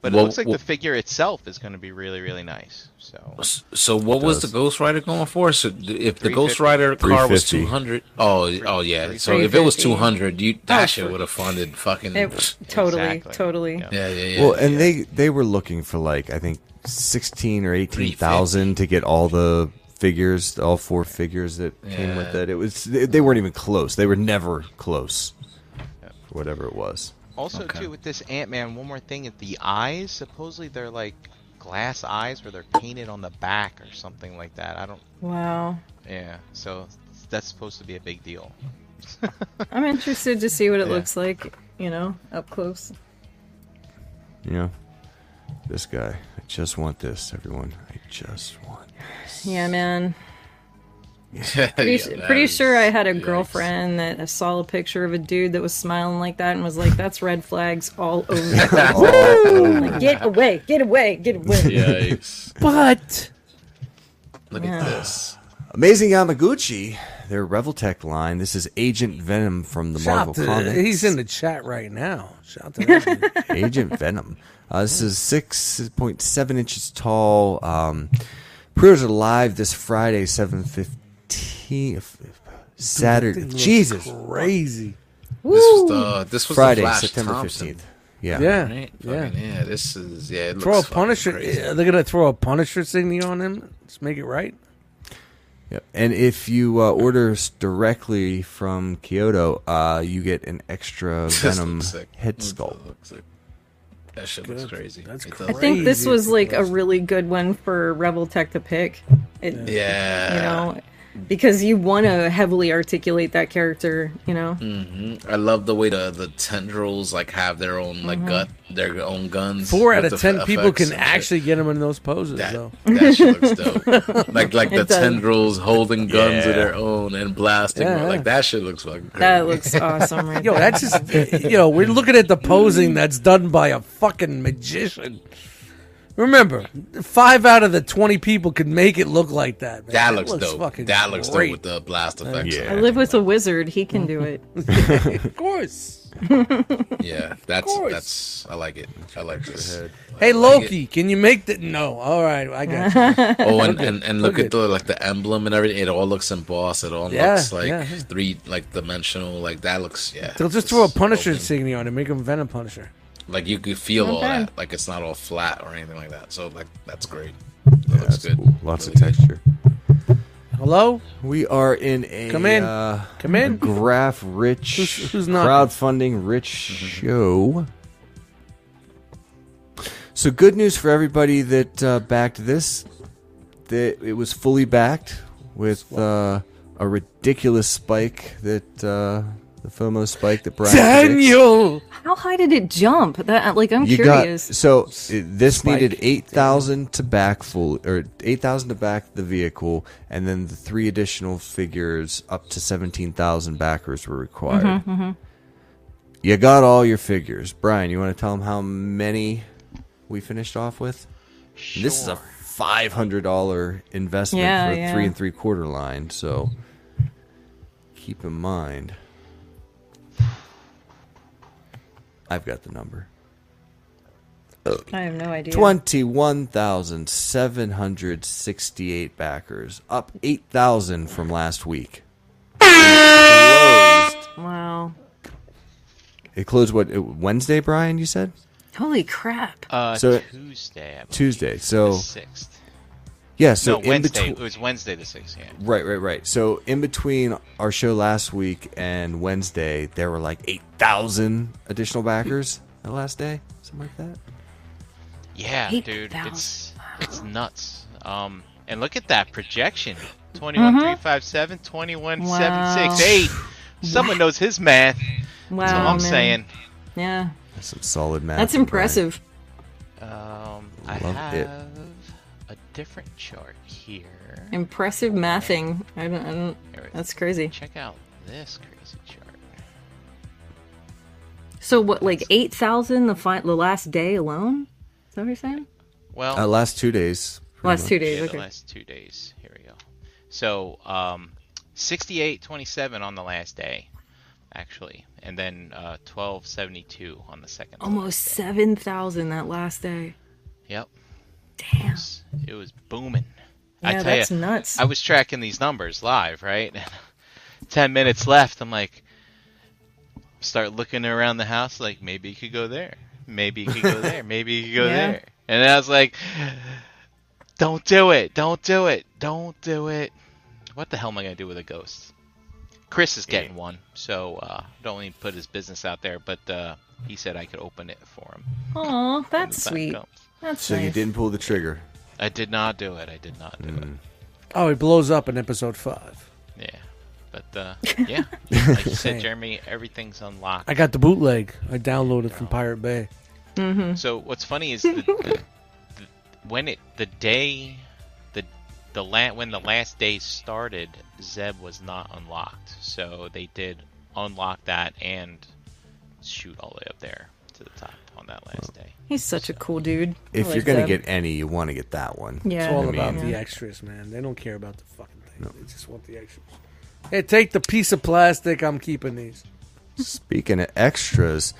F: But
A: Well,
F: it looks like
A: well-
F: the figure itself is going to be really, really nice. So
A: S- So what was the Ghost Rider going for? So th- if the Ghost
F: 350.
A: Rider car was
D: 350.
A: two hundred, oh oh yeah. So if it was
B: 350.
A: two hundred, you that
B: Oh,
A: shit
B: for-
A: would have funded fucking
B: it, totally,
F: Exactly.
B: totally.
F: Yeah.
A: yeah yeah yeah.
D: Well, and they they were looking for like I think sixteen or eighteen thousand to get all the figures, all four figures that came with
A: Yeah.
D: it. It was they, they weren't even close. They were never close. Whatever it was.
F: Also, too, with this Ant Man, one more thing: the eyes. Supposedly, they're like glass eyes, where they're painted on the back or something like that. I don't.
B: Wow.
F: Yeah. So that's supposed to be a big deal.
B: I'm interested to see what it
F: Yeah.
B: looks like. You know, up close.
D: You know, this guy. I just want this, everyone. I just want.
B: Yeah, man.
A: Yeah,
B: Pretty,
A: that
B: pretty
A: is-
B: sure I had a
A: yikes.
B: girlfriend that saw a picture of a dude that was smiling like that and was like, "That's red flags all over." the place." Like, get away! Get away! Get away!
A: Yikes!
C: But
A: Look at this.
D: Amazing Yamaguchi, their Reveltech line. This is Agent Venom from the Marvel
C: shout to,
D: comics.
C: he's in the chat right now. Shout to him.
D: Agent Venom. Uh, this is six point seven inches tall. Um, pre-orders are live this Friday, seven fifteen. Saturday,
C: Thing looks
D: Jesus,
C: crazy.
A: This was the this was
D: Friday,
A: the Flash
D: September
A: Thompson,
D: fifteenth. Yeah.
C: Yeah,
A: Right?
C: yeah.
A: Fucking, yeah. This is yeah. It looks
C: Throw a
A: fucking
C: Punisher.
A: crazy.
C: Yeah, they're gonna throw a Punisher signy on him. Let's make it right.
D: Yep. And if you uh, order s- directly from Kyoto, uh, you get an extra
A: This
D: Venom
A: looks sick.
D: head
A: This
D: sculpt.
A: looks sick. That shit looks crazy.
C: That's
A: It does.
C: crazy.
B: I think this
C: Crazy
B: was like a really good one for Rebel Tech to pick. It,
A: Yeah.
B: You know, because you want to heavily articulate that character, you know.
A: I love the way the the tendrils like have their own like
B: Mm-hmm.
A: gut, their own guns.
C: Four out
A: with
C: of
A: the f-
C: ten people
A: effects
C: can
A: and shit.
C: actually get him in those poses,
A: That,
C: though.
A: that shit looks dope. like like the
B: It does.
A: tendrils holding guns
F: Yeah.
A: of their own and blasting.
C: Yeah,
A: Like
C: yeah.
A: that shit looks fucking great.
B: That looks awesome, right?
C: Yo,
B: there.
C: that's just yo. We're looking at the posing that's done by a fucking magician. Remember, five out of the twenty people could make it look like that. man.
A: that looks, dope.
C: fucking
A: That looks
C: great.
A: dope with the blast effects.
I: Yeah.
B: I live with a wizard; he can do it.
C: Of course.
A: Yeah, that's
C: course.
A: that's I like it. I like this.
C: Hey Loki, can you make that? No. All right, I got you.
A: Oh, and, and, and look
C: Look
A: at the like the emblem and everything. It all looks embossed. It all
C: Yeah,
A: looks like
C: yeah, yeah.
A: three like dimensional. Like that looks yeah.
C: They'll just
A: it's
C: throw a Punisher
A: open.
C: insignia on it, make him Venom Punisher.
A: Like you could feel all
B: Okay.
A: that. Like it's not all flat or anything like that. So like that's great. That looks
D: That's
A: good.
D: cool. Lots of
A: Really good.
D: texture.
C: Hello,
D: We are in a
C: Come in.
D: uh,
C: Come in.
D: graph rich
C: Who's- who's knocking?
D: crowdfunding rich show. So good news for everybody that uh, backed this. That it was fully backed with uh, a ridiculous spike that uh, the FOMO spike that Brian predicts.
C: Daniel.
B: How high did it jump? That uh, like I'm
D: You
B: curious.
D: got so uh, this
C: Spike.
D: needed eight thousand to back full or eight thousand to back the vehicle, and then the three additional figures up to seventeen thousand backers were required.
B: Mm-hmm,
D: You got all your figures, Brian. You want to tell them how many we finished off with? This is a five hundred dollar investment
B: Yeah,
D: for a
B: yeah.
D: three and three quarter line, so keep in mind. I've got the number.
B: I have no idea.
D: 21,768 backers, up 8,000 from last week. It closed-
B: Wow.
D: It closed what it- Wednesday, Brian? You said
B: Holy crap.
F: Uh,
D: So-
F: Tuesday. I believe,
D: Tuesday.
F: the
D: So
F: sixth.
D: yeah, so
F: no,
D: in
F: Wednesday.
D: between-
F: It was Wednesday the sixth. Yeah.
D: Right, right, right. So in between our show last week and Wednesday, there were like 8,000 additional backers the last day, something like that.
F: Yeah,
B: Eight
F: dude,
B: thousand.
F: it's it's nuts. Um, and look at that projection: twenty-one
B: Mm-hmm.
F: three five seven, twenty-one seven six eight. Someone knows his math.
B: Wow.
F: That's all I'm
B: man.
F: saying.
B: Yeah,
D: That's some solid math.
B: that's
D: from Brian.
B: impressive.
F: Um, I
D: Love
F: have
D: it.
F: a different chart here.
B: Impressive mathing. I don't. I don't
F: Here it is.
B: that's crazy.
F: Check out this crazy chart.
B: So what? Like eight thousand the fi- the last day alone. Is that what you're saying?
F: Well,
D: Uh, last two days. pretty
B: Last
D: much.
B: two
F: yeah,
B: days.
F: the
B: Okay.
F: last two days. Here we go. So, um, 68, 27 on the last day, actually, and then uh, 12, 72 on the second. to
B: Almost seven thousand that last day.
F: last. Yep.
B: Damn.
F: was- it was booming. I
B: Yeah,
F: tell
B: that's
F: you,
B: nuts.
F: I was tracking these numbers live, right? Ten minutes left. I'm like, start looking around the house, like maybe it could go there, maybe it could go there, maybe it could go
B: Yeah.
F: there. And I was like, don't do it, don't do it, don't do it. What the hell am I gonna do with a ghost? Chris is getting one, so uh, don't even put his business out there. But uh, he said I could open it for him.
B: Aw,
F: when
B: that's
F: the time
B: sweet.
F: comes.
B: That's
D: So you
B: nice.
D: didn't pull the trigger.
F: I did not do it. I did not do it.
C: Oh, he blows up in episode five.
F: Yeah. But uh, yeah, like you said, Jeremy, everything's unlocked.
C: I got the bootleg. I downloaded from Pirate Bay.
F: So what's funny is the, the, the, when it the day the the la- when the last day started, Zeb was not unlocked. So they did unlock that and shoot all the way up there to the top on that last day.
B: He's such a cool dude. I
D: If
B: like
D: you're gonna
B: Zeb.
D: get any, you want to get that one.
B: yeah,
C: It's all about
D: mean-
C: the extras, man. They don't care about the fucking thing. They just want the extras. Hey, take the piece of plastic. I'm keeping these.
D: Speaking of extras,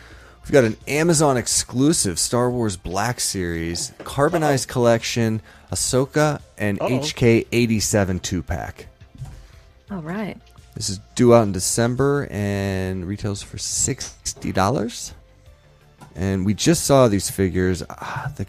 D: we've got an Amazon exclusive Star Wars Black Series carbonized collection, Ahsoka and HK eighty seven two pack.
B: all right.
D: This is due out in December and retails for sixty dollars. And we just saw these figures. Ah, the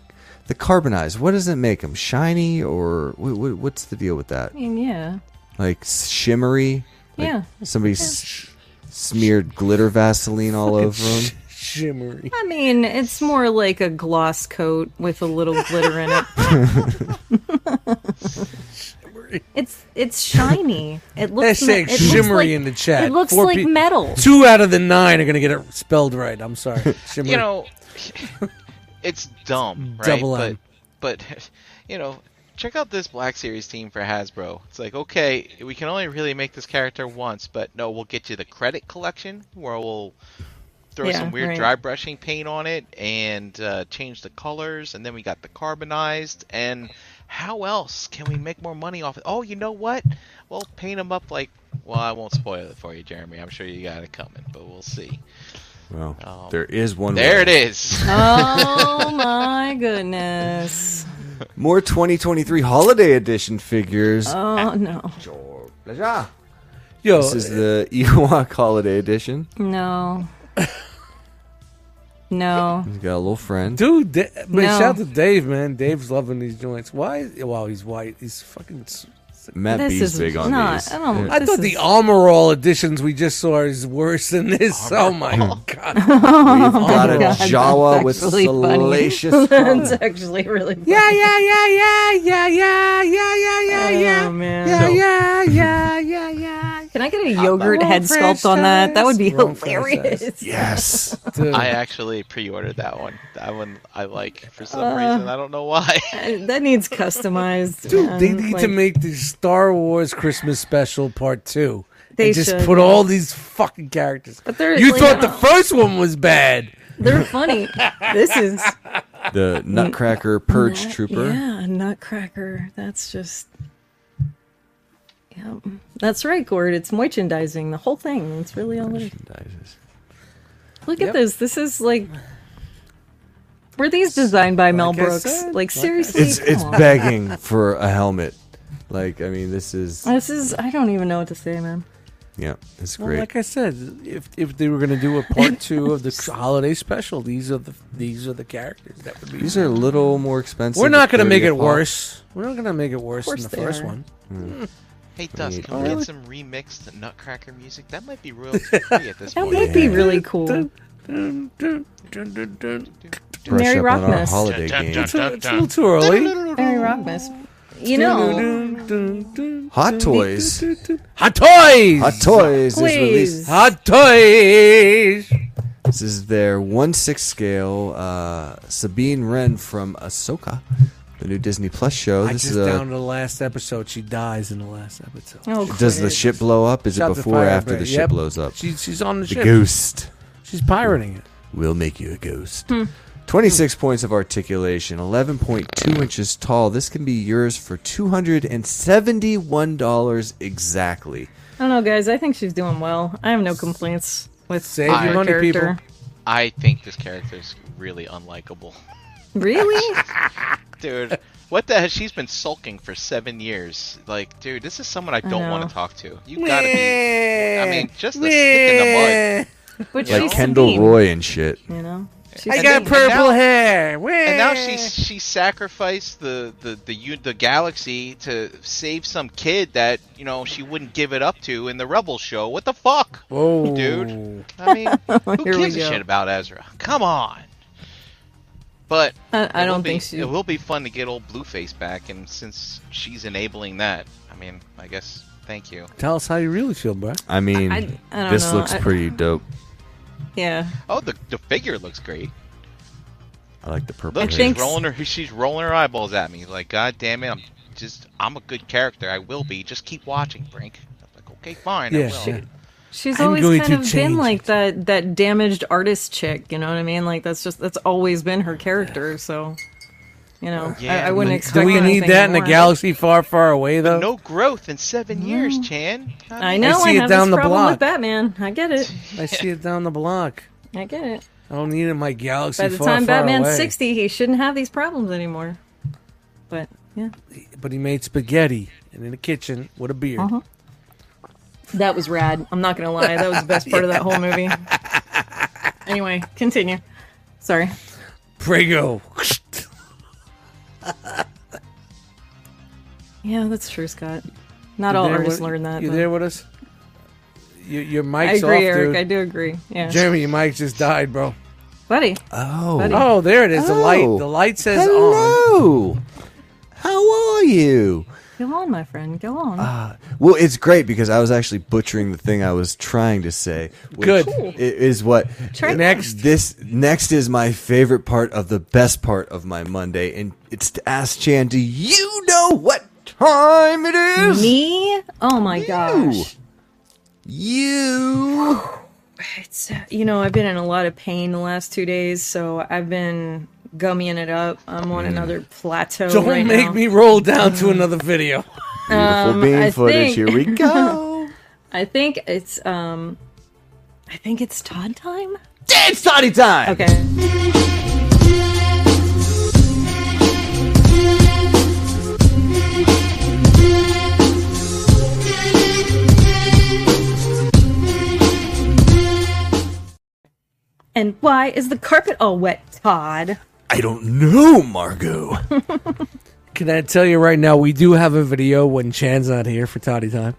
D: the carbonized. What does it make them? Shiny or wh- wh- what's the deal with that?
B: I mean, yeah,
D: Like shimmery. Like
B: yeah.
D: Somebody s- smeared glitter Vaseline all over them.
C: Shimmery.
B: I mean, it's more like a gloss coat with a little glitter in it.
C: shimmery.
B: It's it's shiny. It looks
C: Hashtag
B: me- it looks
C: shimmery
B: like-
C: in the chat.
B: It looks
C: Four
B: like
C: pe-
B: metal.
C: Two out of the nine are gonna get it spelled right. I'm sorry. Shimmery.
F: you know, it's dumb, right?
C: Double
F: but,
C: M.
F: but, you know, check out this Black Series team for Hasbro. It's like, okay, we can only really make this character once, but no, we'll get you the credit collection where we'll throw
B: Yeah,
F: some weird
B: right.
F: dry brushing paint on it and uh, change the colors, and then we got the carbonized. And how else can we make more money off it? Oh, you know what? We'll paint them up like. Well, I won't spoil it for you, Jeremy. I'm sure you got it coming, but we'll see.
D: Well,
F: Um,
D: there is one.
F: There
D: way.
F: it is.
B: Oh my goodness.
D: More 2023 holiday edition figures.
B: Oh no.
C: Yo,
D: this is the Ewok holiday edition.
B: No. No.
D: He's got a little friend.
C: dude. Da- man,
B: No.
C: shout out to Dave, man. Dave's loving these joints. Why? Wow, he's white. He's fucking. s-
D: Matt
B: This
D: B's
B: is
D: big on
B: not-
D: these.
B: I don't-
D: Yeah.
C: I
B: This
C: thought
B: is-
C: the armor all editions we just saw is worse than this. oh my god.
D: We've got a
B: Oh God, that's
D: Jawa with
B: actually funny.
D: salacious.
B: That's actually really funny.
C: Yeah, yeah, yeah, yeah, yeah, yeah, yeah, yeah, yeah, yeah.
B: Oh, man.
C: Yeah, yeah, yeah, yeah, yeah.
B: Can I get a yogurt
C: Wrong
B: head sculpt on that? That would be
C: franchise. Wrong
B: hilarious.
D: yes.
C: Dude,
F: I actually pre-ordered that one. That one I like for some reason. I don't know why.
B: Uh, That needs customized.
C: Dude, they
B: man.
C: need to
B: Like,
C: make the Star Wars Christmas special part two.
B: They
C: and just
B: should,
C: put
B: yeah.
C: all these fucking characters.
B: But they're
C: you
B: like-
C: thought the first one was bad.
B: They're funny. this is
D: The Nutcracker Purge Trooper.
B: yeah, Nutcracker. That's just. Yep. That's right, Gord. It's merchandising. The whole thing. It's really all it is.
D: Merchandises.
B: Look
C: Yep.
B: at this. This is like. Were these designed by Mel
C: Like I
B: Brooks?
C: said,
B: like,
C: like I
B: seriously?
D: It's it's
B: Come on.
D: begging for a helmet. Like I mean, this is
B: This is. I don't even know what to say, man.
D: yeah, it's
C: Well,
D: great.
C: like I said, if if they were going to do a part two of the holiday special, these are the these are the characters that would be.
D: These are a little more expensive.
C: We're not going to
D: but
C: make it
D: 30 a pop.
C: worse. We're not going to make it worse than
B: course
C: the
B: they
C: first
B: are.
C: one.
F: hey, Dust, can
D: Oh,
F: we get
D: really?
F: some remixed Nutcracker music? That might be royalty free at this
D: Oh,
B: That
F: point.
B: would be really cool.
C: Dun, dun, dun, dun, dun.
D: Brush
B: Mary
D: up on our
B: Rockness.
D: holiday game.
C: It's a- it's a little too early.
B: Mary Rockness. You know.
C: Dun, dun, dun,
D: Hot
C: dun,
D: toys.
C: dun, dun, dun. Hot toys.
D: Hot Toys is released.
B: Please.
C: Hot toys.
D: This is their one six scale. Uh, Sabine Wren from Ahsoka, the new Disney Plus show.
C: I
D: Oh, This
C: just
D: is uh, a.
C: down to the last episode. She dies in the last episode.
B: Oh,
D: Does the
B: Christ.
D: ship blow up? Is
C: Shout
D: it
C: out to
D: before or after
C: Firebrand.
D: the ship
C: Yep.
D: blows up?
C: She, she's on the,
D: the
C: ship.
D: ghost
C: She's pirating it.
D: will make you a ghost.
B: Hmm.
D: 26 points of articulation, 11.2 inches tall. This can be yours for $271 exactly.
B: I don't know, guys. I think she's doing well. I have no complaints with
C: Save
B: her
F: your
C: money,
B: character.
F: I think this character's really unlikable,
B: Really?
F: dude. What the hell? She's been sulking for seven years. Like, dude, this is someone I don't want
B: know.
F: to talk to. You gotta be. I mean, just a stick in the mud.
B: But
F: Like
B: she's
D: Kendall
B: Sabine,
D: Roy and shit.
B: You know. She's
C: I
F: And
C: got
F: then-
B: Sabine.
F: per-
C: purple
F: now-
C: hair. Wah.
F: And now
B: Eh.
F: she she sacrificed the the the u- the galaxy to save some kid that you know she wouldn't give it up to in the Rebel show. What the fuck?
C: Whoa,
F: dude. I mean, who
B: Here we
F: gives a
B: go.
F: shit about Ezra? Come on. But
B: I, I
F: it will
B: don't
F: be-
B: think she.
F: It will be fun to get old Blueface back, and since she's enabling that, I mean, I guess thank you.
C: Tell us how you really feel, bro.
D: I mean,
B: I- I don't
D: this
B: know.
D: looks
B: I-
D: pretty dope.
B: Yeah.
F: Oh, the the figure looks great.
D: I like the purple.
F: Look,
D: hair.
F: she's
B: think-
F: rolling her she's rolling her eyeballs at me. Like, God damn it, I'm just I'm a good character. I will be. Just keep watching, Brink. I'm like, okay, fine.
C: Yeah,
F: I will.
C: shit.
B: She's
C: I'm
B: always
C: going
B: kind
C: to
B: of
C: change
B: been like
C: it.
B: that that damaged artist chick, you know what I mean? Like that's just that's always been her character, so you know,
F: Yeah.
B: I, I wouldn't
F: Do
B: expect
C: Do we need
B: anything
C: that in a
B: more.
C: galaxy far, far away, though?
F: No growth in seven years, Chan.
B: I know
C: see
B: I,
C: it
B: have
C: down
B: this
C: the
B: problem
C: block.
B: with Batman. I get it.
C: I see it down the block.
B: I get it.
C: I don't need it in my galaxy
B: By the
C: far,
B: time
C: far
B: Batman's
C: away.
B: 60, he shouldn't have these problems anymore. But yeah.
C: But he made spaghetti and in the kitchen with a beard.
B: Uh-huh. That was rad. I'm not gonna lie. That was the best part of that whole movie. Anyway, continue. Sorry.
C: Prego.
B: Yeah, that's true, Scott. Not
C: You
B: all
C: there
B: artists
C: with-
B: learn that.
C: You
B: but-
C: there with us? Your, your
B: I
C: mic's
B: agree,
C: off,
B: Eric.
C: dude.
B: I do agree. Yeah,
C: Jeremy, your mic just died, bro.
B: buddy.
D: Oh,
B: Buddy.
C: Oh, there it is. The light.
D: Oh.
C: The light says on.
D: hello. How are you?
B: Go on, my friend. Go on.
D: Uh, Well, it's great because I was actually butchering the thing I was trying to say. Which
C: Good.
D: i- is what
B: Try
C: Next.
D: This next is my favorite part of the best part of my Monday, and it's to ask Chan, do you know what time it is?
B: Me? Oh my
D: You.
B: gosh.
D: You.
B: It's uh, you know, I've been in a lot of pain the last two days, so I've been gummying it up. I'm
D: Mm.
B: on another plateau.
C: Don't
B: right
C: make
B: now.
C: me roll down to another video.
D: Beautiful
B: Um,
D: bean
B: I think-
D: footage. Here we go.
B: I think it's um I think it's Todd time.
D: it's toddy time.
B: Okay. And why is the carpet all wet, Todd?
D: I don't know, Margot.
C: Can I tell you right now, we do have a video when Chan's not here for Toddy Time.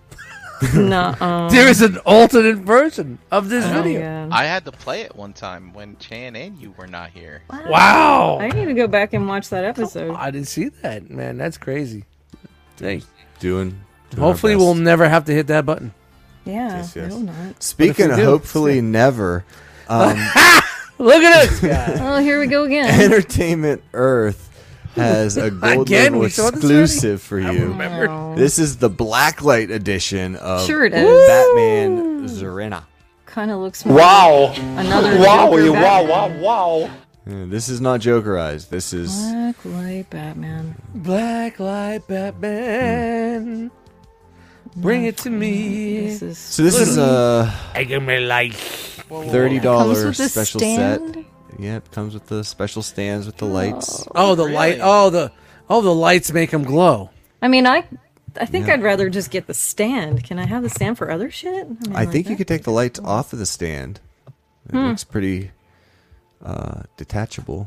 B: No.
C: There is an alternate version of this
B: Oh,
C: video.
B: yeah.
F: I had to play it one time when Chan and you were not here.
C: Wow.
B: I need to go back and watch that episode.
C: I didn't see that, man. That's crazy. Hey,
D: Doing. doing our
C: hopefully
D: best.
C: we'll never have to hit that button.
B: Yeah,
D: Yes, yes.
B: I will not.
D: Speaking
C: But if
D: of
C: we do,
D: hopefully never, um,
C: Look at this guy.
B: Oh, here we go again.
D: Entertainment Earth has a gold
C: Again,
D: label
C: we saw this
D: exclusive for you.
B: Oh,
D: This is the blacklight edition of
B: Sure it is.
D: Batman Zarina.
B: kind of looks. Wow. Another. Wow! You wow! Wow!
D: Uh, This is not Jokerized. This is
B: Black light, Batman.
C: Black Light Batman. Bring it to me.
B: This is.
D: so. This is a
C: I give me light.
D: thirty
I: Comes
D: dollar
I: with a
D: special
I: stand.
D: set. Yeah, it comes with the special stands with the lights.
C: Oh, the light. Oh, the oh, the lights make him glow.
B: I mean, I. I think I'd rather just get the stand. Can I have the stand for other shit? I, mean,
D: I
B: like
D: think you
B: that. Hmm.
D: could take the lights off of the stand. It looks pretty uh, detachable.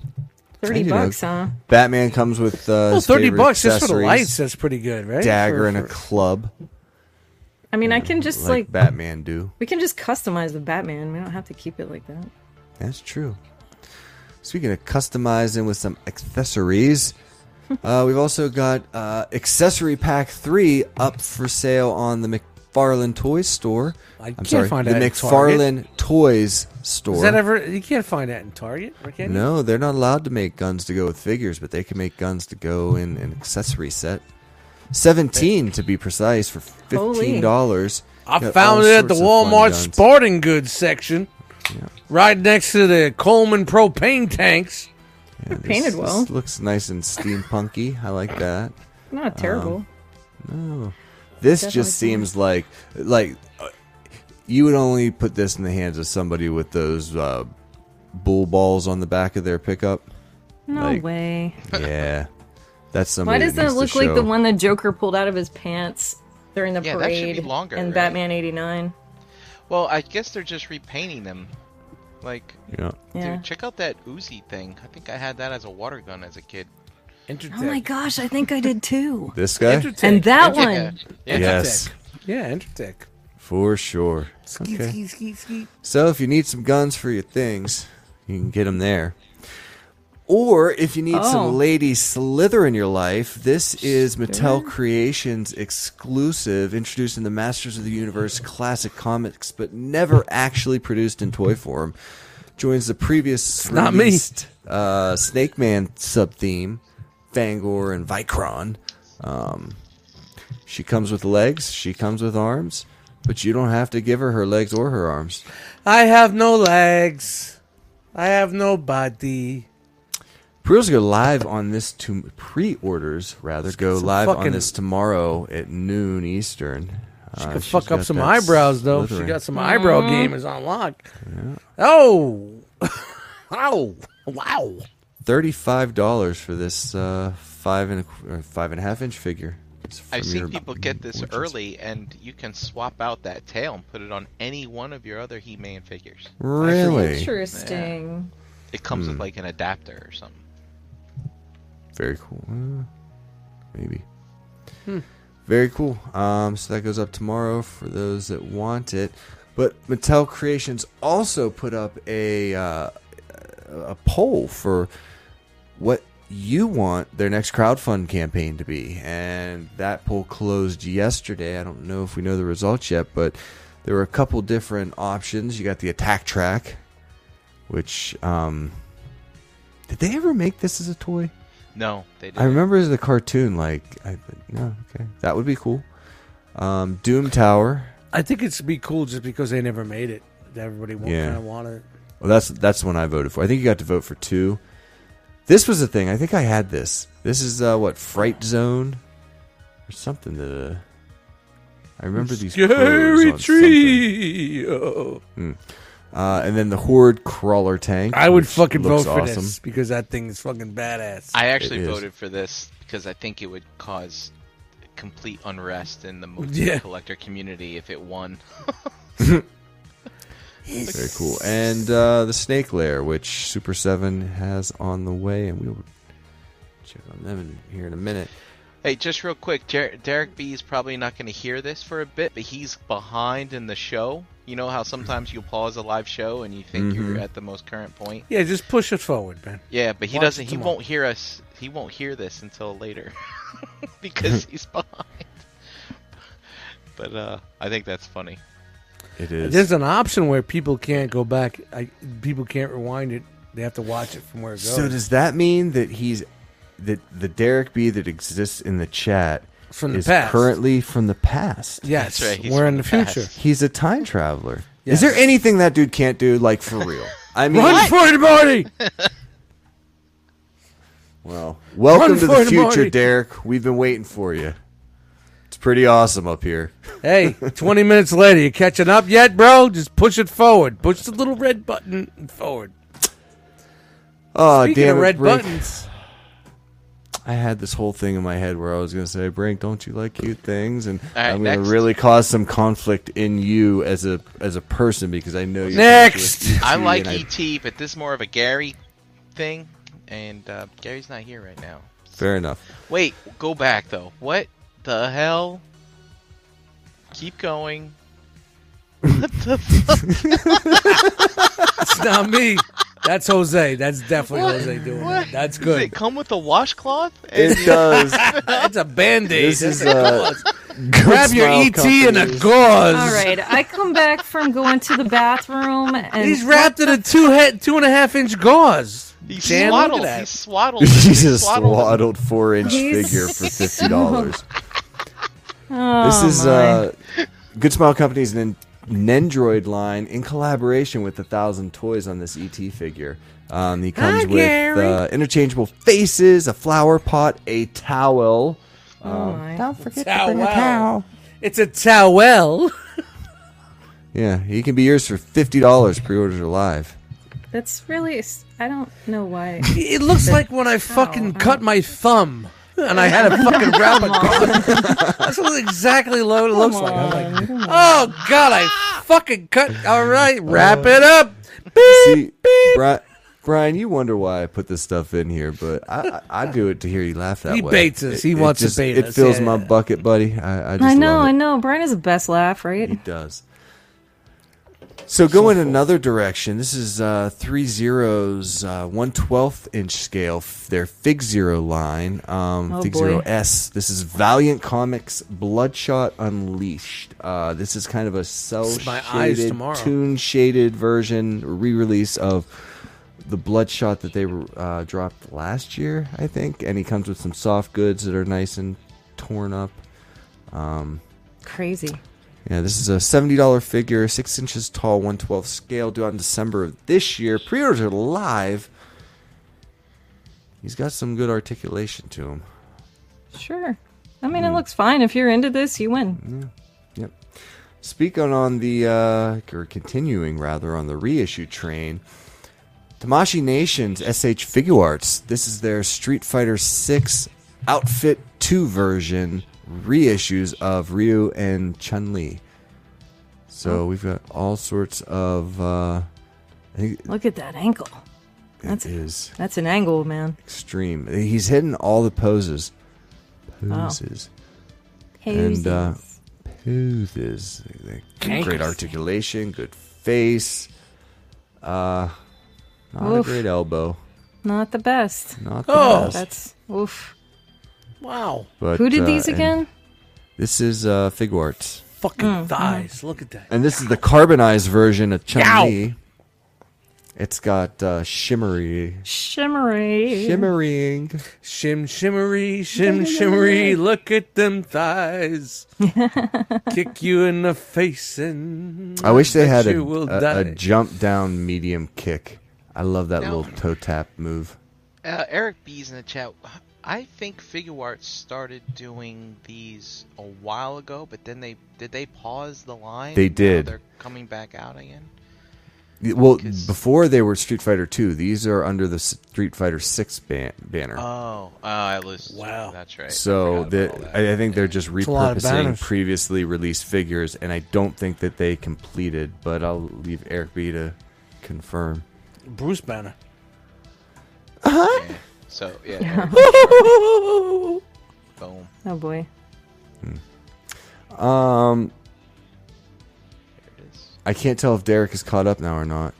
B: Thirty
D: I don't know.
B: bucks, huh?
D: Batman comes with uh,
C: Well,
D: his
C: thirty
D: favorite
C: bucks just for the
D: accessories,
C: lights. That's pretty good, right?
D: dagger,
C: For-
D: and a
C: for-
D: club,
B: I mean, I can just
D: like,
B: like,
D: Batman do.
B: we can just customize the Batman. We don't have to keep it like that.
D: That's true. Speaking of customizing with some accessories, uh, we've also got uh, accessory pack three up for sale on the McFarlane Toys store.
C: I
D: I'm
C: can't
D: sorry,
C: find
D: the
C: that at
D: McFarlane Toys store.
C: Is that ever? You can't find that in Target. or Can you?
D: No, they're not allowed to make guns to go with figures, but they can make guns to go in an accessory set. Seventeen to be precise for fifteen dollars.
C: I found it at the Walmart sporting goods section, right next to the Coleman propane tanks.
B: Painted well.
D: looks nice and steampunky. I like that.
B: Not terrible.
D: um, This
B: Definitely
D: just
B: can.
D: seems like like uh, you would only put this in the hands of somebody with those uh, bull balls on the back of their pickup.
B: no
D: like-
B: way.
D: Yeah, that's
B: Why
D: somebody.
B: does
D: that
B: that
D: needs to
B: look like the
D: show-
B: one the Joker pulled out of his pants during the
F: Yeah, that should be
B: parade
F: longer,
B: in
F: right?
B: Batman '89?
F: Well, I guess they're just repainting them. Like,
D: Yeah.
B: Yeah.
F: dude, check out that Uzi thing. I think I had that as a water gun as a kid.
C: Intertech.
B: Oh my gosh, I think I did too.
D: This guy.
C: Intertech.
B: And that
F: Yeah.
B: one.
F: Yeah.
D: yes,
C: yeah, Intertech.
D: for sure. Okay.
C: Skeet, skeet, skeet.
D: So if you need some guns for your things, you can get them there. Or if you need
B: Oh.
D: some lady slither in your life, this is Mattel Creations exclusive, introduced in the Masters of the Universe classic comics, but never actually produced in toy form. Joins the previous
C: not me.
D: released, uh, Snake Man sub theme, Fangor and Vicron. Um, She comes with legs, she comes with arms, but you don't have to give her her legs or her arms.
C: I have no legs. I have no body.
D: Pre-orders go live on this to pre-orders rather go
C: some
D: live on
C: fucking-
D: this tomorrow at noon Eastern. Uh, She
C: Could fuck up some eyebrows though. She got some eyebrow game is on lock. Mm-hmm. Oh, wow, wow.
D: thirty-five dollars for this uh, five and a, qu- or five and a half inch figure. It's
F: I've
D: from
F: seen
D: your-
F: people get this
D: origins.
F: early, and you can swap out that tail and put it on any one of your other He-Man figures.
D: Really,
B: Interesting.
F: It comes with like an adapter or something.
D: very cool. Uh, maybe. Very cool. Um, so that goes up tomorrow for those that want it. But Mattel Creations also put up a uh, a poll for what you want their next crowdfund campaign to be. And that poll closed yesterday. I don't know if we know the results yet, but there were a couple different options. You got the attack track, which um did they ever make this as a toy?
F: No, they didn't.
D: I remember as a cartoon. Like, I, no, okay, that would be cool. Um, Doom Tower.
C: I think it's be cool just because they never made it. Everybody won't
D: Yeah.
C: kind of want it.
D: Well, that's that's the one I voted for. I think you got to vote for two. This was the thing. I think I had this. This is uh, what Fright Zone or something. That uh, I remember these
C: Scary
D: codes on
C: tree.
D: something. Uh, and then the Horde Crawler Tank.
C: I would
D: which
C: fucking vote
D: looks
C: for
D: awesome.
C: this because that thing is fucking badass.
F: I actually
D: is.
F: voted for this because I think it would cause complete unrest in the movie
C: Yeah.
F: collector community if it won.
D: Very cool. And uh, the Snake Lair, which Super 7 has on the way, and we will check on them in, here in a minute.
F: Hey, just real quick, Jer- Derek B is probably not going to hear this for a bit, but he's behind in the show. You know how sometimes you pause a live show and you think
C: Mm-hmm.
F: you're at the most current point.
C: yeah, just push it forward, man.
F: Yeah, but he
C: Watch
F: doesn't.
C: it
F: He
C: tomorrow.
F: won't hear us. He won't hear this until later because he's behind. But uh, I think that's funny.
D: It is.
C: There's an option where people can't go back. I, people can't rewind it. They have to watch it from where it goes.
D: So does that mean that he's that the Derek B that exists in the chat
C: From the
D: is
C: past.
D: currently from the past?
C: yes,
F: That's right, he's
C: we're in
F: from
C: the,
F: the past.
C: future.
D: He's a time traveler.
C: Yes.
D: Is there anything that dude can't do? Like for real? I mean,
C: Run for it, Marty!
D: well, welcome
C: Run
D: to
C: for
D: the
C: it,
D: future,
C: Marty.
D: Derek. We've been waiting for you. It's pretty awesome up here.
C: hey, 20 minutes later, you catching up yet, bro? Just push it forward. Push the little red button and forward.
D: Oh,
C: Speaking
D: damn
C: of
D: it,
C: red
D: Brink.
C: buttons,
D: I had this whole thing in my head where I was going to say, "Brink, don't you like cute things?" And
F: All right,
D: I'm going to
F: next.
D: really cause some conflict in you as a as a person because I know you.
C: Next.
F: I like
D: and I-
F: ET, but this is more of a Gary thing, and uh, Gary's not here right now.
D: Fair enough.
F: Wait, go back though. What the hell? Keep going. What the fuck?
C: it's not me. That's Jose. That's definitely
F: What?
C: Jose doing
F: What?
C: it. That's
F: Does it
C: good.
F: come with a washcloth? And
D: It does.
C: That's a band aid.
D: This is uh, Good
C: Grab your
D: Smile
C: ET and a
D: Company.
C: gauze.
B: All right, I come back from going to the bathroom and
C: He's wrapped in a two head, two and a half inch gauze.
F: he
C: Dan, look at
F: swaddled.
C: that.
F: He swaddled. it. He
D: He's a
F: swaddled it.
D: swaddled four inch
B: He's-
D: figure for fifty dollars.
B: Oh,
D: This is
B: my.
D: uh, Good Smile Company's Nin- Nendroid line in collaboration with a thousand toys on this ET figure. Um, he comes with
C: Gary.
D: uh, interchangeable faces, a flower pot, a towel.
B: Oh, my.
D: Don't forget
C: to bring a Towel. towel. It's a towel.
D: Yeah, he can be yours for fifty dollars. Pre-orders are live.
B: That's really. s- I don't know why.
C: It looks like when I fucking
B: Ow.
C: cut my thumb and I had a fucking wrap of gauze. That's what exactly what it looks like. I'm like, oh god, I fucking cut. All right, wrap it up.
D: See, Bri- Brian, you wonder why I put this stuff in here, but I, I, I do it to hear you laugh that
C: He
D: way.
C: baits us. He wants to
D: just-
C: bait
D: It
C: us.
D: fills
C: Yeah,
D: my
C: yeah.
D: bucket, buddy. I, I, just
B: I know,
D: love it. Mm-hmm.
B: I know. Brian is the best laugh, right?
D: He does. So go in another direction. This is uh, three zeros, uh, one twelfth inch scale. f- Their Fig Zero line, um,
B: Oh,
D: Fig
B: boy.
D: Zero S. This is Valiant Comics Bloodshot Unleashed. Uh, this is kind of a cell
C: my eyes
D: shaded,
C: tomorrow.
D: tune shaded version re-release of the Bloodshot that they uh, dropped last year, I think. And he comes with some soft goods that are nice and torn up.
B: Crazy.
D: Yeah, this is a $70 figure, 6 inches tall, 112 scale, due out in December of this year. Pre orders are live. He's got some good articulation to him.
B: Sure. I mean, it
D: Mm.
B: looks fine. If you're into this, you
D: Mm-hmm.
B: win.
D: Yep. Speaking on the, uh, or continuing rather, on the reissue train, Tamashi Nation's SH Figure Arts. This is their Street Fighter 6 Outfit 2 version reissues of Ryu and Chun Li. So we've got all sorts of, uh, I think
B: Look at that ankle. That's
D: it is
B: that's an angle, man.
D: extreme. He's hitting all the poses. Poses. And, uh, poses. Great articulation, good face. Uh, not
B: Oof.
D: a great elbow.
B: Not the best.
D: Not the
C: Oh.
D: best.
B: That's oof.
C: Wow.
D: But,
B: Who did
D: uh,
B: these
D: and
B: again?
D: This is uh, Fig Arts.
C: Fucking thighs. Look at that.
D: And this is the carbonized version of
C: Yow.
D: Chun-Li. It's got uh, shimmery,
B: Shimmery.
D: shimmering.
C: Shim shimmery, shim shimmery. Look at them thighs. Kick you in the face and.
D: I wish they
C: bet
D: had a,
C: you will
D: a, a
C: die.
D: jump down medium kick. I love that
F: No.
D: little toe tap move.
F: Uh, Eric B's in the chat. I think Figure Arts started doing these a while ago, but then they did they pause the line.
D: They
F: Now
D: did.
F: They're coming back out again.
D: Y- Well,
F: Because-
D: before they were Street Fighter Two. These are under the S- Street Fighter Six ban- banner.
F: Oh, oh, I was.
C: Wow.
F: that's right. I
D: so
F: forgot
D: the,
F: about that.
D: I, I think they're just
C: a lot of
D: repurposing
C: banners.
D: previously released figures, and I don't think that they completed. But I'll leave Eric B to confirm.
C: Bruce Banner.
F: Yeah. So yeah. Eric B's right. Boom.
B: Oh boy.
D: Um,
F: There it is.
D: I can't tell if Derek is caught up now or not.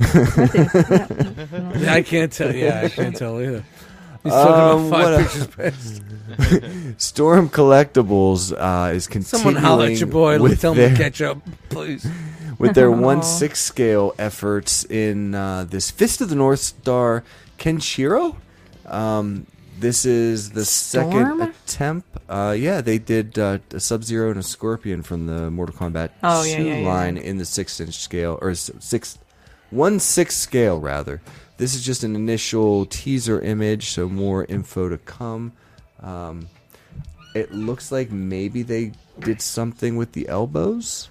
C: I can't tell. Yeah, I can't tell either. He's
D: Um,
C: talking about
D: what
C: five
D: a-
C: pictures past.
D: Storm Collectibles uh, is continuing
C: Someone holler at your boy.
D: with
C: Tell
D: their,
C: him to catch up, please.
D: with their
B: Aw.
D: one six scale efforts in uh, this Fist of the North Star Kenshiro. Um, this is the
B: Storm?
D: second attempt. Uh, yeah, they did uh, a Sub Zero and a Scorpion from the Mortal Kombat
B: Oh, yeah,
D: 2
B: yeah, yeah.
D: line in the six inch scale or s- six one six scale rather. This is just an initial teaser image, so more info to come. Um, it looks like maybe they did something with the elbows.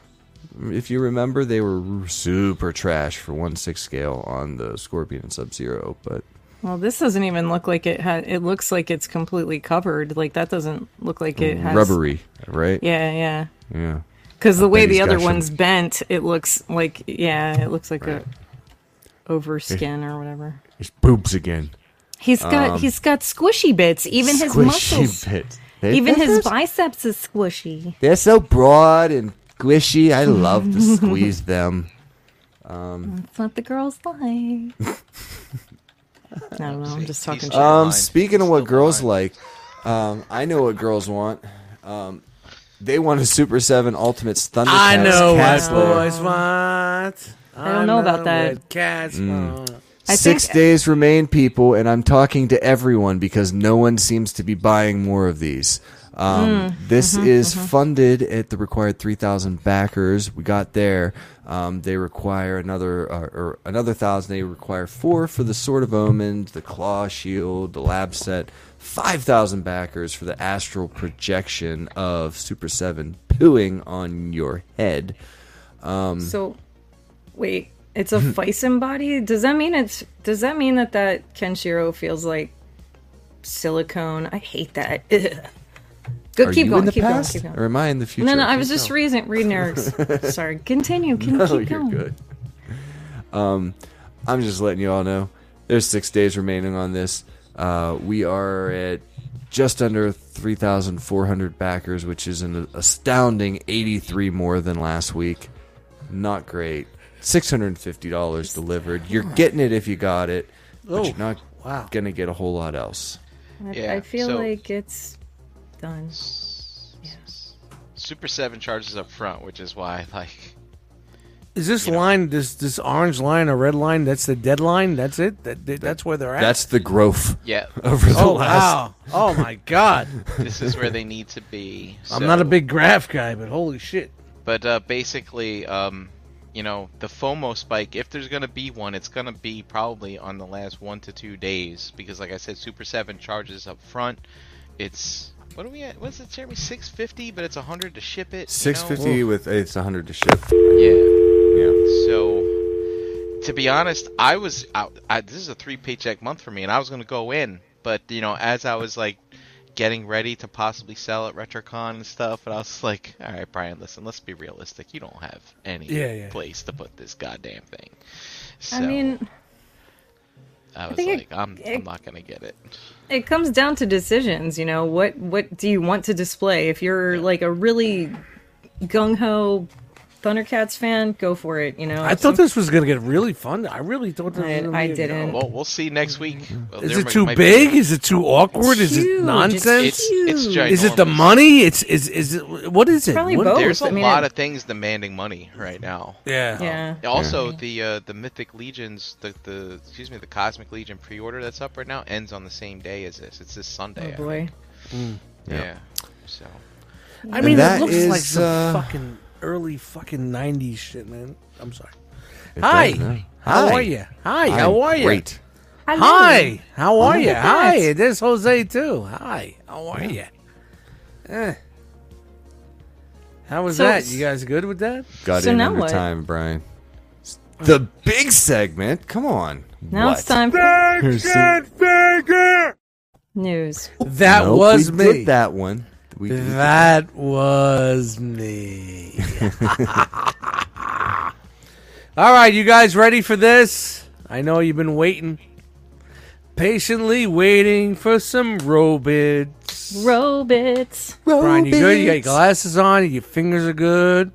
D: If you remember, they were super trash for one six scale on the Scorpion and Sub Zero, but
B: Well, this doesn't even look like it has. It looks like it's completely covered. Like that doesn't look like it has.
D: Mm, rubbery, right?
B: Yeah, yeah.
D: Yeah.
B: Because the way
D: bet he's
B: the other
D: got some-
B: one's bent, it looks like yeah, it looks like a over skin or whatever.
D: It's boobs again.
B: He's got he's got squishy bits. Even his
D: Um, Squishy
B: muscles,
D: bit.
B: even his
D: They're-
B: biceps is squishy.
D: They're so broad and squishy. I love to squeeze them.
B: That's what the girls like. I don't know. I'm just talking. shit.
D: Um,
F: Mind.
D: speaking of what
F: Still
D: girls
F: mind.
D: like, um, I know what girls want. Um, they want a Super Seven Ultimate's Thundercats.
C: I know what
D: Castle.
C: boys want. I
B: don't know about that.
C: what Cats
D: Mm.
C: want.
B: I
D: Six
B: think-
D: days remain, people, and I'm talking to everyone because no one seems to be buying more of these. Um,
B: Hmm.
D: this
B: Mm-hmm,
D: is funded at the required 3,000 backers. We got there. Um, they require another uh, or another thousand. They require four for the Sword of Omens, the Claw Shield, the Lab Set. 5,000 backers for the astral projection of Super 7 pooing on your head.
B: So, wait, it's a Fison body. Does that mean it's? Does that mean that that Kenshiro feels like silicone? I hate that. Ugh. Go
D: Are
B: keep
D: you
B: going.
D: in the
B: Keep going.
D: past?
B: Keep going.
D: Or am I in the future?
B: No, no, I
D: Keep
B: was just
D: going.
B: reading, reading Eric's. Sorry, continue. Can
D: No,
B: you keep
D: you're
B: going?
D: good. Um, I'm just letting you all know. There's six days remaining on this. Uh, we are at just under 3,400 backers, which is an astounding 83 more than last week. Not great. $650 delivered. You're getting it if you got it, but you're not
C: Oh, wow.
D: gonna get a whole lot else.
B: I,
F: Yeah,
B: I feel
F: so-
B: like it's done.
F: Super Seven charges up front, which is why like
C: Is this line this this orange line or red line? That's the deadline. That's it. That, that- that's where they're at.
D: That's the growth
F: yeah,
D: over the
C: oh
D: last.
C: wow. Oh my god.
F: this is where they need to be.
C: I'm not a
F: so-
C: big graph guy, but holy shit.
F: But uh, basically, um, you know, the FOMO spike, if there's going to be one, it's going to be probably on the last one to two days. Because, like I said, Super 7 charges up front. It's. What are we at? What's it, Jeremy? 650 but it's 100 to ship it. you know?
D: 650 with it's 100 to ship.
F: Yeah. So, to be honest, I was out. I, this is a three paycheck month for me, and I was going to go in. But, you know, as I was, like, getting ready to possibly sell at RetroCon and stuff, and I was like, all right, Brian, listen, let's be realistic. You don't have any
C: Yeah, yeah.
F: place to put this goddamn thing. So,
B: I mean,
F: I was
B: think
F: like,
B: it-
F: I'm,
B: it-
F: I'm not going to get it.
B: it comes down to decisions. You know, what what do you want to display? If you're like a really gung ho Thundercats fan, go for it. You know,
C: I thought this was gonna get really fun. I really thought this
B: I-
C: was gonna
B: I
C: be-
B: didn't.
F: Well, we'll see next week. Well,
C: Is
F: there
C: it
F: might-
C: too
F: might be-
C: big? Is it too awkward? Is
B: huge.
C: it
B: It's
C: nonsense?
F: It's it's
B: Huge.
F: ginormous.
C: Is it the money? It's is is it what is it?
B: Probably
C: What-
B: both.
F: There's a
B: Oh, I mean,
F: lot
B: it-
F: of things demanding money right now.
C: Yeah.
B: yeah. Oh,
F: Also, the uh, the Mythic Legions, the the excuse me, the Cosmic Legion pre-order that's up right now ends on the same day as this. It's this
B: Oh
F: Sunday. I
B: boy.
F: think. Yeah. So
C: I mean, it
D: that
C: looks like
D: is,
C: some
D: uh,
C: fucking early fucking '90s shit, man. I'm sorry.
D: It
C: Hi.
D: does, huh?
C: How
D: Hi.
C: are you? Hi.
D: I'm
C: how are you?
D: Great.
C: Hi. How are
B: Look
C: you?
B: at that.
C: Hi. There's Jose too. Hi. How are you? Eh. How was
B: So
C: that?
B: it's-
C: You guys good with that?
D: Got
B: So
D: in
B: now
D: every
B: what?
D: time, Brian. The big segment. Come on.
B: Now
D: What?
B: it's time for
D: Here's-
B: news.
C: That
D: Nope,
C: was
D: we
C: me.
D: Did that one. We, we-
C: That was me. All right, you guys ready for this? I know you've been waiting. Patiently waiting for some robots.
B: Robits.
C: Brian, you good? You got your glasses on, your fingers are good.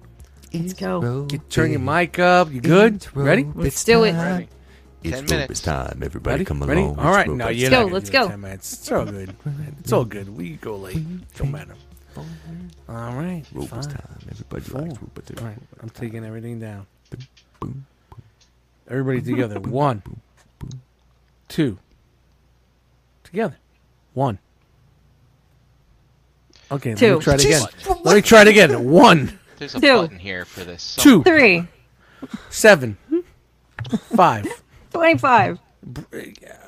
B: Let's go.
D: Roll
C: Turn your
D: big,
C: mic up. You good?
D: it's roll
C: Ready?
B: Let's do it.
D: time.
F: ready.
D: It's
F: 10
D: roll
F: minutes.
D: time. Everybody
C: Ready?
D: come
C: Ready?
D: along.
C: All
D: It's
C: right,
D: roll
C: no,
D: bits.
C: you're
B: Let's
C: not
B: go,
C: gonna
B: let's
C: do it
B: go.
C: in 10 minutes. It's all good. It's all good. We go late. Don't matter. All right,
D: Roll bits
C: fine.
D: time. Everybody
C: Four.
D: likes roll bits.
C: All right, I'm taking everything down.
D: Boom.
C: Everybody together. One, two, together. One. Okay, let
B: Two.
C: me try it again. Let me try it again. One,
F: there's a
B: Two.
F: button here for this. So-
C: two,
B: Three.
C: seven, five.
B: 25.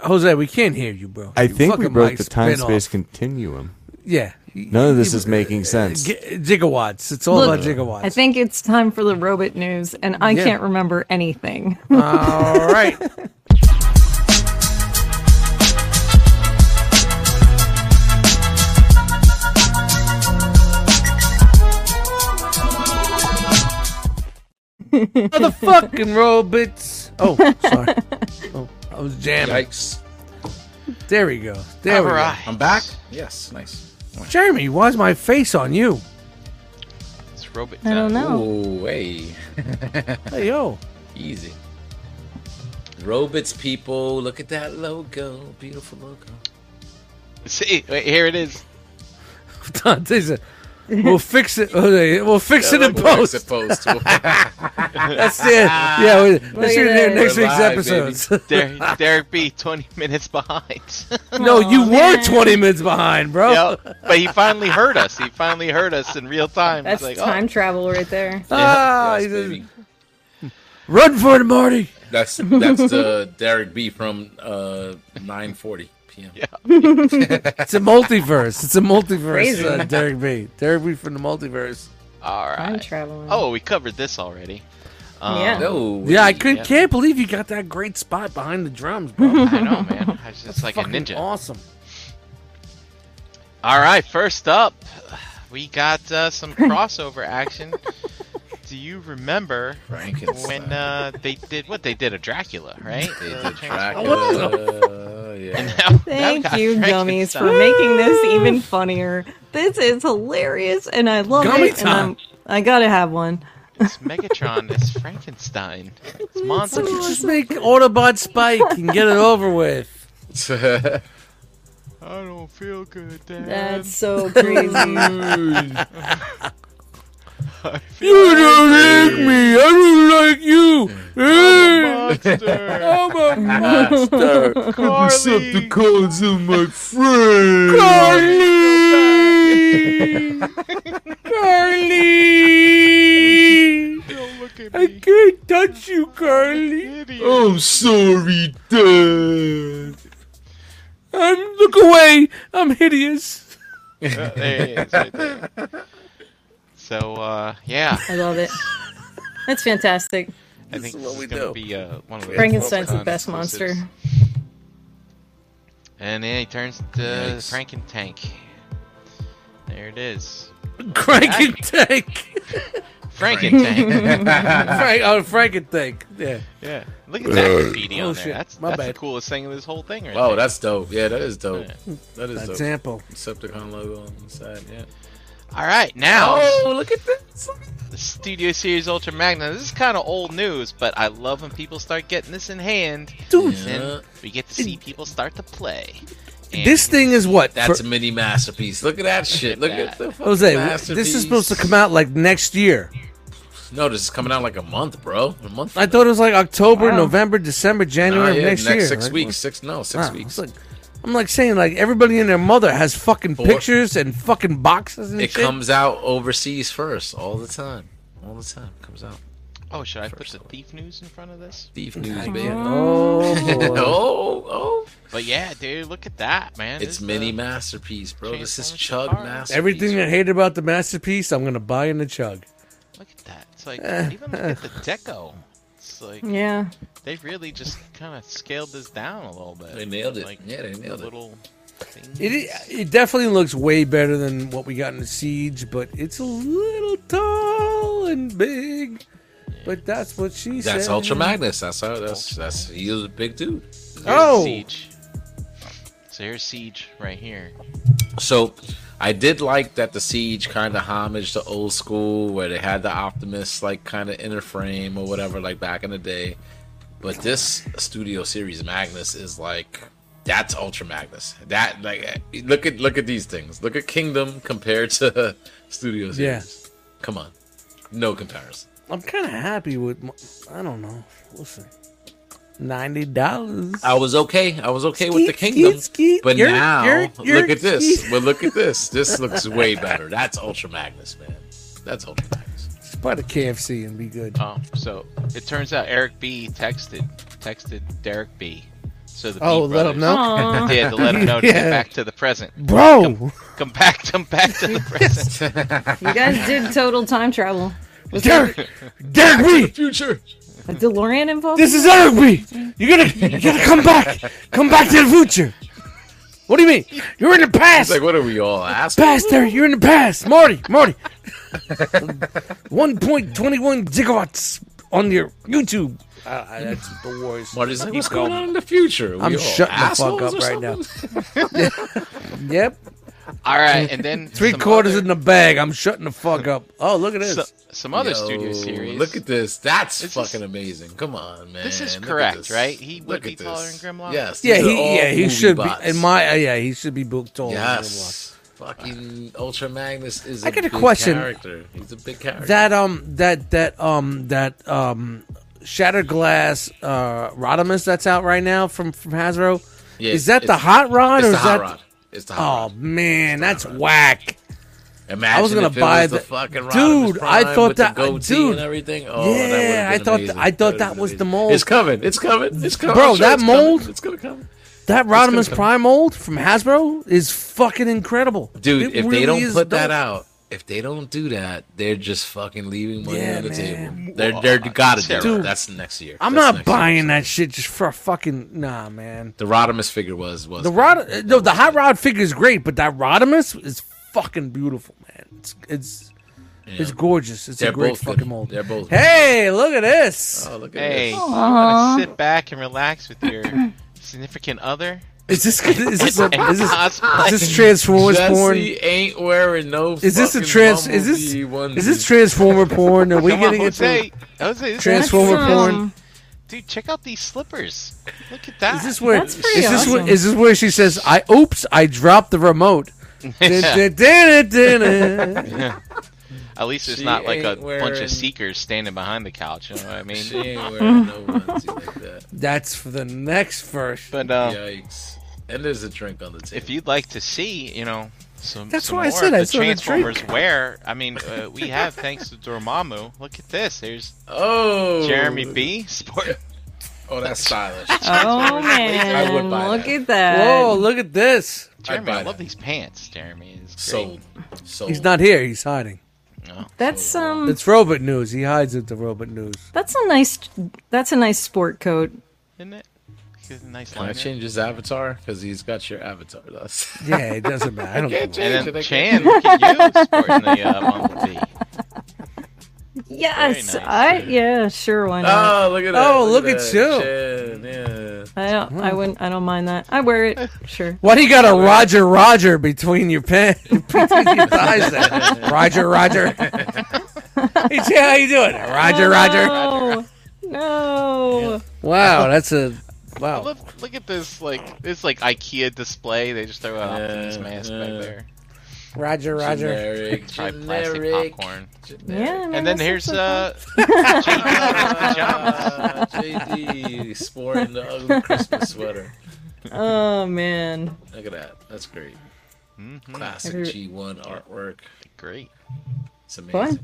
C: Jose, we can't hear you, bro.
D: I
C: You
D: think we
C: fucking
D: broke
C: mic
D: the
C: spin
D: time
C: off.
D: space continuum.
C: Yeah.
D: None of this is making sense.
C: G- gigawatts. It's all
B: Look,
C: about gigawatts.
B: I think it's time for the robot news, and I
C: Yeah.
B: can't remember anything.
C: all right. Motherfucking robots. Oh, sorry. Oh, I was jamming.
A: Yikes.
C: There we go. There we
F: All
C: go.
F: right.
A: I'm back? Yes, nice.
C: Jeremy, why's my face on you?
F: It's robot
B: I don't
F: time.
B: know.
A: Ooh, hey.
C: Hey yo.
A: Easy. Robots, people. Look at that logo. Beautiful logo.
F: See, wait, here it is.
C: Dante said, We'll fix it. Jose, We'll fix it in
A: We'll fix it post.
C: post.
A: We're
C: That's the yeah. we- That's your
B: at
C: name
B: that.
C: next
A: We're
C: week's
A: live,
C: episodes.
F: Der- Derek B, 20 minutes behind.
C: no, you were
B: man.
C: 20 minutes behind, bro.
B: Oh.
F: yep. But he finally heard us. He finally heard us in real time.
B: That's
F: He's like,
B: time
F: oh,
B: travel right there.
C: Ah,
A: yes,
C: he says,
A: baby.
C: Run for it, Marty.
A: That's that's the Derek B from uh 9:40 p.m.
C: It's a multiverse. It's a multiverse,
B: Crazy.
C: uh, Derek B. Derek B from the multiverse.
F: "Oh, all
B: Time
F: right.
B: traveling.
F: Oh, we covered this already. Um,
B: Yeah.
A: No,
C: Yeah, I
A: we-
C: could,
F: yeah.
C: can't believe you got that great spot behind the drums, bro.
F: I know, man. I was just like a
C: Fucking
F: ninja.
C: Awesome.
F: All right, first up, we got uh, some crossover action. Do you remember
A: Frankenstein.
F: when uh, they did what they did a Dracula, right?
A: they
F: Uh,
A: did
F: Trans-
A: Dracula. yeah.
F: Now- now we
B: Thank
F: got
B: you, gummies, for
F: Frankenstein.
B: making this even funnier. This is hilarious, and I love
C: Gummy
B: it.
C: time.
B: And I'm, I gotta have one.
F: It's Megatron. It's Frankenstein. It's monster.
C: Just make Autobot Spike and get it over with.
F: I don't feel good, Dad.
B: That's so crazy.
C: You don't like me. I don't like you. Eh,
F: monster.
C: I'm a monster.
F: Carly.
A: codes of my friend.
C: Carly! Carly!
F: Don't look at
C: I
F: me.
C: can't touch you, Carly.
F: Idiot.
B: Oh.
A: I'm sorry, Dad.
C: I'm, Um, look away. I'm hideous.
F: Uh, there he is, right there. So uh, yeah,
B: I love it. That's fantastic.
F: I think
A: is
F: this
A: what
F: is
A: we
F: gonna
A: do.
F: be uh, one of those
B: Frankenstein's the
F: Volcon
B: best monster.
F: exclusives. And then he turns to
A: Yikes.
F: Franken Tank. There it is.
C: Crank and tank.
F: Franken Tank.
C: Frank, oh, Frank and tank. Yeah.
F: yeah. Look at that graffiti
C: Oh,
F: on there.
C: shit.
F: That's,
C: My
F: that's the
C: bad.
F: coolest thing in this whole thing right
A: Wow,
F: there.
A: that's dope. Yeah, that is dope. That is dope.
C: Example.
A: Decepticon logo on the side. Yeah.
F: All right, now
A: Oh, look at this.
F: the Studio Series Ultra Magnum. This is kind of old news, but I love when people start getting this in hand.
C: Dude.
F: and then we get to see people start to play. And
C: This thing is what?
A: That's
C: for-
A: a mini masterpiece. Look at that shit. Look at the fucking
C: Jose, w-
A: masterpiece.
C: this is supposed to come out like next year.
A: No, this is coming out like a month, bro. A month.
C: I thought it was like October,
B: Wow.
C: November, December,
A: Nah,
C: January of
A: yeah,
C: next, year.
A: Six
C: Like,
A: weeks. Six. No, six
C: wow,
A: weeks.
C: it's like- I'm like saying like everybody and their mother has fucking
A: Four.
C: pictures and fucking boxes and
A: it
C: shit.
A: comes out overseas first, all the time. All the time comes out.
F: Oh, should I put
A: First
F: the thief news in front of this?
A: Thief news, baby.
C: oh, boy.
A: oh, oh.
F: But yeah, dude, look at that, man.
A: It's
F: This,
A: mini
F: uh,
A: masterpiece, bro. This is
F: Transformers
A: chug
F: Apart.
A: masterpiece.
C: everything I hated about the masterpiece, I'm gonna buy in the chug.
F: Look at that. It's like
C: Eh.
F: even look at the deco. It's like
B: Yeah.
F: they really just kind of scaled this down a little bit.
A: They nailed it.
F: Like,
A: Yeah, they
F: the
A: nailed it.
F: Little
C: It i- it definitely looks way better than what we got in the siege, but it's a little tall and big. But that's what she said.
A: That's Ultra Magnus. That's how. That's that's he was a big dude.
C: Oh!
F: siege. So here's siege right here.
A: So I did like that the siege kind of homage to old school, where they had the Optimus like kind of inner frame or whatever, like back in the day. But this Studio Series Magnus is like that's Ultra Magnus. That like look at look at these things. Look at Kingdom compared to Studio Series.
C: Yeah.
A: Come on, no comparison.
C: I'm kind of happy with. My, I don't know. Listen, ninety dollars.
A: I was okay. I was okay with the
C: Skeet,
A: kingdom,
C: skeet, skeet.
A: but
C: Yerk,
A: now
C: yerk, yerk,
A: look at this.
C: skeet.
A: But look at this. This looks way better. That's Ultra Magnus, man. That's Ultra Magnus.
C: Just buy the KFC and be good.
A: Uh,
F: Um, so it turns out Eric B texted texted Derek B. So the
C: Oh,
F: B
C: let 'em
F: brothers
C: know?
B: Aw.
F: did to let him know to
C: Yeah.
F: get back to the present.
C: Bro,
F: Come back, come back to the present.
B: You guys did total time travel. Was there
C: Derek, Derek B,
A: Future.
B: a DeLorean involved?
C: this is Eric B. You gotta, you gotta come back, come back to the future. What do you mean? You're in the
A: It's
C: past,
A: like, what are we all asking?
C: past Derek. You're in the past, Marty, Marty. One point twenty-one gigawatts on your YouTube. Uh, that's the worst.
A: Marty's like,
C: Keep
A: what's going
C: going.
A: on in the future? We
C: I'm
A: all
C: shutting the fuck
A: assholes
C: up
A: or
C: right now.
A: something?
C: Yep,
F: All right, and then
C: three
F: some
C: quarters
F: other,
C: in the bag. I'm shutting the fuck up. Oh, look at this.
F: so- some other studio
A: Yo,
F: series.
A: Look at this. That's
F: This is-
A: fucking amazing. Come on, man.
F: This is
A: Look at
F: correct,
A: this.
F: right? He would
A: Look
F: be
A: at this.
F: taller than Grimlock?
A: Yes.
C: Yeah,
A: these are
C: he
A: all
C: yeah he
A: movie
C: should
A: bots.
C: be in my uh, yeah he should be booked all.
A: yes. Fucking Ultra Magnus is. I
C: I got a
A: big
C: question.
A: Character. He's a big character.
C: That um that that um that um shattered glass uh Rodimus that's out right now from from Hasbro.
A: Yeah,
C: is that the
A: it's-
C: hot rod
A: It's
C: or
A: the
C: is that?
A: hot rod. It's the hot
C: Oh
A: rod.
C: man, that's whack.
A: Imagine
C: I was gonna
A: if it
C: buy
A: was the,
C: the-
A: fucking
C: Dude,
A: Rodimus
C: I
A: Prime
C: thought
A: with the
C: that-
A: goatee
C: dude.
A: and everything. Oh, that
C: Yeah,
A: would've been
C: I thought th-
A: amazing.
C: I thought
A: would've
C: that
A: been
C: was the
A: amazing.
C: mold.
A: It's coming. It's coming. It's coming.
C: Bro,
A: I'm sure
C: that
A: it's coming.
C: mold-
A: It's gonna come,
C: That
A: gonna
C: Rodimus
A: come.
C: Prime old from Hasbro is fucking incredible,
A: dude.
C: It
A: if
C: really
A: they don't
C: is
A: put that
C: dope.
A: out, if they don't do that, they're just fucking leaving money
C: Yeah,
A: on the
C: man.
A: table. They're they're gotta do
F: Dude,
A: it. That's next year.
C: I'm
A: That's
C: not
A: next year.
C: buying that shit just for a fucking nah, man.
A: The Rodimus figure was was
C: The rod, uh, no, the hot rod figure is great, but that Rodimus is fucking beautiful, man. It's it's it's gorgeous. It's
A: They're
C: a great
A: both
C: fucking
A: good.
C: mold.
A: They're both.
C: Hey, look at this!
A: Oh, look at
F: Hey,
A: this.
F: you want to sit back and relax with your significant other?
C: Is this is this
F: And
C: a, is this
F: cosplay?
C: is this Transformers
A: Jesse
C: porn?
A: ain't wearing no.
C: Is this a
A: fucking
C: trans? Is this
A: Bumblebee onesie.
C: is this Transformer porn? Are we
F: Come on,
C: getting into?
F: Jose. Jose, this is-
C: Transformer
B: That's,
C: porn.
B: um,
F: Dude, check out these slippers. Look at that.
C: Is this where
B: That's
C: is
B: pretty
C: this where
B: awesome.
C: is this where she says, "I oops, I dropped the remote." Dun-dun-dun-dun-dun.
F: At least it's
A: She
F: not like a
A: ain't
F: bunch
A: wearing-
F: of seekers standing behind the couch. You know what I mean?
A: She ain't wearing no onesie like that.
C: That's for the next version.
F: But uh,
A: Yikes. And there's a drink on the table.
F: if you'd like to see, you know, some
C: That's
F: some
C: why I
F: more
C: said
F: of
C: I
F: the
C: saw the drink.
F: Transformers wear. I mean, uh, we have thanks to Dormammu. Look at this. There's
A: oh,
F: Jeremy B. Sport.
A: Oh, that's stylish.
B: Oh man,
A: buy
B: look
A: that.
B: at that.
C: Whoa, look at this!
F: Jeremy,
A: buy
F: I love
A: that.
F: these pants. Jeremy is great.
A: Sold. Sold.
C: He's not here. He's hiding.
B: That's um,
C: It's robot news. He hides it. The robot news.
B: that's a nice, that's a nice sport coat.
F: isn't it? He's a nice
A: Can I
F: liner.
A: change his avatar? Because he's got your avatar. That's
C: Yeah, it doesn't matter. I don't give a
F: And
A: Should
F: then
A: I
F: Chan, look at you sporting the uh, Bumblebee.
B: Yes,
F: Very nice.
B: I yeah, sure, why not?
A: Oh, look at that.
C: Oh, look at
A: Chan, yeah.
B: I don't,
C: Hmm.
B: I wouldn't, I don't mind that. I wear it, sure.
C: Why do you got a Roger Roger between your pants? between his eyes then. Roger, Roger. hey, Jay, how you doing? Roger, Roger.
B: No. No.
C: Wow, that's a
F: I
C: wow.
F: love, look at this like this like IKEA display. They just throw an Optimus
A: Yeah,
F: mask
A: yeah.
F: back there.
C: Roger, Roger.
A: Generic,
F: Try plastic
A: generic,
F: popcorn.
B: Yeah. man,
F: And then
B: that's
F: here's
B: so
F: uh
A: Uh, JD sporting the ugly Christmas sweater.
B: fun. Oh man.
A: Look at that. That's great.
F: Mhm.
A: Classic
B: Every-
A: G1 artwork.
F: great.
A: It's amazing.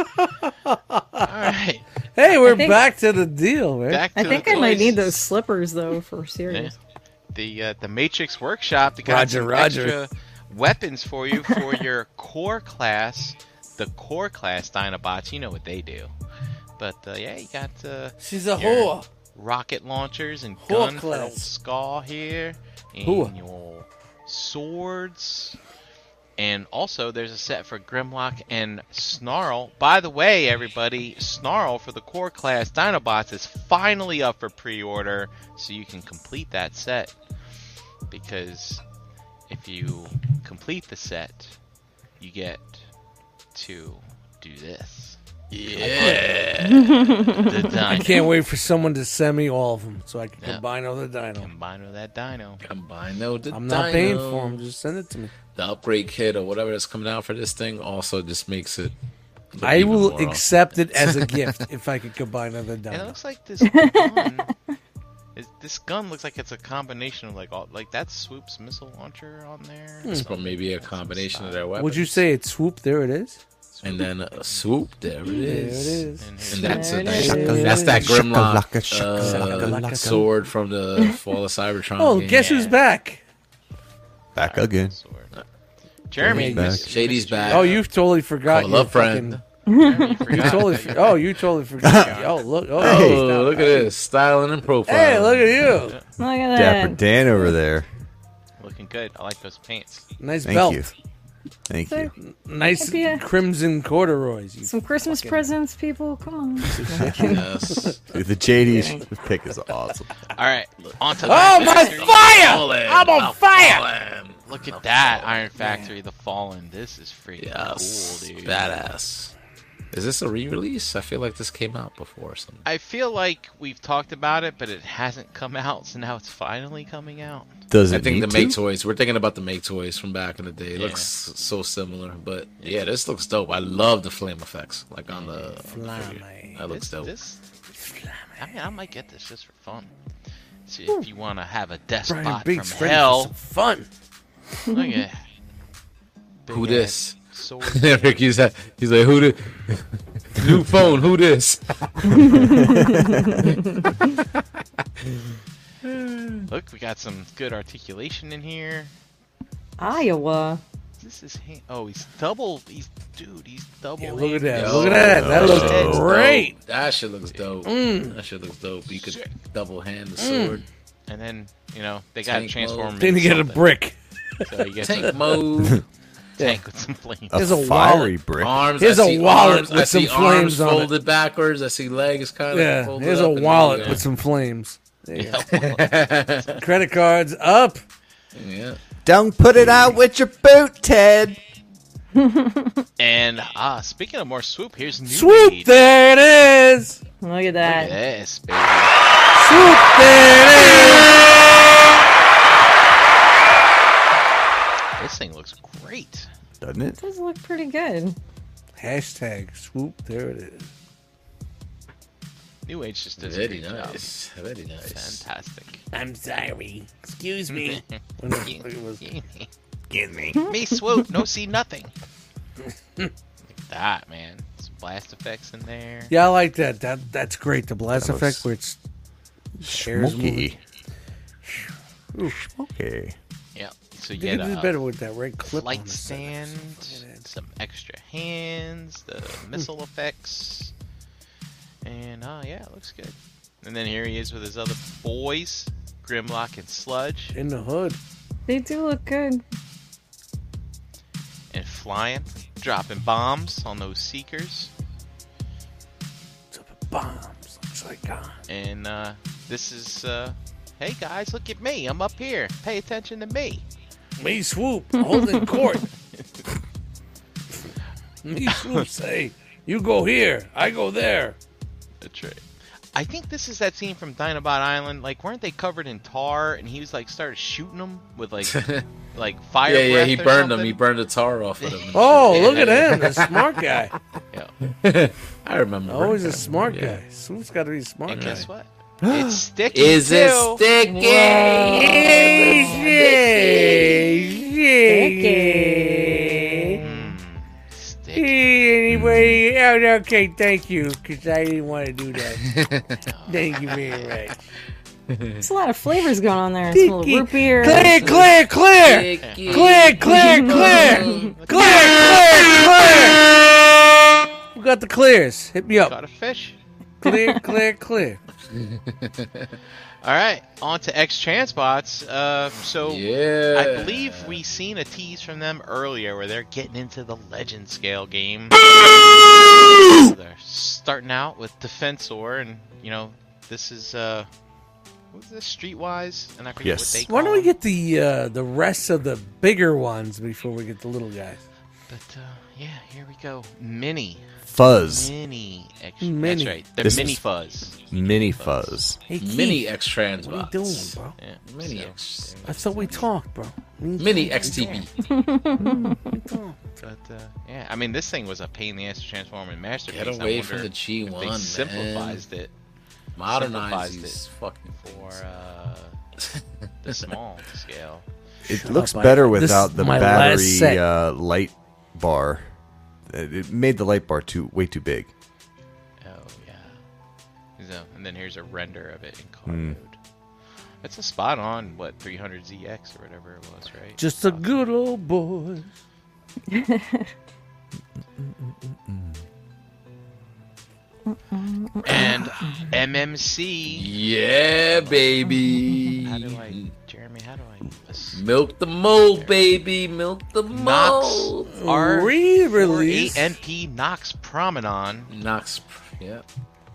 F: All right.
C: Hey, we're
B: I think-
C: back to the deal, man.
F: Back to
B: I
F: the
B: think I might need
F: toys.
B: those slippers though for serious.
F: the uh, the Matrix Workshop. They got
C: Roger,
F: some
C: roger.
F: extra weapons for you for your core class. The core class Dinobots, you know what they do. But uh, yeah, you got uh,
C: She's a
F: Here.
C: whore.
F: rocket launchers and
C: Whore
F: gun for old
C: class.
F: Skull here, and
C: Whore.
F: your swords. And also, there's a set for Grimlock and Snarl. By the way, everybody, Snarl for the core class Dinobots is finally up for pre-order, so you can complete that set. Because if you complete the set, you get to do this. Yeah, the
C: I
F: dino.
C: can't wait for someone to send me all of them so I can
F: Yeah.
C: combine all the dino.
F: Combined with that dino.
A: Combine though. The
C: I'm not paying
A: dino,
C: for them. Just send it to me.
A: The upgrade kit or whatever that's coming out for this thing also just makes it. look
C: I
A: even
C: will
A: more awesome.
C: accept it as a gift if I could combine other
F: And it
C: dino.
F: looks like this gun. is- this gun looks like it's a combination of like all like that swoops missile launcher on there.
A: It's from Hmm, maybe a combination of their weapons.
C: Would you say it's swoop? There it is.
A: And then a swoop. There it
C: There it
A: is.
C: is.
F: And
A: And
F: here's-
A: that's
B: There
A: a
B: it
A: nice,
C: is.
A: that's that Grimlock
D: Shakalaka, shakalaka,
A: uh,
D: shakalaka.
A: sword from the Fall of Cybertron.
C: Oh,
A: game.
C: guess who's back?
D: Back again.
F: sword. Jeremy,
D: back.
F: Mr.
A: Shady's
F: Mr.
A: Uh, back.
C: Oh, you've totally forgot.
A: Call
C: your
A: up friend.
F: Jeremy, you
C: fucking-
F: forgot
C: You totally.
F: that you-
C: For- oh, you totally forgot. oh, look. Oh,
A: Oh,
C: hey,
A: look at this styling and profile.
C: Hey, look at you.
B: Look at
D: Dapper
B: that.
D: Dan over there.
F: looking good. I like those pants.
C: Nice
D: Thank
C: belt.
D: you. Thank you.
C: Nice
B: Happy, uh,
C: crimson corduroys. You
B: Some Christmas presents, people. Come on.
A: Yes.
D: Dude, the JD pick is awesome.
F: All right, on to
C: Oh
F: Iron
C: my
F: Factory.
C: fire! I'm on fire.
F: Look
A: Oh,
F: at that Iron Factory, the Fallen. This is freaking
A: yes.
F: cool, dude.
A: Badass. Is this a re-release? I feel like this came out before or something.
F: I feel like we've talked about it, but it hasn't come out, so now it's finally coming out.
D: Does it
A: I think
D: need
A: the make
D: to?
A: toys. We're thinking about the make toys from back in the day. It looks so similar, but yeah, this looks dope. I love the flame effects, like on the. on the figure. that looks
F: This-
A: dope.
F: This, I mean, I might get this just for fun. See if you want to have a death
C: Brian
F: spot
C: Biggs
F: from
C: ready for some
F: hell.
C: fun.
F: Look at
A: Who this?
F: big-ass sword.
A: Rick, he's, like- he's like, who this? New phone, who this?
F: Look, we got some good articulation in here.
B: Iowa.
F: This is him. Oh, he's double. He's dude. He's double.
C: Yeah, look at that.
F: handed.
A: Yo,
C: look at that. That
A: yo,
C: looks
A: that's dope.
C: great.
A: That shit looks dope.
C: Mm.
A: That shit looks dope. You could double hand the sword.
F: And then you know they got to
A: Tank mode.
F: transform. him
C: Then you
F: into
C: get a
F: something.
C: brick.
F: So you get
A: Tank
F: a
A: mode.
F: tank with some flames.
D: A
C: There's a
D: fiery brick.
A: Arms.
C: Here's
A: I
C: a
A: see
C: wallet
A: arms,
C: with
A: I see
C: some
A: arms
C: flames on it.
A: folded backwards. I see legs kind of.
C: Yeah.
A: folded
C: There's
A: up
C: a
A: and then
C: wallet
A: you
C: with some flames. There you go.
A: got-
C: Credit cards up.
A: yeah.
D: Don't put it out with your boot, Ted.
F: And ah, speaking of more swoop, here's new
C: Swoop.
F: Age.
C: There it is.
B: Look at that.
F: Yes, baby.
C: Swoop. There it is.
F: This thing looks great.
D: Doesn't it?
B: Does look pretty good.
C: Hashtag swoop. There it is.
F: New Age just does a
A: Very
F: great job.
A: nice. Very nice.
F: Fantastic.
C: I'm sorry. Excuse me.
F: Give me. Me swoop. No see nothing. Like that man. Some blast effects in there.
C: Yeah, I like that. That that's great. The blast
D: That
C: effect
D: looks
C: where it's shares moving.
D: Schmooky. Schmooky.
F: Yeah. So you
C: You
F: get
C: could do
F: a
C: better with that red clip. on
F: light
C: the side.
F: stand, some extra hands, the
C: Hmm.
F: missile effects, and ah yeah, it looks good. And then here he is with his other boys, Grimlock and Sludge,
C: in the hood.
B: They do look good.
F: and flying, dropping bombs on those seekers.
C: It's up bombs. Looks like God.
F: And uh, this is, uh, hey guys, look at me. I'm up here. Pay attention to me.
C: Me swoop holding court. Me Snoop say, you go here, I go there.
F: That's right. I think this is that scene from Dinobot Island. Like, weren't they covered in tar? And he was like, started shooting them with like, like fire.
A: yeah, yeah,
F: breath
A: he
F: or
A: burned him.
F: something.
A: He burned the tar off of him.
C: Oh,
F: Yeah,
C: look at
F: yeah.
C: him, the smart guy.
F: Yeah.
A: I remember.
C: Always
A: that.
C: Oh, a smart
A: Yeah.
C: guy. Snoop's got to be a smart
F: And
C: guy.
F: guess what? It's sticky.
A: Is it
F: too.
A: sticky?
F: Mm. Sticky.
C: Anyway, oh, okay, thank you, because I didn't want to do that. thank you very much.
B: There's a lot of flavors going on there. Some little root beer.
C: Clear, clear, clear! Clear, clear, clear! Clear, clear, clear! We got the clears. Hit me
F: Got
C: up.
F: a fish.
C: Clear, clear, clear.
F: All right, on to X Transbots. Uh, so
A: Yeah.
F: I believe we seen a tease from them earlier where they're getting into the legend scale game. they're starting out with Defensor, and you know this is uh, what was this Streetwise? And I forget
D: Yes.
F: what they. Call
C: Why don't we
F: them,
C: get the uh, the rest of the bigger ones before we get the little guys?
F: But uh, yeah, here we go. Mini,
D: Fuzz.
F: mini, X-
C: Mini.
F: That's right. They're
D: This
F: mini
D: is-
F: fuzz.
D: Mini Fuzz.
C: Hey, Keith,
A: Mini X Trans.
C: what are you doing, bro?
F: Yeah.
A: Mini
F: so-
A: X.
C: That's how we talk, bro.
A: Mini XTB.
F: But uh, yeah, I mean, this thing was a pain in the ass to transform in masterpiece.
A: Get
F: I
A: away from
F: wonder
A: the G1.
F: if They
A: man.
F: simplified it
A: Modernize
F: simplified
A: these
F: it
A: fucking
F: for
A: things.
F: uh, the small scale.
D: It looks
C: up, I-
D: better
C: this
D: without
C: is
D: the
C: my last set.
D: battery uh, light bar. Uh, It made the light bar too way too big.
F: Oh yeah. So, and then here's a render of it in color
A: Hmm.
F: mode. That's a spot on what 300ZX or whatever it was, right?
C: Just a good old boy.
F: and MMC.
A: Yeah, baby.
F: How do I, Jeremy? How do I?
A: Milk the mold, baby. Milk the
F: Knox
A: mold.
F: R E
C: Re-release.
F: NP Knox Promenon.
A: Knox. Yeah.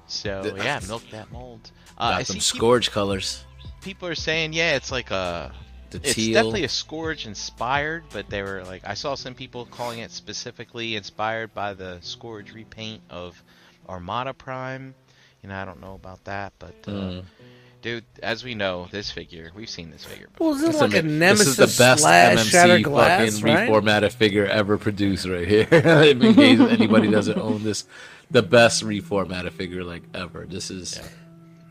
F: So
A: The-
F: yeah, milk that mold. Uh, I
A: Got
F: see
A: some
F: people,
A: scourge colors.
F: people are saying yeah, it's like a
A: The
F: it's
A: teal.
F: definitely a scourge inspired, but they were like I saw some people calling it specifically inspired by the scourge repaint of Armada Prime. You know, I don't know about that, but uh,
A: Hmm.
F: dude, as we know, this figure we've seen this figure. Before.
C: Well, is it
A: This
C: like
A: is
C: a
A: ama-
C: nemesis
A: this is the best
C: slash shattered
A: MMC
C: glass,
A: fucking
C: right?
A: reformatted figure ever produced right here. In case anybody doesn't own this, the best reformatted figure like ever. This is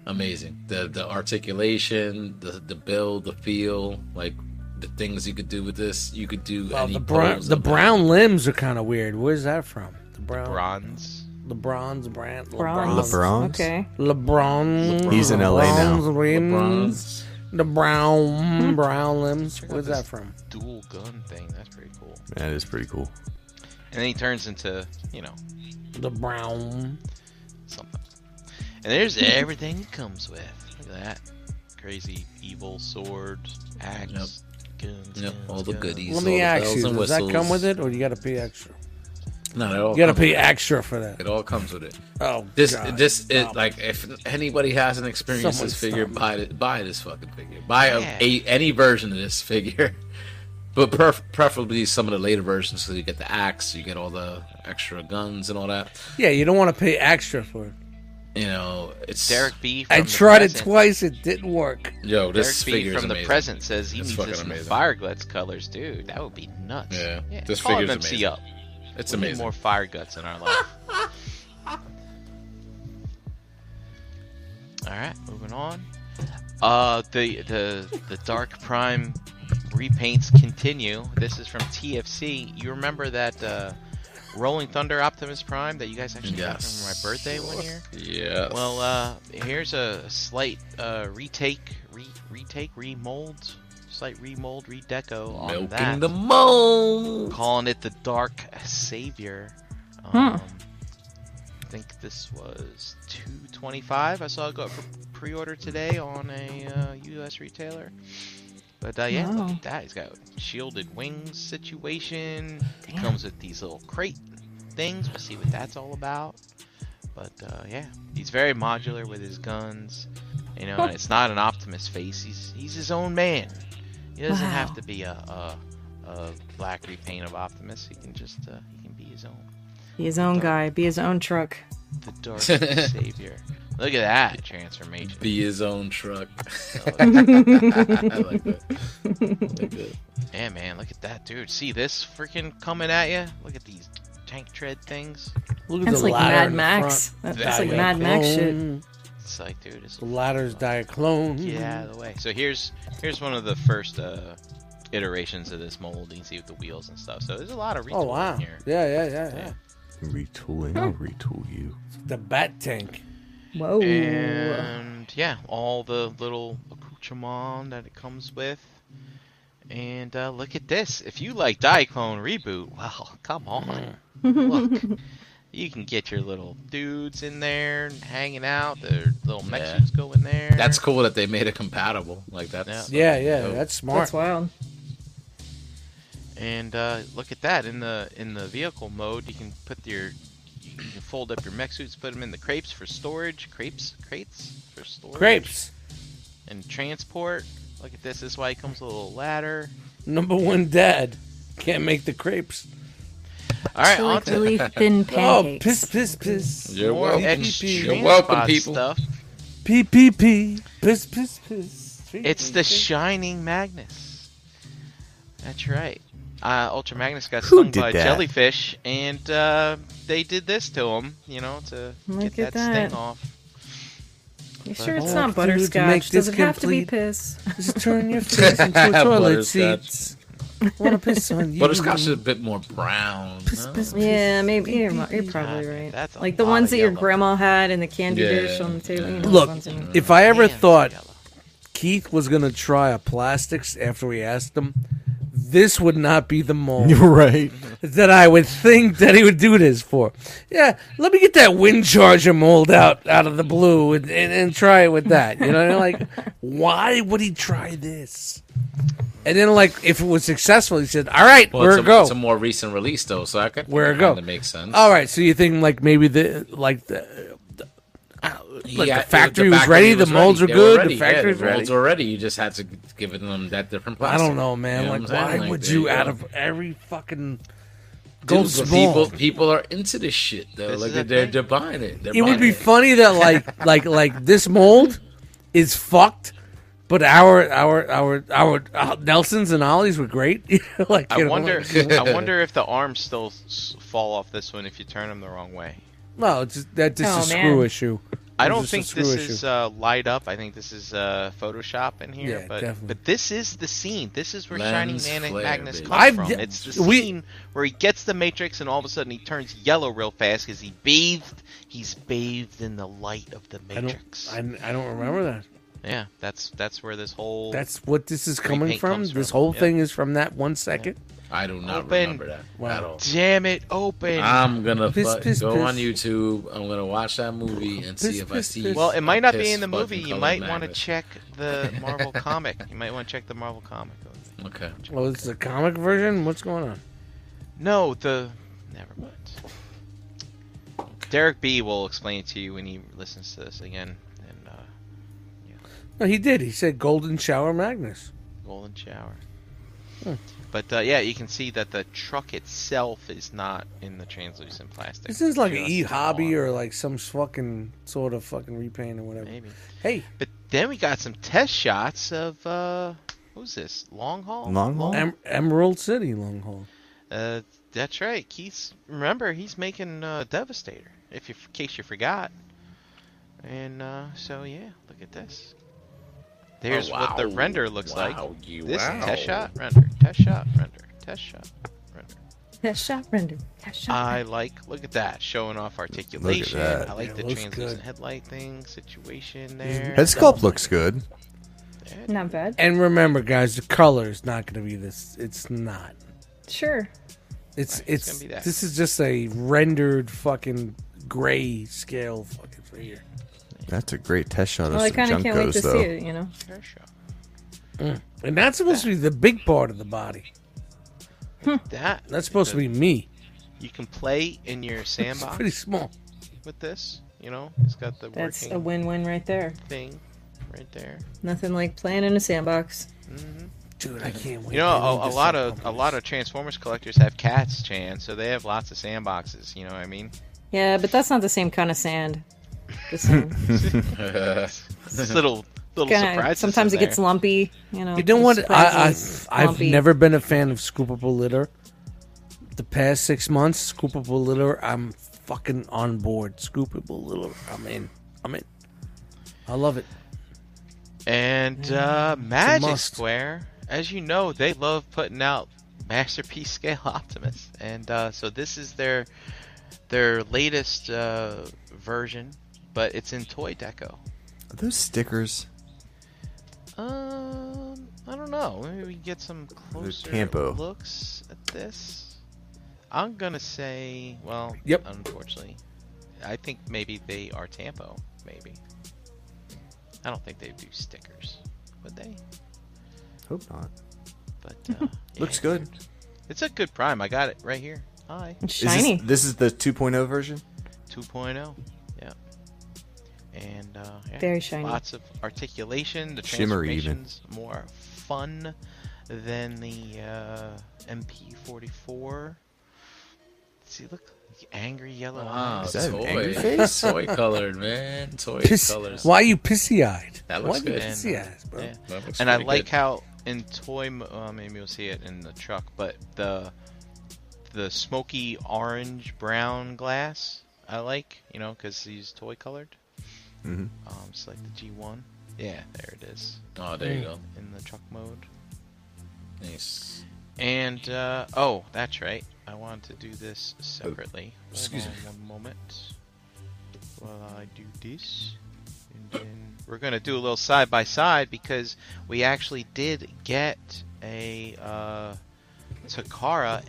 A: amazing. The the articulation, the the build, the feel, like the things you could do with this. You could do
C: Well,
A: any
C: the brown,
A: pose
C: the
A: of it.
C: brown limbs are kind of weird. Where's that from? The brown,
F: Bronze.
C: the bronze brand,
B: Bronze.
D: LeBron.
B: Okay.
C: LeBron.
D: He's in LA now.
C: LeBron's rims,
A: Bronze.
C: The
B: Hmm.
C: brown, brown limbs. Where's that from?
F: Dual gun thing. That's pretty cool.
D: That is pretty cool.
F: And then he turns into, you know,
C: The brown.
F: something. And there's everything it comes with. Look at that crazy evil sword, axe, guns,
A: Yep,
F: guns,
A: all the
F: guns.
A: goodies.
C: Let
A: all
C: me
A: the
C: ask
A: bells
C: you:
A: and
C: Does that come
A: whistles.
C: with it, or you got to pay extra?
A: No, it all
C: You got to
A: comes with
C: pay extra for that.
A: It all comes with it.
C: Oh,
A: This,
C: God.
A: this, it, like, if anybody hasn't experienced
C: Someone
A: this figure,
C: stop me.
A: buy it, buy this fucking figure. Buy a,
F: Yeah.
A: a- any version of this figure, but pref- preferably some of the later versions, so you get the axe, you get all the extra guns and all that.
C: yeah, you don't want to pay extra for it.
A: You know, it's
F: Derek B. From
C: I
F: the
C: tried it
F: present.
C: twice; it didn't work.
A: Yo,
F: Derek
A: this
F: B.
A: figure
F: from
A: is
F: the
A: amazing.
F: present says he
A: It's
F: needs
A: fucking
F: this in
A: amazing.
F: Fireguts colors, dude. That would be nuts.
A: Yeah, this
F: call
A: figure's
F: MMC
A: amazing.
F: up.
A: It's
F: we need
A: amazing.
F: more fire guts in our life. All right, moving on. Uh, the the the Dark Prime repaints continue. This is from TFC. You remember that uh, Rolling Thunder Optimus Prime that you guys actually got
A: Yes.
F: for my birthday one year?
A: Yeah.
F: Well, uh, here's a slight uh, retake, re- retake, remold, slight remold, redeco on
A: milking
F: that
A: the mold.
F: calling it the Dark Savior. Um, I think this was 225. I saw it go up for pre-order today on a uh, U.S. retailer. But uh, yeah, look
B: Wow.
F: at that. He's got shielded wings situation. It comes with these little crate things. We'll see what that's all about. But uh, yeah, he's very modular with his guns. You know, and it's not an Optimus face. He's he's his own man. He doesn't have
B: Wow.
F: to be a, a a black repaint of Optimus. He can just uh, he can be his own.
B: Be his own guy. Be his own truck.
F: the dark savior. Look at that transformation.
A: Be his own truck. I like that. I like that. Like that.
F: Yeah, man, look at that, dude. See this freaking coming at you? Look at these tank tread things.
C: Look
B: That's like
C: ladder in
B: Mad
C: the
B: Max.
C: front.
B: That- That's like
C: Diaclone.
B: Mad Max shit.
F: It's like, dude, it's
C: The ladder's diaclone.
F: get out
C: Mm-hmm.
F: of the way. So here's here's one of the first uh, iterations of this mold. You can see with the wheels and stuff. So there's a lot
B: Mm-hmm.
F: of retooling
C: Oh wow!
F: here.
C: Yeah, yeah, yeah, yeah.
D: Retooling. I'll retool you.
C: The bat tank.
B: Whoa.
F: And yeah, all the little accoutrement that it comes with. And uh, look at this. If you like Diaclone Reboot, well, come on.
C: Mm.
F: Look. You can get your little dudes in there and hanging out. The little Mexicans go in there.
A: That's cool that they made it compatible. Like that's
C: Yeah, yeah,
A: dope.
C: that's smart.
B: Oh. That's wild.
F: And uh, look at that in the in the vehicle mode, you can put your you can fold up your mech suits, put them in the crepes for storage, crepes crates for storage,
C: Grapes,
F: and transport. Look at this. This is why it comes with a little ladder.
C: number one dad can't make the crepes.
F: All right,
B: So,
F: on
B: like
F: to
B: really thin
C: Oh,
B: pancakes.
C: piss, piss, piss.
A: You're
F: more
A: welcome.
F: extra
A: You're welcome,
F: transpod
A: people.
F: Stuff.
C: P, P, P. Piss, piss, piss.
F: It's the Shining Magnus. That's right. Uh, Ultra Magnus got
D: Who
F: stung
D: did
F: by a
D: that?
F: jellyfish, and uh, they did this to him, you know, to
B: Look
F: get
B: at
F: that,
B: that.
F: sting off.
B: You sure it's
C: Oh,
B: not
C: dude,
B: butterscotch?
C: make
B: Does
C: this
B: it have to be
C: complete.
B: piss?
C: Just turn your face into a toilet
A: Butterscotch.
C: seat. Want to piss on you?
A: Butterscotch is a bit more brown.
C: Piss,
A: no?
C: piss, piss.
B: Yeah, maybe. You're, mo- you're probably
F: man,
B: right.
F: that's a
B: like the
F: lot
B: ones
F: of
B: that your
F: yellow.
B: grandma had in the candy
A: Yeah,
B: dish on the table. You know,
C: Look,
B: the ones in-
C: If I ever
F: Damn,
C: thought
F: yellow.
C: Keith was gonna try a plastics after we asked him, this would not be the moment.
D: You're right.
C: that I would think that he would do this for. Yeah, let me get that wind charger mold out out of the blue and, and, and try it with that. You know, like why would he try this? And then like if it was successful, he said, "All right,
A: Well,
C: we're
A: it's a,
C: a go."
A: it's a more recent release though, so I could
C: Where it go? Oh,
A: kind of makes sense.
C: All right, so you think like maybe the like the. Like
A: Yeah,
C: the factory was
A: factory
C: ready, the molds were
A: They
C: good, the
A: ready, yeah,
C: factory's
A: molds were ready. You just had to give them that different
C: I
A: plastic.
C: don't know, man.
A: You
C: like,
A: what I'm
C: why
A: saying? Like,
C: would
A: there
C: you
A: go.
C: out of every fucking go
A: Dude,
C: small?
A: People, people are into this shit though.
F: This
A: like
F: is a
A: they're,
F: thing.
A: they're buying it. They're
C: It would
A: buying
C: be funny that like like like this mold is fucked, but our our our our uh, Nelsons and Ollies were great. You know, like
F: I
C: you know,
F: wonder.
C: like-
F: I wonder if the arms still s- fall off this one if you turn them the wrong way.
C: no, it's just, that's just
B: Oh,
C: a screw
B: man.
C: issue.
F: I
C: It's
F: don't
C: just a
F: think
C: screw
F: this
C: issue.
F: is uh, light up. I think this is uh, Photoshop in here.
C: Yeah,
F: but
C: definitely.
F: but this is the scene. This is where
A: Lens
F: Shining Man
A: flare,
F: Magnus
A: baby.
F: comes
C: I've
F: from.
C: d-
F: it's the
C: we-
F: scene where he gets the Matrix and all of a sudden he turns yellow real fast because he bathed. He's bathed in the light of the
C: I don't
F: Matrix.
C: I, I don't remember that.
F: Yeah, that's that's where this whole
C: That's what this is coming
F: Repaint
C: from.
F: comes
C: This
F: from,
C: whole
F: yeah.
C: thing is from that one second.
A: I do not
F: Open.
A: remember that
C: Wow.
A: at all.
F: damn it open.
A: I'm gonna
C: Piss,
A: fuck-
C: piss,
A: go
C: piss.
A: on YouTube. I'm gonna watch that movie and see
C: Piss,
A: if I
C: piss,
A: see.
C: piss.
F: Well, it might not
A: a
F: be
A: piss
F: in the
A: fucking
F: movie. You
A: colored
F: might want to
A: magnet.
F: check the Marvel comic. You might want to check the Marvel comic.
A: Okay.
C: Oh, it's a comic version. What's going on?
F: No, the. Never mind. Derek B will explain it to you when he listens to this again. And uh,
C: No, he did. He said Golden Shower Magnus.
F: Golden Shower.
C: Hmm.
F: But uh, yeah, you can see that the truck itself is not in the translucent plastic.
C: This is like an
F: Just
C: e
F: the
C: hobby
F: arm.
C: or like some fucking sort of fucking repaint or whatever.
F: maybe.
C: Hey,
F: But then we got some test shots of uh, who's this? Long haul.
D: Long haul?
C: em- Emerald City long haul.
F: Uh, that's right. Keith's remember he's making uh, Devastator. If you, in case you forgot. And uh, so yeah, look at this. There's what the
A: Oh, wow.
F: render looks
A: Wow, you-
F: like. This
A: wow.
F: test shot render, test shot render, test shot render.
B: That shot render. That shot
F: I like. Look at that, showing off articulation.
D: that.
F: I like
C: Yeah,
F: the
C: looks
F: translucent
C: good. Mm-hmm.
F: headlight thing situation there.
D: That sculpt looks good.
F: Yeah,
B: render. Not bad.
C: And remember, guys, the color is not going to be this. It's not.
B: Sure.
C: It's
F: Right, it's
C: it's.
F: gonna be that.
C: this is just a rendered fucking gray scale fucking figure.
D: That's a great test shot of
B: Well, I
D: some
B: kind of can't wait to
D: Junkos, though.
B: see it, you know?
F: test shot.
C: And that's supposed to be the big part of the body.
F: That
C: That's supposed to be me.
F: You can play in your
C: It's
F: sandbox
C: pretty small.
F: with this. You know, it's got the
B: That's
F: working
B: a win win right there.
F: thing right there.
B: Nothing like playing in a sandbox.
C: Dude, I can't wait.
F: You know, a, a lot of a lot of Transformers collectors have cats, Chan, so they have lots of sandboxes. You know what I mean?
B: Yeah, but that's not the same kind of sand. Just saying.
F: It's little little
B: Kinda-
F: surprises. in
B: sometimes it gets
F: there.
B: lumpy. You know.
C: You know what? I, I
B: surprises,
C: I've
B: lumpy.
C: never been a fan of scoopable litter. The past six months, scoopable litter, I'm fucking on board. Scoopable litter, I'm in. I'm in. I love it.
F: And uh, Magic
C: must.
F: Square, as you know, they love putting out masterpiece scale Optimus, and uh, so this is their their latest uh, version, but it's in toy deco.
D: Are those stickers?
F: Um, I don't know. Maybe we can get some closer
D: campo.
F: looks at this. I'm gonna say, well,
C: Yep.
F: Unfortunately, I think maybe they are tampo. Maybe. I don't think they do stickers, would they?
D: Hope not.
F: But uh,
D: Looks
F: yeah.
D: good.
F: It's a good prime. I got it right here. Hi,
B: It's
D: Is
B: shiny.
D: This, this is the 2.0 version.
F: 2.0. Yeah. oh. And uh, yeah,
B: Very shiny.
F: Lots of articulation. The
D: Shimmery even.
F: transformations more fun than the uh, MP44. See, look, angry yellow
A: Wow,
F: eyes.
D: that an
A: toy.
D: angry face?
A: toy colored, man. Toy
C: Piss-
A: colors.
C: why are you pissy eyed?
A: That looks
C: why are you
A: good.
C: pissy eyed, bro?
F: Yeah.
A: That looks
F: and I
A: pretty
F: like
A: good.
F: how in toy, mo- uh, maybe you'll see it in the truck, but the the smoky orange brown glass I like, you know, because he's toy colored. Mm-hmm. Um, it's like the G1. Yeah, there it is
A: Oh, there you go.
F: in the truck mode.
A: Mm. Nice.
F: And uh, oh, that's right. I wanted to do this separately. Hold
A: excuse
F: on
A: me.
F: One moment. While I do this, and then we're gonna do a little side by side because we actually did get a uh, Takara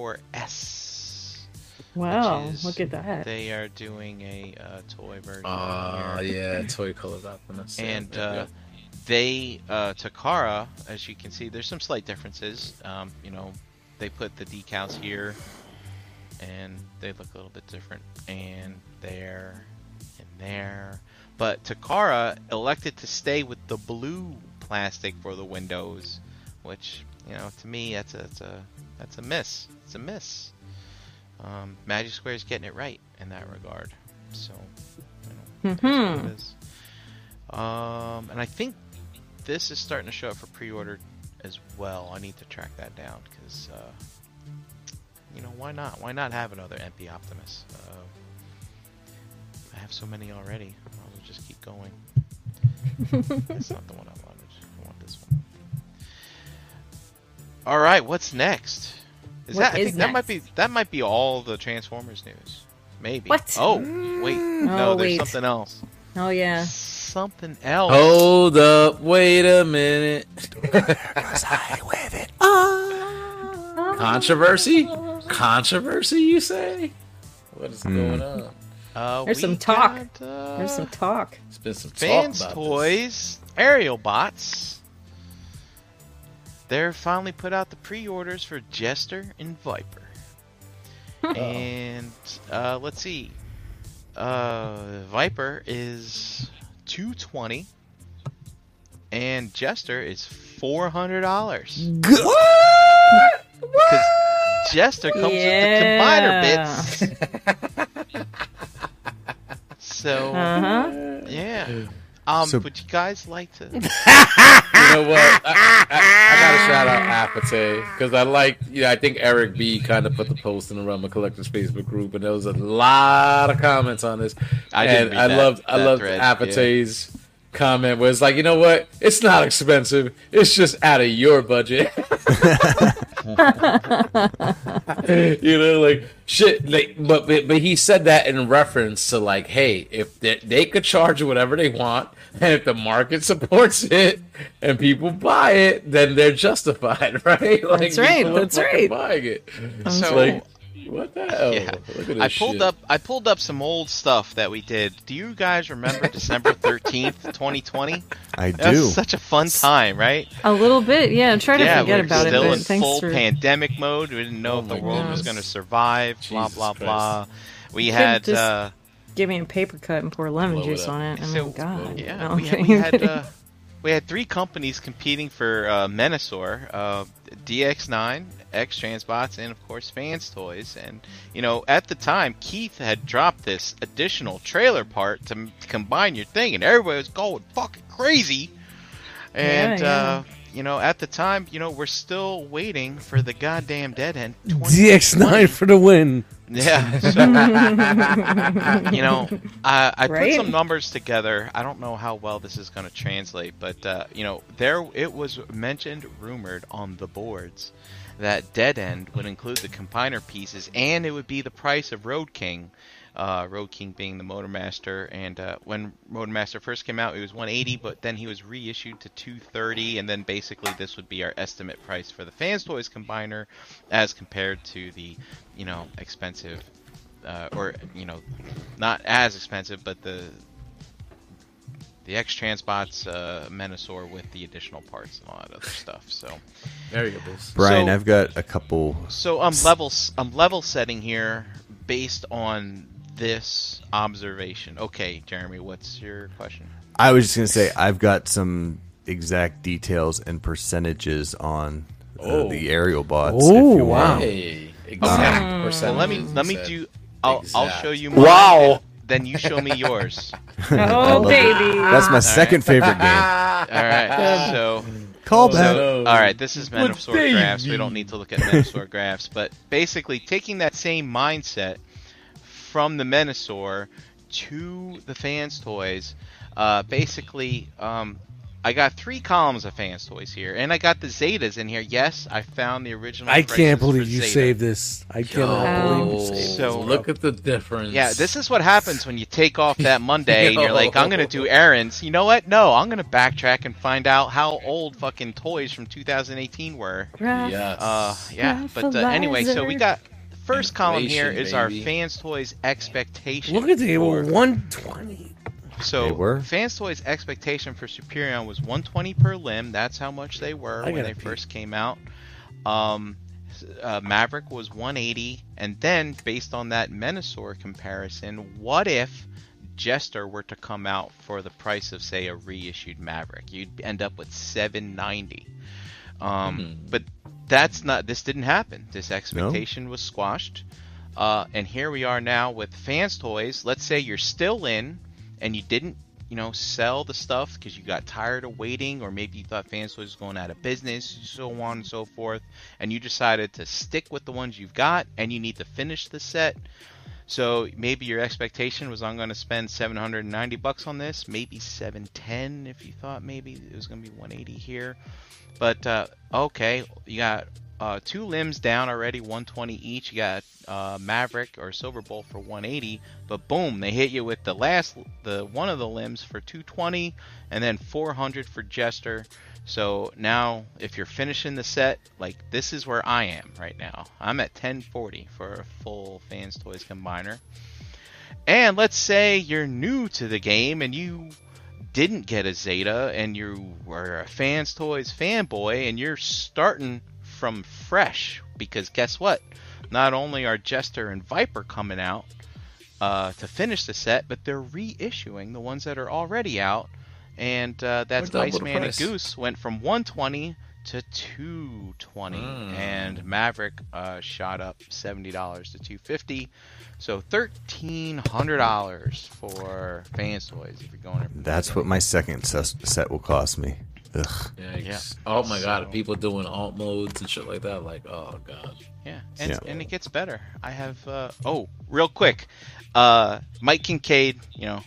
F: MP44S.
B: wow,
F: which is-
B: look at that.
F: They are doing a uh, toy version.
A: Ah,
F: here.
A: yeah, toy colored Optimus. Yeah,
F: And
A: there you
F: uh,
A: go.
F: they, uh, Takara, as you can see, there's some slight differences. Um, you know, they put the decals here, and they look a little bit different. And there, and there. But Takara elected to stay with the blue plastic for the windows, which you know, to me, that's a that's a that's a miss. It's a miss. Um, Magic Square is getting it right in that regard. So, you know, that's
B: Mm-hmm.
F: what it is. Um, and I think this is starting to show up for pre-order as well. I need to track that down because, uh, you know, why not? Why not have another MP Optimus? Uh, I have so many already. I'll just keep going. That's not the one I wanted. I want this one. All right, what's next? Is
B: What
F: that? I
B: is
F: think that might be
B: next?
F: that might be all the Transformers news. Maybe.
B: What?
F: Oh, wait. No,
B: Oh,
F: there's
B: wait.
F: something else
B: oh yeah.
F: something else.
A: Hold up, wait a minute. Controversy? Controversy, you say? What is going on?
F: Uh,
B: There's
F: we
B: some talk.
F: got, uh,
B: There's some talk.
A: It's been some talk
F: fans
A: about this.
F: toys, aerial bots. They're finally put out the pre-orders for Jester and Viper. and uh, let's see. Uh, Viper is 220 and Jester is $400. Cuz Jester comes
B: Yeah.
F: with the combiner bits. so
B: Uh huh.
F: Yeah. Um,
D: So-
F: would you guys like to?
A: You know what? I, I, I gotta shout out Apate because I like. Yeah, I think Eric B kind of put the post in the Rumble Collectors Facebook group, and there was a lot of comments on this.
F: I did
A: and
F: read
A: I
F: that-
A: loved. I
F: that
A: loved
F: thread,
A: Apate's comment where it's like, you know what? It's not expensive. It's just out of your budget. you know, like shit. Like, but, but but he said that in reference to like, hey, if they, they could charge whatever they want, and if the market supports it and people buy it, then they're justified, right? Like,
B: That's right,
A: people are
B: that's
A: fucking
B: right. Oh.
A: Buying it.
F: So
A: like, what the hell?
F: yeah,
A: Look at this
F: I pulled
A: shit.
F: up. I pulled up some old stuff that we did. Do you guys remember December thirteenth, twenty twenty?
D: I
F: That
D: do.
F: was such a fun time, right?
B: A little bit, yeah. Try to
F: yeah, we
B: forget
F: were
B: about it,
F: still
B: but
F: in
B: thanks
F: full
B: for.
F: pandemic mode. We didn't know
A: Oh
F: if the
A: my
F: world was
B: goodness.
F: going to survive. blah
A: Jesus
F: blah
A: Christ.
F: blah. We
B: could
F: had.
B: just-
F: uh,
B: Give me a paper cut and pour lemon
A: Blow it
B: juice
A: up.
B: on it. Oh
F: So-
B: my god.
F: Yeah,
B: No, I'm
F: we had, we
B: kidding.
F: had uh, we had three companies competing for uh, Menasor, uh, DX9, X Transbots, and of course Fans Toys. And you know, at the time, Keith had dropped this additional trailer part to, m- to combine your thing, and everybody was going fucking crazy. And
B: Yeah, yeah.
F: uh, you know, at the time, you know, we're still waiting for the goddamn dead end. 20
C: DX9 for the win.
F: yeah. so- you know, I, I
B: Right?
F: put some numbers together. I don't know how well this is going to translate, but uh, you know, there it was mentioned, rumored on the boards that Dead End would include the combiner pieces, and it would be the price of Road King. Uh, Road King being the Motormaster, and uh, when Motormaster first came out, it was 180, but then he was reissued to 230, and then basically this would be our estimate price for the Fans Toys combiner, as compared to the, you know, expensive, uh, or you know, not as expensive, but the the X Transbots uh, Menasor with the additional parts and all that other stuff. So,
A: Variables.
D: Brian,
F: So-
D: I've got a couple.
F: so I'm level I'm level setting here based on this observation. Okay, Jeremy, what's your question?
D: I was just gonna say I've got some exact details and percentages on uh,
A: Oh.
D: the aerial bots.
C: Oh,
D: if you
C: wow.
D: want.
A: Hey, exact
F: Well,
A: percentages,
F: let me
A: he
F: let me
A: said.
F: do. I'll, I'll
A: Exact.
F: show you mine.
G: Wow.
F: and Then you show me yours.
B: Oh, baby.
D: That's my second favorite game.
F: All right. So
D: Call
A: So-
D: back.
A: no.
F: All right, this is Menasor
A: baby.
F: graphs. We don't need to look at Menasor graphs, but basically taking that same mindset from the Menasor to the fans toys. Uh, basically, um, I got three columns of fans toys here, and I got the Zetas in here. Yes, I found the original.
C: I can't
F: prices for
C: believe you
F: Zeta.
C: saved this. I cannot
B: Wow.
C: believe you saved this.
F: Oh, So-
A: look at the difference.
F: Yeah, this is what happens when you take off that Monday and you're like, I'm gonna do errands. You know what? No, I'm gonna backtrack and find out how old fucking toys from 2018 were.
B: Raph.
A: Yes.
F: Uh, yeah, but uh, anyway, so we
B: Raffalizer.
F: got first column here
A: Inflation,
F: is our
A: baby.
F: fans toys expectation.
C: Look at the
F: for-
C: 120.
F: so
D: They were?
F: fans toys expectation for Superion was 120 per limb. That's how much they were
C: I
F: when
C: gotta
F: they
C: pee.
F: first came out. Um, s- uh, Maverick was 180, and then based on that Menasor comparison, what if Jester were to come out for the price of say a reissued Maverick? You'd end up with 790. Um,
D: Hmm.
F: But that's not. This didn't happen. This expectation was squashed, uh, and here we are now with fans toys. Let's say you're still in, and you didn't, you know, sell the stuff because you got tired of waiting, or maybe you thought fans toys was going out of business, so on and so forth, and you decided to stick with the ones you've got, and you need to finish the set. So maybe your expectation was I'm going to spend 790 bucks on this, maybe 710 if you thought maybe it was going to be 180 here. But uh, okay, you got uh, two limbs down already, 120 each. You got uh, Maverick or Silver Bowl for 180, but boom, they hit you with the last, the one of the limbs for 220, and then 400 for Jester. So now, if you're finishing the set, like this is where I am right now. I'm at 1040 for a full Fans Toys combiner. And let's say you're new to the game and you didn't get a Zeta and you were a Fans Toys fanboy and you're starting from fresh because guess what? Not only are Jester and Viper coming out uh, to finish the set, but they're reissuing the ones that are already out. And uh, that's
A: double the
F: Iceman and
A: price.
F: Goose went from 120 to 220 and Maverick uh, shot up $70 to 250 so $1300 for fans toys if you're going in-
D: That's what my second ses- set will cost me. Ugh.
A: Yikes.
F: Yeah.
A: Oh my god,
F: So-
A: people doing alt modes and shit like that. Like, oh god.
F: Yeah, and,
D: Yeah.
F: and it gets better. I have uh, oh, real quick, uh, Mike Kincaid, you know,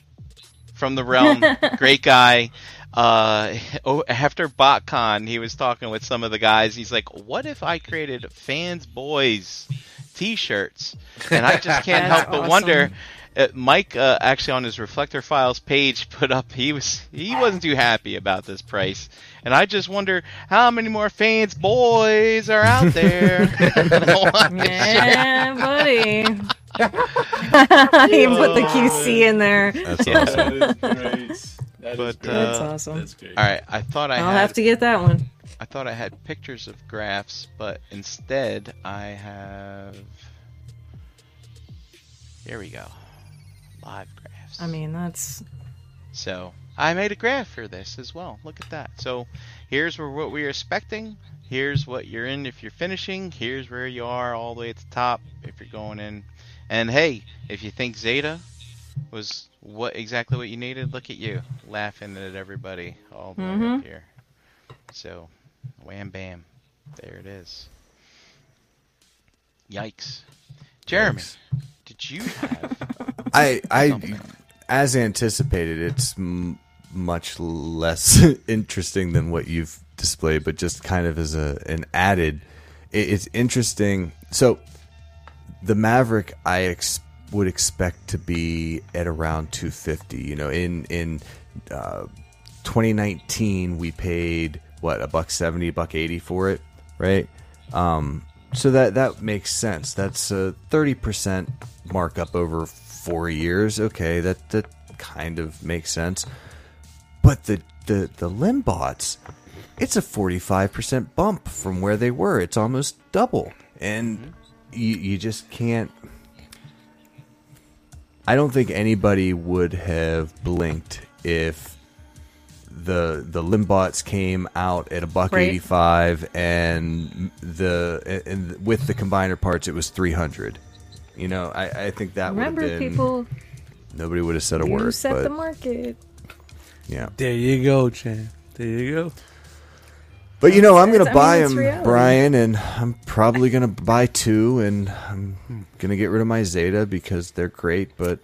F: from the realm, great guy. Uh, oh, after BotCon, he was talking with some of the guys. He's like, "What if I created fans boys T-shirts?" And I just can't
B: That's
F: help but
B: awesome.
F: wonder. Uh, Mike uh, actually on his Reflector Files page put up he was he wasn't too happy about this price, and I just wonder how many more fans boys are out there. that want this shit.
B: Yeah, buddy. you put the QC
F: Oh,
B: in there.
F: uh,
D: That's awesome.
F: But, great.
B: That's
F: Uh,
B: awesome.
F: All right, I thought I
B: I'll
F: had
B: have to get that one.
F: I thought I had pictures of graphs, but instead I have here we go, live graphs.
B: I mean, that's
F: so I made a graph for this as well. Look at that. So here's where what we're expecting. Here's what you're in if you're finishing. Here's where you are all the way at the top if you're going in. And hey, if you think Zeta was what exactly what you needed, look at you laughing at everybody all the
B: Mm-hmm.
F: way up here. So, wham bam, there it is. Yikes, Jeremy, did you have?
D: I, I,
F: Something.
D: as anticipated, it's m- much less interesting than what you've displayed, but just kind of as a an added, it, it's interesting. So, the Maverick, I ex- would expect to be at around 250. You know, in in uh, 2019, we paid what a buck seventy, buck eighty for it, right? Um, so that that makes sense. That's a 30 percent markup over four years. Okay, that that kind of makes sense. But the the the Limbots, it's a 45% bump from where they were. It's almost double. And you, you just can't. I don't think anybody would have blinked if the the Limbots came out at a buck
B: Right.
D: 85 and the and with the combiner parts it was 300. You know, I, I think that would have
B: Remember,
D: been
B: people,
D: nobody would have said a
B: you
D: word.
B: set
D: but,
B: the market.
D: yeah.
C: There you go, Chan. There you go.
D: But you know, I'm
B: It's-
D: gonna
B: I mean,
D: buy
B: it's
D: him,
B: reality.
D: Brian, and I'm probably gonna buy two, and I'm gonna get rid of my Zeta because they're great, but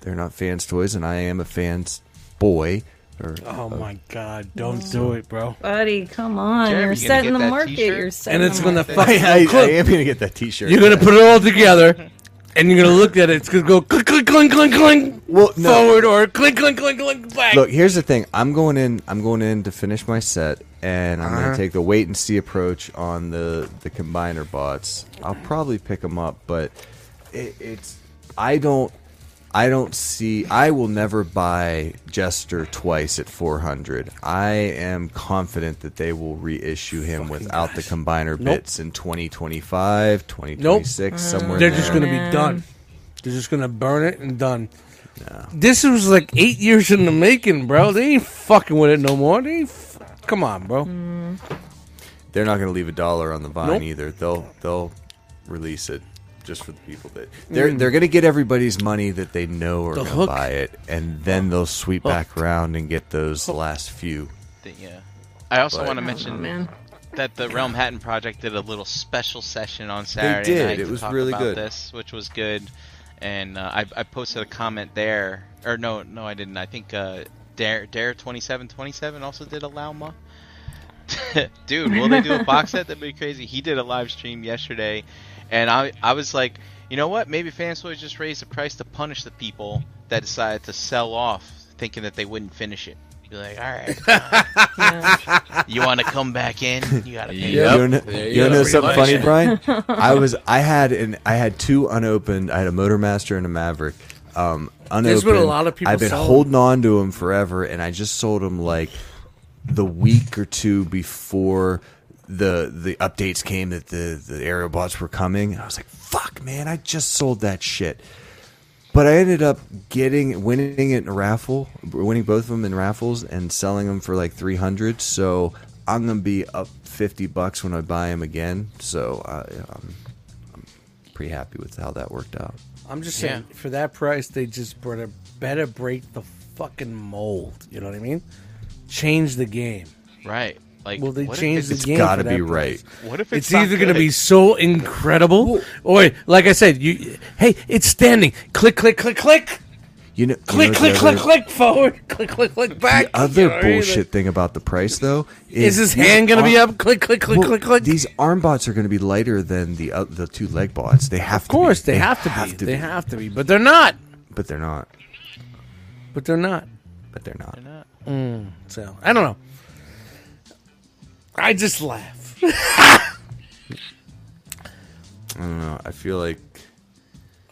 D: they're not fans toys, and I am a fans boy. Or
C: Oh my God! Don't do it, bro.
B: Buddy, come on.
F: Jeremy,
B: you're
F: you gonna
B: setting
F: get
B: the
F: that
B: market.
F: t-shirt?
B: You're setting
C: And it's
B: the
C: gonna
B: market.
C: fucking
D: I, I
C: click.
D: am gonna get that T-shirt.
C: You're gonna put it all together, and you're gonna look at it. It's gonna go click, click, clink, clink, clink
D: well, no.
C: forward, or click, click, clink, clink back.
D: Look, here's the thing. I'm going in. I'm going in to finish my set, and I'm
C: Uh-huh.
D: going to take the wait and see approach on the the combiner bots. I'll probably pick them up, but it, it's I don't I don't see. I will never buy Jester twice at 400. I am confident that they will reissue him without the combiner bits in 2025, 2026, somewhere.
C: They're
D: in
C: just
D: there.
C: gonna be done. They're just gonna burn it and done. This was like eight years in the making, bro. They ain't fucking with it no more. They ain't f- come on, bro.
D: they're not going to leave a dollar on the vine
C: Nope.
D: either. They'll they'll release it just for the people that they're they're going to get everybody's money that they know are
C: Mm. The
D: going to
C: hook.
D: buy it, and then they'll sweep back around and get those last few.
F: that, yeah. uh, I also want to
B: Oh,
F: mention
B: man.
F: that the Realm Hatton Project did a little special session on Saturday
D: did.
F: night
D: It
F: to
D: was
F: talk
D: really
F: about
D: good.
F: This, which was good, and uh, I, I posted a comment there, or no, no, I didn't. I think uh, Dare Dare twenty seven twenty seven also did a Lauma. Dude, will they do a box set? That'd be crazy. He did a live stream yesterday, and I I was like, you know what? Maybe Fansoy just raised the price to punish the people that decided to sell off, thinking that they wouldn't finish it. Be like, all right,
B: Yeah.
F: you want to come back in? You gotta pay.
A: Yep.
D: You know,
A: There
D: you
A: you
D: wanna know
A: go.
D: something funny,
A: Pretty
D: Brian? I was I had an I had two unopened. I had a Motormaster and a Maverick. Um, unopened.
C: There's been a lot of people
D: I've been
C: selling.
D: holding on to them forever, and I just sold them like the week or two before the the updates came that the the Aerobots were coming. And I was like, "Fuck, man! I just sold that shit." But I ended up getting winning it in a raffle, winning both of them in raffles, and selling them for like three hundred. So I'm gonna be up fifty bucks when I buy them again. So I, I'm, I'm pretty happy with how that worked out.
C: I'm just saying, for that price, they just better better break the fucking mold. You know what I mean? Change the game.
F: Right. Like,
C: Will they
F: what if
C: change
F: it's-
C: the game?
D: gotta
C: for that
D: be
C: price?
D: right.
F: What if
C: It's,
F: not
C: either going to
F: good?
C: be so incredible, or like I said, you hey, it's standing. Click, click, click, click,
D: You know,
C: click,
D: you know
C: click,
D: the
C: click,
D: other-
C: click, forward, click, click, click, back.
D: The other
C: You know what I mean?
D: bullshit thing about the price, though,
C: Like, Is
D: is,
C: his
D: these
C: hand going to be
D: ar-
C: up? Click, click, click,
D: Well,
C: click, click.
D: These arm bots are going to be lighter than the uh, the two leg bots. They have
C: of course,
D: to be.
C: they, have to be. They have to be, but they're not.
D: but they're not.
C: But they're not.
D: But they're not.
C: So I don't know. I just laugh.
D: I don't know. I feel like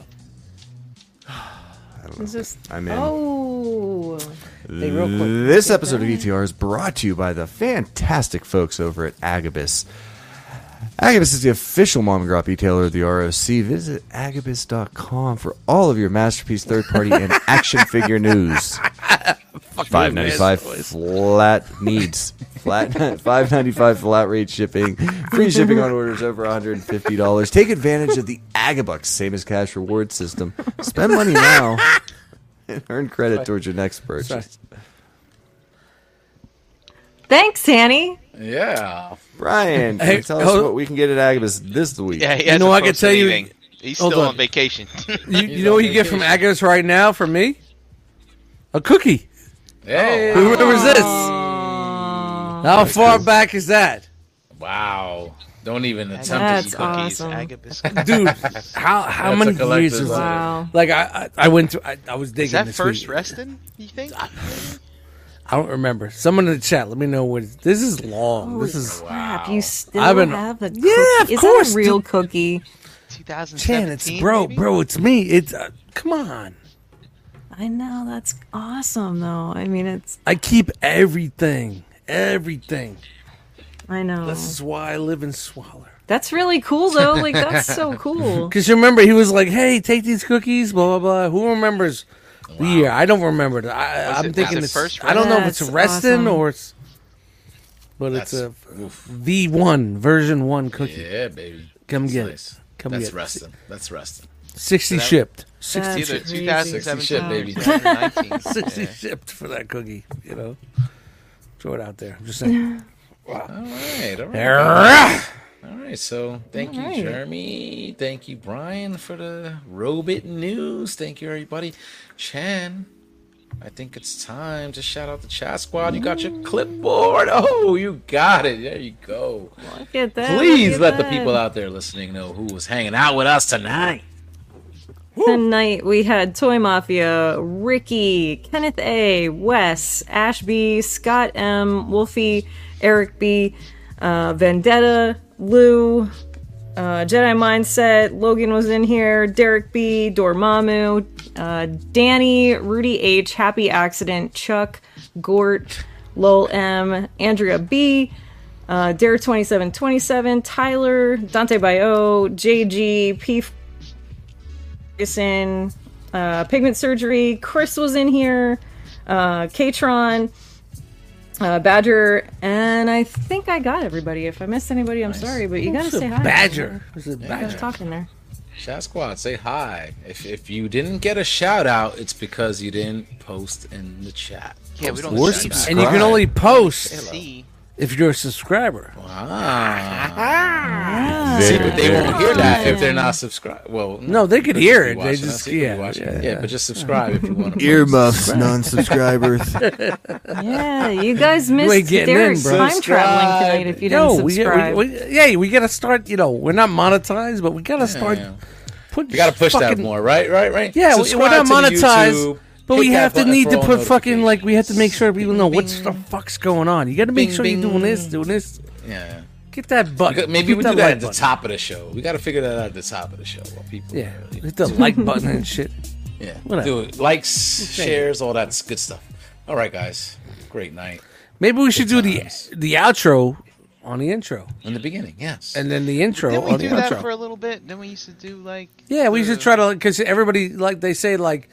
D: I don't know.
B: It's just-
D: I mean,
B: Oh.
C: Hey, real quick.
D: this episode of ETR is brought to you by the fantastic folks over at Agabus. Agabus is the official mom and grop retailer of the ROC. Visit agabus.com for all of your masterpiece third party and action figure news.
A: fucking
D: Five ninety five
A: voice.
D: flat needs flat five ninety five flat rate shipping free shipping on orders over one hundred and fifty dollars. Take advantage of the Agabucks same as cash reward system. Spend money now and earn credit towards your next purchase.
B: Thanks, Hanny.
F: Oh.
A: Yeah.
D: Brian, can
C: Hey,
D: you tell us
C: hold-
D: what we can get at Agabus this week?
F: Yeah, he
C: You
F: hasn't
C: know, I could
F: posted
C: tell you-
F: anything. He's
C: hold
F: still
C: on.
F: on vacation.
C: You, you
A: He's
C: know
A: on
C: what you get from Agus right now from me? A cookie.
A: Hey.
C: Who remembers this? How far back is that?
A: Wow. Don't even attempt
B: That's
A: to eat
B: awesome.
A: cookies.
F: Agabus.
C: Dude, how
A: That's
C: how
A: a
C: many years
A: collector's
C: is
A: item.
C: that?
B: Wow.
C: Like I, I I went to I, I was digging
F: Is that
C: this
F: first
C: week.
F: resting? You think?
C: I don't remember. Someone in the chat, let me know what this is long. this
B: Holy
C: is
B: crap! You still
C: I've been-
B: have the cookie.
C: Yeah, of
B: Is
C: course,
B: that a real
C: dude.
B: cookie?
C: Chan,
F: 2017.
C: it's bro,
F: maybe?
C: bro, it's me. It's uh, come on.
B: I know that's awesome, though. I mean, it's
C: I keep everything. Everything.
B: I know
C: This is why I live in Swaller.
B: that's really cool, though. Like that's so cool.
C: Because you remember, he was like, "Hey, take these cookies." Blah blah blah. Who remembers the year? I don't remember. the- I,
F: Was
C: I'm
F: it- was
C: thinking
F: it
C: it's.
F: first
C: I don't know if
B: That's
C: it's Reston
B: awesome.
C: or it's. But it's a V one version one cookie.
A: Yeah, baby.
C: Come
A: That's
C: get it.
A: nice.
C: Come
A: That's
C: get it.
A: resting. That's resting.
C: Sixty
B: That's
C: shipped. Sixty
F: It's either
B: crazy.
F: 2017
A: Sixty
F: or
A: shit, baby.
F: 2019.
B: Uh.
C: sixty
F: Yeah.
C: shipped for that cookie. You know, throw it out there. I'm just saying.
A: All right. All right.
C: Arrgh!
A: All right. So thank you,
B: right.
A: Jeremy. Thank you, Brian, for the Robit news. Thank you, everybody. Chan, I think it's time to shout out the chat squad. You got your clipboard. Oh, you got it. There you go.
B: Look at that.
A: Please
B: look at
A: let the
B: that.
A: people out there listening know who was hanging out with us tonight.
B: Tonight we had Toy Mafia, Ricky, Kenneth A, Wes, Ash B, Scott M, Wolfie, Eric B, uh, Vendetta, Lou, uh, Jedi Mindset, Logan was in here, Derek B, Dormammu, uh, Danny, Rudy H, Happy Accident, Chuck, Gort, Lowell M, Andrea B, uh, Dare 2727, Tyler, Dante Bio, JG, P Ferguson, uh, Pigment Surgery. Chris was in here, uh, Katron, uh, Badger, and I think I got everybody. If I missed anybody, I'm sorry, but you gotta
C: It's a
B: say hi.
C: badger. It's a
B: I was
C: badger.
B: talking there.
A: Chat squad, say hi. If if you didn't get a shout out, it's because you didn't post in the chat.
F: Yeah, we
D: Or
F: don't see that.
C: And you can
D: Subscribe.
C: only post
F: see.
C: if you're a subscriber.
A: Ah.
D: Very,
A: They
D: very
A: won't hear that if
D: deep.
A: they're not subscribed. Well,
C: Ah. No, they could hear it.
A: be
C: They
A: watching
C: just
A: us, you could be
C: yeah,
A: watching.
C: yeah.
A: yeah, but just subscribe if you want to.
D: Earmuffs, non-subscribers.
B: Yeah, you guys missed
C: ain't getting
B: Derek's
C: in, bro.
B: time traveling tonight if you didn't
C: No, we,
B: subscribe.
C: we, we yeah, we gotta start. You know, we're not monetized, but we gotta start.
A: yeah.
C: Put
A: You got to push that
C: fucking-
A: more, right? Right? Right?
C: Yeah, we- we're not
A: Subscribe to the
C: monetized,
A: YouTube,
C: But
A: hit
C: we
A: that
C: have to
A: button
C: need
A: for
C: to
A: all
C: put fucking like we have to make sure people know
A: Bing,
C: what's the fuck's going on. You got to make
A: Bing,
C: sure you're doing
A: bing.
C: this, doing this.
A: notifications. Yeah.
C: Get that
A: We could-
C: button.
A: Maybe
C: Hit
A: we do that
C: like
A: at the
C: button.
A: top of the show. We got to figure that out at the top of the show. While people,
C: Yeah,
A: you know,
C: hit the like button and shit.
A: yeah.
C: whatever.
A: Do it. Likes, shares, all that good stuff. All right, guys. Great night.
C: Maybe we should do the
A: times.
C: the outro on the intro,
A: In the beginning, yes.
C: and then the intro
F: Didn't we
C: on the
F: do that
C: outro.
F: for a little bit? Then we used to do like. uh,
C: yeah, we should
F: the-
C: try to because everybody like they say like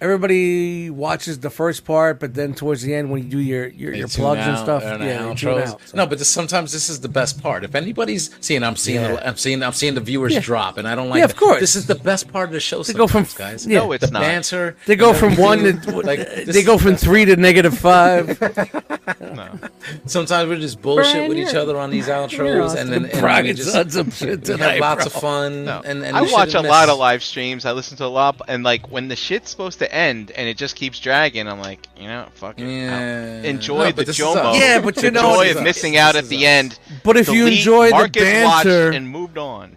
C: everybody watches the first part, but then towards the end when you do your your,
A: They
C: your
A: tune
C: plugs and
A: out,
C: stuff,
A: they're not
C: yeah, they tune
A: outros.
C: out.
A: No, but this, sometimes this is the best part. If anybody's seeing, I'm seeing,
C: Yeah.
A: the, I'm seeing, I'm seeing the viewers
C: Yeah.
A: drop, and I don't like.
C: Yeah, of
A: that.
C: course.
A: This is the best part of the show. They
C: go from-
A: guys.
C: yeah.
F: No, it's
A: the
F: not.
A: banter.
C: They go
A: you know,
C: from
A: we
C: one
A: do,
C: to
A: like this
C: they go
A: is
C: from
A: the
C: three to negative five.
A: best. Sometimes we're just bullshit
B: Brian,
A: with each
B: you're-
A: other on these
B: you're
A: outros,
B: awesome.
A: and then and
C: Brock,
A: we
C: it's
A: just
C: on some shit
A: we have
C: tonight,
A: lots
C: bro.
A: of fun.
F: No.
A: And, and
F: I
A: we shouldn't
F: watch a
A: miss.
F: lot of live streams. I listen to a lot, and like when the shit's supposed to end and it just keeps dragging, I'm like, you know, fuck it.
A: Yeah.
F: I'll Enjoy
A: No,
F: the
A: but this is us.
F: Jomo.
C: Yeah, but you
F: the
C: know
F: joy
C: it's
F: of
C: us.
F: missing out
A: This
F: at
A: is
F: the
A: us.
F: end.
C: But if you
F: Delete,
C: enjoy the
F: Marcus watched
C: banter-
F: and moved on.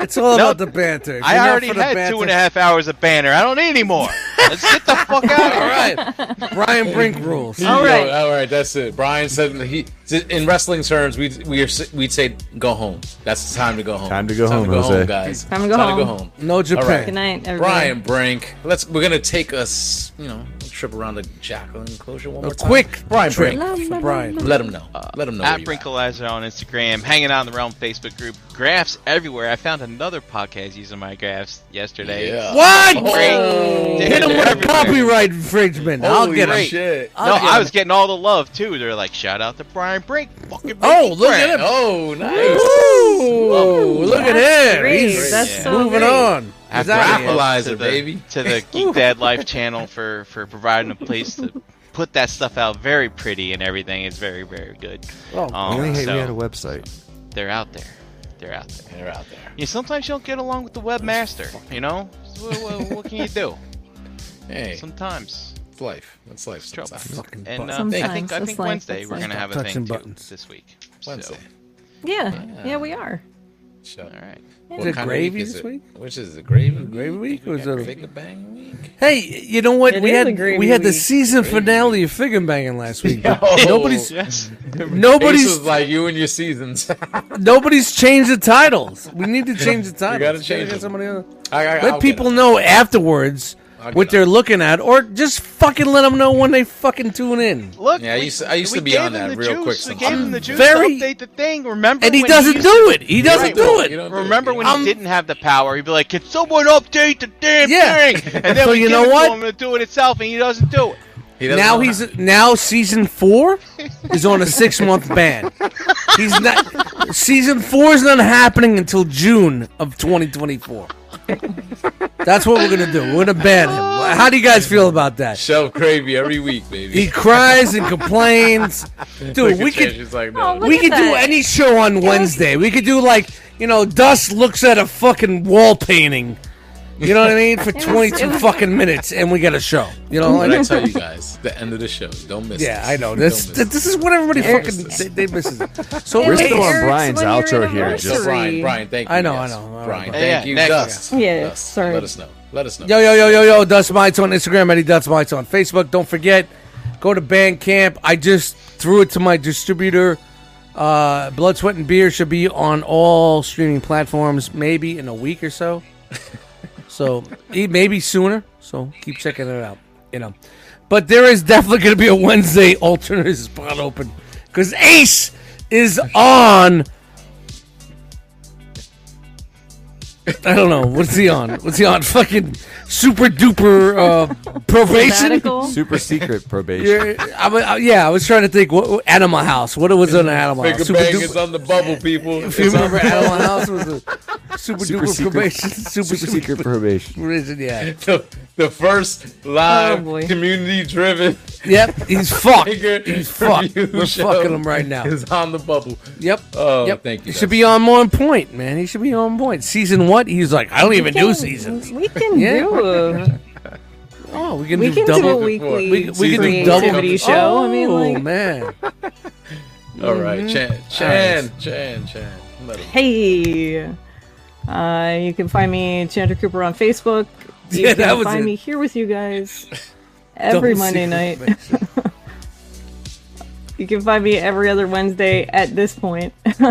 C: It's all
F: No,
C: about the banter. If you're
F: I
C: not
F: already
C: for the
F: had
C: banter-
F: two and a half hours of banner. I don't need any more. Let's get the fuck out of
C: All
F: here.
C: right, Brian Brink rules.
B: All right.
A: Yo, all right, that's it. Brian said that he in wrestling terms we we are we'd say go home. That's the time to go home.
D: Time to go home, Jose.
A: guys.
B: Time to go
A: time to go
B: home.
A: home.
C: No Japan.
A: All right.
B: Good night, everybody.
A: Brian Brink. Let's we're gonna take us you know a trip around the Jacqueline enclosure one
C: A
A: more time.
C: quick
A: Brian
C: trip
A: Brink.
C: for Brian.
A: Let him know. Let him know. where
F: At
A: you
F: Brinkalizer on Instagram, hanging out in the Realm Facebook group, graphs everywhere. I found another podcast using my graphs yesterday.
A: Yeah.
C: What?
F: Great.
A: Oh.
F: Dick
C: Hit him with a copyright infringement. I'll
A: Holy
C: get it.
A: shit.
F: no,
C: I'll get
F: I
C: him.
F: was getting all the love too. They're like, shout out to Brian Brink. Fucking
C: Oh,
F: Breaky
C: look
F: Brent.
C: at him.
A: Oh, nice.
C: Ooh, look at
B: That's
C: him.
B: great.
C: He's
B: That's so
C: moving
B: great.
C: on.
F: Have
C: He's out
F: to
C: here.
A: Appalizer,
F: to the,
A: baby.
F: to the Geek Dad Life channel for for providing a place to put that stuff out. Very pretty and everything. It's very very good.
C: Oh,
F: Um,
D: Only hate
F: so
D: we had a website.
F: they're out there. They're out there.
A: They're out there.
F: You know, sometimes you don't get along with the webmaster. You know, what, what, what can you do?
A: Hey,
F: Sometimes.
A: it's life. That's life
F: Trouble.
A: sometimes.
C: Fucking
F: And
C: button.
F: uh, I
B: Sometimes,
F: think I
B: that's
F: think
B: life,
F: Wednesday
B: that's
F: we're
B: life.
F: gonna have a
C: Touching
F: thing too
C: buttons.
F: this week. So,
A: Wednesday.
C: Oh,
B: Yeah, yeah, we are.
A: Shut up.
F: all right.
A: What
C: it
A: kind of
C: gravy
A: week is
C: this
A: it?
C: week?
A: Which is the gravy?
C: Gravy week
A: We
C: was
A: got
C: a.
A: Big Bang Week.
C: Hey, you know what?
B: It
C: we
B: is
C: had
B: a gravy
C: we had the
B: week.
C: season finale of Figure Banging last week. but
A: Yo.
C: Nobody's
F: Yes.
A: Ace
C: nobody's
A: was like you and your seasons. I,
C: nobody's changed the titles. We need to change the titles.
A: gotta change
C: Get
A: them.
C: somebody else.
A: I,
C: Let
A: I'll
C: people
A: get it.
C: know afterwards
A: I'll
C: what
A: get
C: they're looking at, or just fucking let them know when they fucking tune in.
F: Look,
A: Yeah, I
F: we-
A: used to- I used
F: we
A: to be
F: gave
A: on
F: him
A: that
F: the
A: real
F: juice.
A: quick
F: We
A: sometimes.
F: gave him the juice
C: Very-
F: to update the thing. Remember,
C: And he
F: when
C: doesn't
F: used-
C: do it. He doesn't
F: Right,
C: do
F: well,
C: it. Um,
A: you don't do it.
F: Remember when
C: I'm-
F: he didn't have the power? He'd be like, "Can someone update the damn
C: Yeah.
F: thing?" And then
C: So
F: we
C: you
F: give
C: know
F: it to
C: what?
F: him to do it itself, and he doesn't do it.
A: He doesn't
C: now
A: know
C: he's
A: how.
C: now season four is on a six month ban. He's not season four is not happening until June of 2024. That's what we're gonna do. We're gonna ban him. How do you guys feel about that?
A: shove gravy every week, baby.
C: He cries and complains, dude.
A: Look
C: We
A: at Chad,
C: could
A: she's like, no.
B: Oh, look
C: we
B: at
C: could do
B: that.
C: any show on Wednesday. We could do like you know, Dust looks at a fucking wall painting. You know what I mean? For 22 fucking minutes, and we got a show. You know,
A: What
C: like
A: I tell you guys, the end of the show. Don't miss.
C: Yeah,
A: this.
C: I know.
A: Don't
C: This
A: miss
C: this, this is what everybody
A: Eric-
C: fucking they, they misses. So
B: We're
D: We're
B: Hey,
D: still on
B: Eric's
D: Brian's
B: one-year
D: outro here.
A: So
B: anniversary.
D: Just
A: Brian, Brian, thank you.
C: I know, I
A: yes.
C: know, I know.
A: Brian,
C: Yeah,
A: thank you.
F: next.
A: Dust.
B: Yeah,
A: Dust.
B: sorry.
A: Let us know. Let us know.
C: yo yo yo yo yo Dust Mites on Instagram, Eddie Dust Mites on Facebook. Don't forget, go to Bandcamp. I just threw it to my distributor. Uh, Blood, Sweat, and Beer should be on all streaming platforms, maybe in a week or so. so e- maybe sooner. So keep checking it out. You know, but there is definitely going to be a Wednesday alternate spot open because Ace is on. I don't know. What's he on? What's he on? Fucking super duper uh, probation.
B: Sabbatical.
D: Super secret probation.
C: Yeah, I, wa- I- yeah, I was trying to think. What, what Animal House? What it was on Animal House?
A: Big
C: Super
A: Bang
C: duper-
A: is on the bubble, people.
C: if you remember, Animal House was a super,
D: Super
C: duper
D: secret-
C: probation. Super,
D: Super secret probation.
C: probation. Yeah.
A: the, the first live
B: Oh, boy.
A: community-driven
C: Yep. He's fucked.
A: Figure
C: He's fucked.
A: review
C: We're
A: show
C: fucking him right now.
A: is on the bubble.
C: Yep.
A: Oh,
C: yep.
A: thank you.
C: He should be on more point, man. He should be on point. Season what? He's like, I don't even do seasons.
B: We can
C: Yeah.
B: do a,
C: Oh, we can
B: we
C: do
B: can do a
C: double.
B: weekly
C: we, we can do
A: Season
C: double
A: double.
B: creativity show. I mean,
C: Oh,
B: like,
C: man.
A: All
C: Mm-hmm.
A: right, Chan, Chan, Chan, Chan. Let him-
B: hey, uh, you can find me Chandra Cooper on Facebook. You
C: Yeah,
B: can
C: that was
B: find
C: it.
B: me here with you guys every
C: Double
B: Monday
C: secret
B: night.
C: probation.
B: You can find me every other Wednesday at this point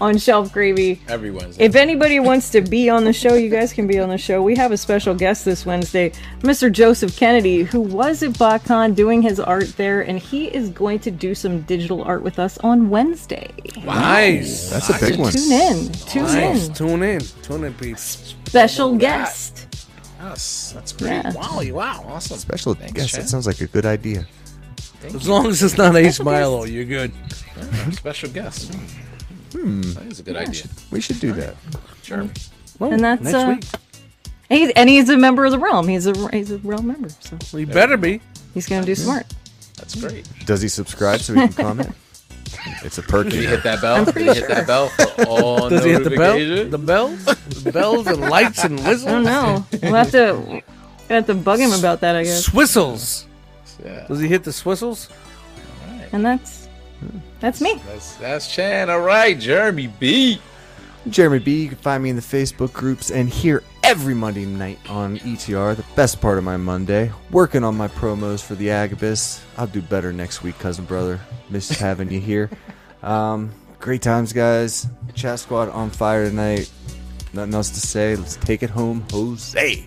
B: on Shelf Gravy.
A: Every Wednesday.
B: If anybody wants to be on the show, you guys can be on the show. We have a special guest this Wednesday, Mr. Joseph Kennedy, who was at BotCon doing his art there, and he is going to do some digital art with us on Wednesday.
C: Nice.
D: That's a big one.
B: Tune in. Tune
C: Nice.
B: in.
C: Tune in. Tune in, peeps.
B: Special guest.
A: Yes, that's great.
B: Yeah.
A: Wow, wow, awesome.
D: Special guest.
A: Chad.
D: That sounds like a good idea.
C: As long as it's not Ace Milo, you're good.
A: Special guest. Hmm. That is a good idea.
D: We should do that.
A: Sure.
C: Well,
B: And that's,
C: next
B: uh,
C: week.
B: And he's, and he's a member of the realm. He's a he's a realm member, so
C: Well, you better be.
B: he's going to do some art.
A: That's great.
C: Hmm.
D: Does he subscribe so we can comment? It's a perk.
A: Did he
D: you know.
A: hit that bell? Did he
B: pretty
A: hit that bell for all
C: Does he hit the bell?
A: notifications?
C: The bells? The bells and lights and
B: I don't
C: whistles?
B: know. We'll have to we'll have to bug him about that, I guess.
C: Swistles.
A: Yeah.
C: Does he hit the swistles?
B: And that's that's me.
A: That's that's Chan. All right, Jeremy B.
D: Jeremy B. You can find me in the Facebook groups and here every Monday night on ETR, the best part of my Monday. Working on my promos for the Agabus. I'll do better next week, cousin brother. Miss having you here. Um, great times, guys. Chat Squad on fire tonight. Nothing else to say. Let's take it home, Jose.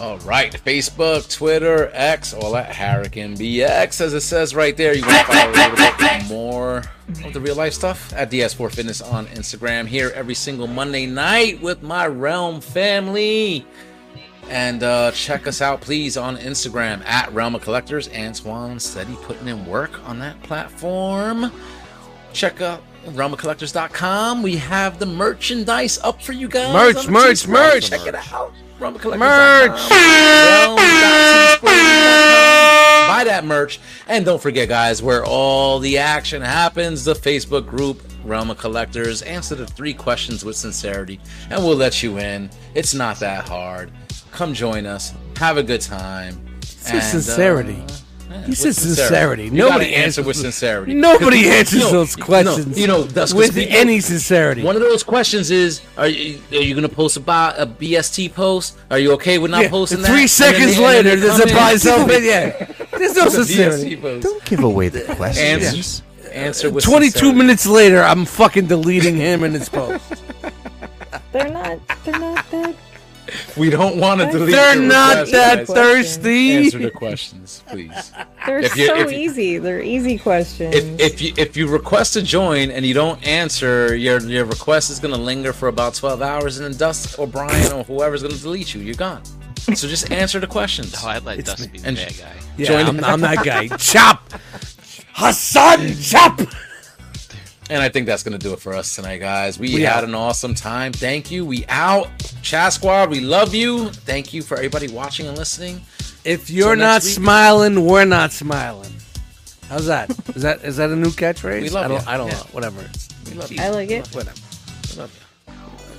A: All right, Facebook, Twitter, X, all at Harrican BX, as it says right there. You can follow a little bit more of the real life stuff at DS4 Fitness on Instagram. Here every single Monday night with my Realm family. And uh, check us out, please, on Instagram at Realm of Collectors. Antoine steady putting in work on that platform. Check out realmofcollectors.com. We have the merchandise up for you guys.
C: Merch,
A: on
C: merch,
A: Teespring.
C: merch.
A: Check it out. Realmofcollectors.com.
C: Merch.
A: Realm.teespring.com. Buy that merch. And don't forget, guys, where all the action happens the Facebook group, Realm of Collectors. Answer the three questions with sincerity, and we'll let you in. It's not that hard. Come join us. Have a good time.
C: said sincerity.
A: yeah,
C: You said
A: with
C: sincerity.
A: You
C: Nobody
A: gotta answer
C: answers
A: with
C: with-
A: sincerity.
C: Nobody
A: 'Cause,
C: answers
A: you know,
C: those
A: you know,
C: questions.
A: You know, that's 'cause
C: with
A: people-
C: any sincerity.
A: one of those questions is: Are you, are you going to post a, bi- a BST post? Are you okay with not
C: Yeah,
A: posting that?
C: Three
A: And then
C: seconds
A: they- and
C: later,
A: then they
C: there's a
A: come in.
C: buy something. Yeah, there's no sincerity.
A: BST post.
D: Don't give away the questions.
A: Answer, answer with
C: 22
A: sincerity.
C: minutes later, I'm fucking deleting him in his post.
B: They're not. They're not that.
A: We don't want to delete.
C: They're
A: the
C: not
A: request,
C: that
A: guys.
C: thirsty.
A: Answer the questions, please.
B: They're
A: If you-
B: so
A: if you-
B: easy. They're easy questions.
A: if, if you if you request to join and you don't answer, your your request is gonna linger for about twelve hours, and then Dust or Brian or whoever's gonna delete you. You're gone. So just answer the questions.
F: Oh, I'd let Dust be the
A: And-
F: bad guy.
C: Yeah,
A: Join
C: I'm,
A: the-
C: I'm that guy. Chop, Hassan, chop.
A: And I think that's gonna do it for us tonight, guys. We,
C: We
A: had
C: out.
A: an awesome time. Thank you. We out. Chat Squad, we love you. Thank you for everybody watching and listening.
C: If you're
A: next
C: not
A: week-
C: smiling, we're not smiling. How's that? Is that is that a new catchphrase?
A: We love
C: I don't,
A: you.
C: I don't
A: Yeah.
C: know. Whatever.
A: We love you.
B: I like it.
C: Whatever.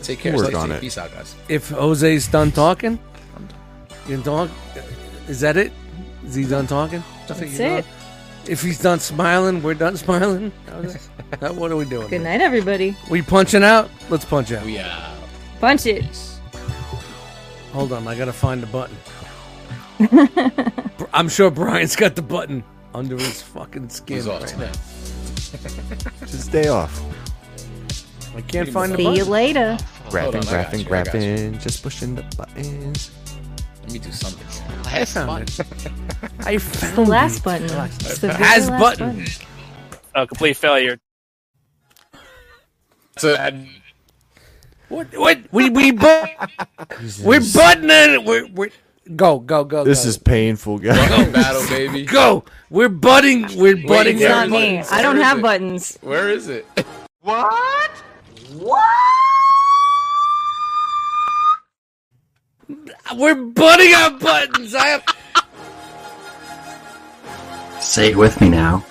A: Take care.
D: Work
A: Stay
D: on
A: safe.
D: it.
A: Peace out, guys.
C: If Jose's done talking, you done talk. Is that it? Is he done talking?
B: That's
C: You done?
B: it.
C: If he's done smiling, we're done smiling. How's that- now what are we doing?
B: Good night, everybody.
C: We punching out? Let's punch out.
A: We out.
B: Punch it.
C: Hold on, I gotta find the button. Br- I'm sure Brian's got the button under his fucking skin.
A: He's off
C: right
A: tonight.
D: Just stay off.
C: now. I can't find the
B: See you
C: button.
B: later.
F: Hold
A: on,
D: Grabbing,
A: I got
D: grabbing,
A: you, I got you.
D: grabbing. Just pushing the buttons.
A: Let me do something.
F: on, Last
C: found
F: one.
C: I found
B: The
C: it.
B: last button. It's the very
C: Has
B: last
C: button.
I: A complete failure.
A: So,
C: What? What? We we bu- we're buttoning it. We're, we're go go go.
D: This
C: go.
D: is painful, guys.
A: battle, baby.
C: go. We're butting. We're butting.
B: It's not
A: Where's
C: everybody.
B: me.
A: buttons?
B: I don't
A: Where is
B: have
A: it?
B: buttons.
A: Where is it?
C: We're butting our buttons. I have.
J: Say it with me now.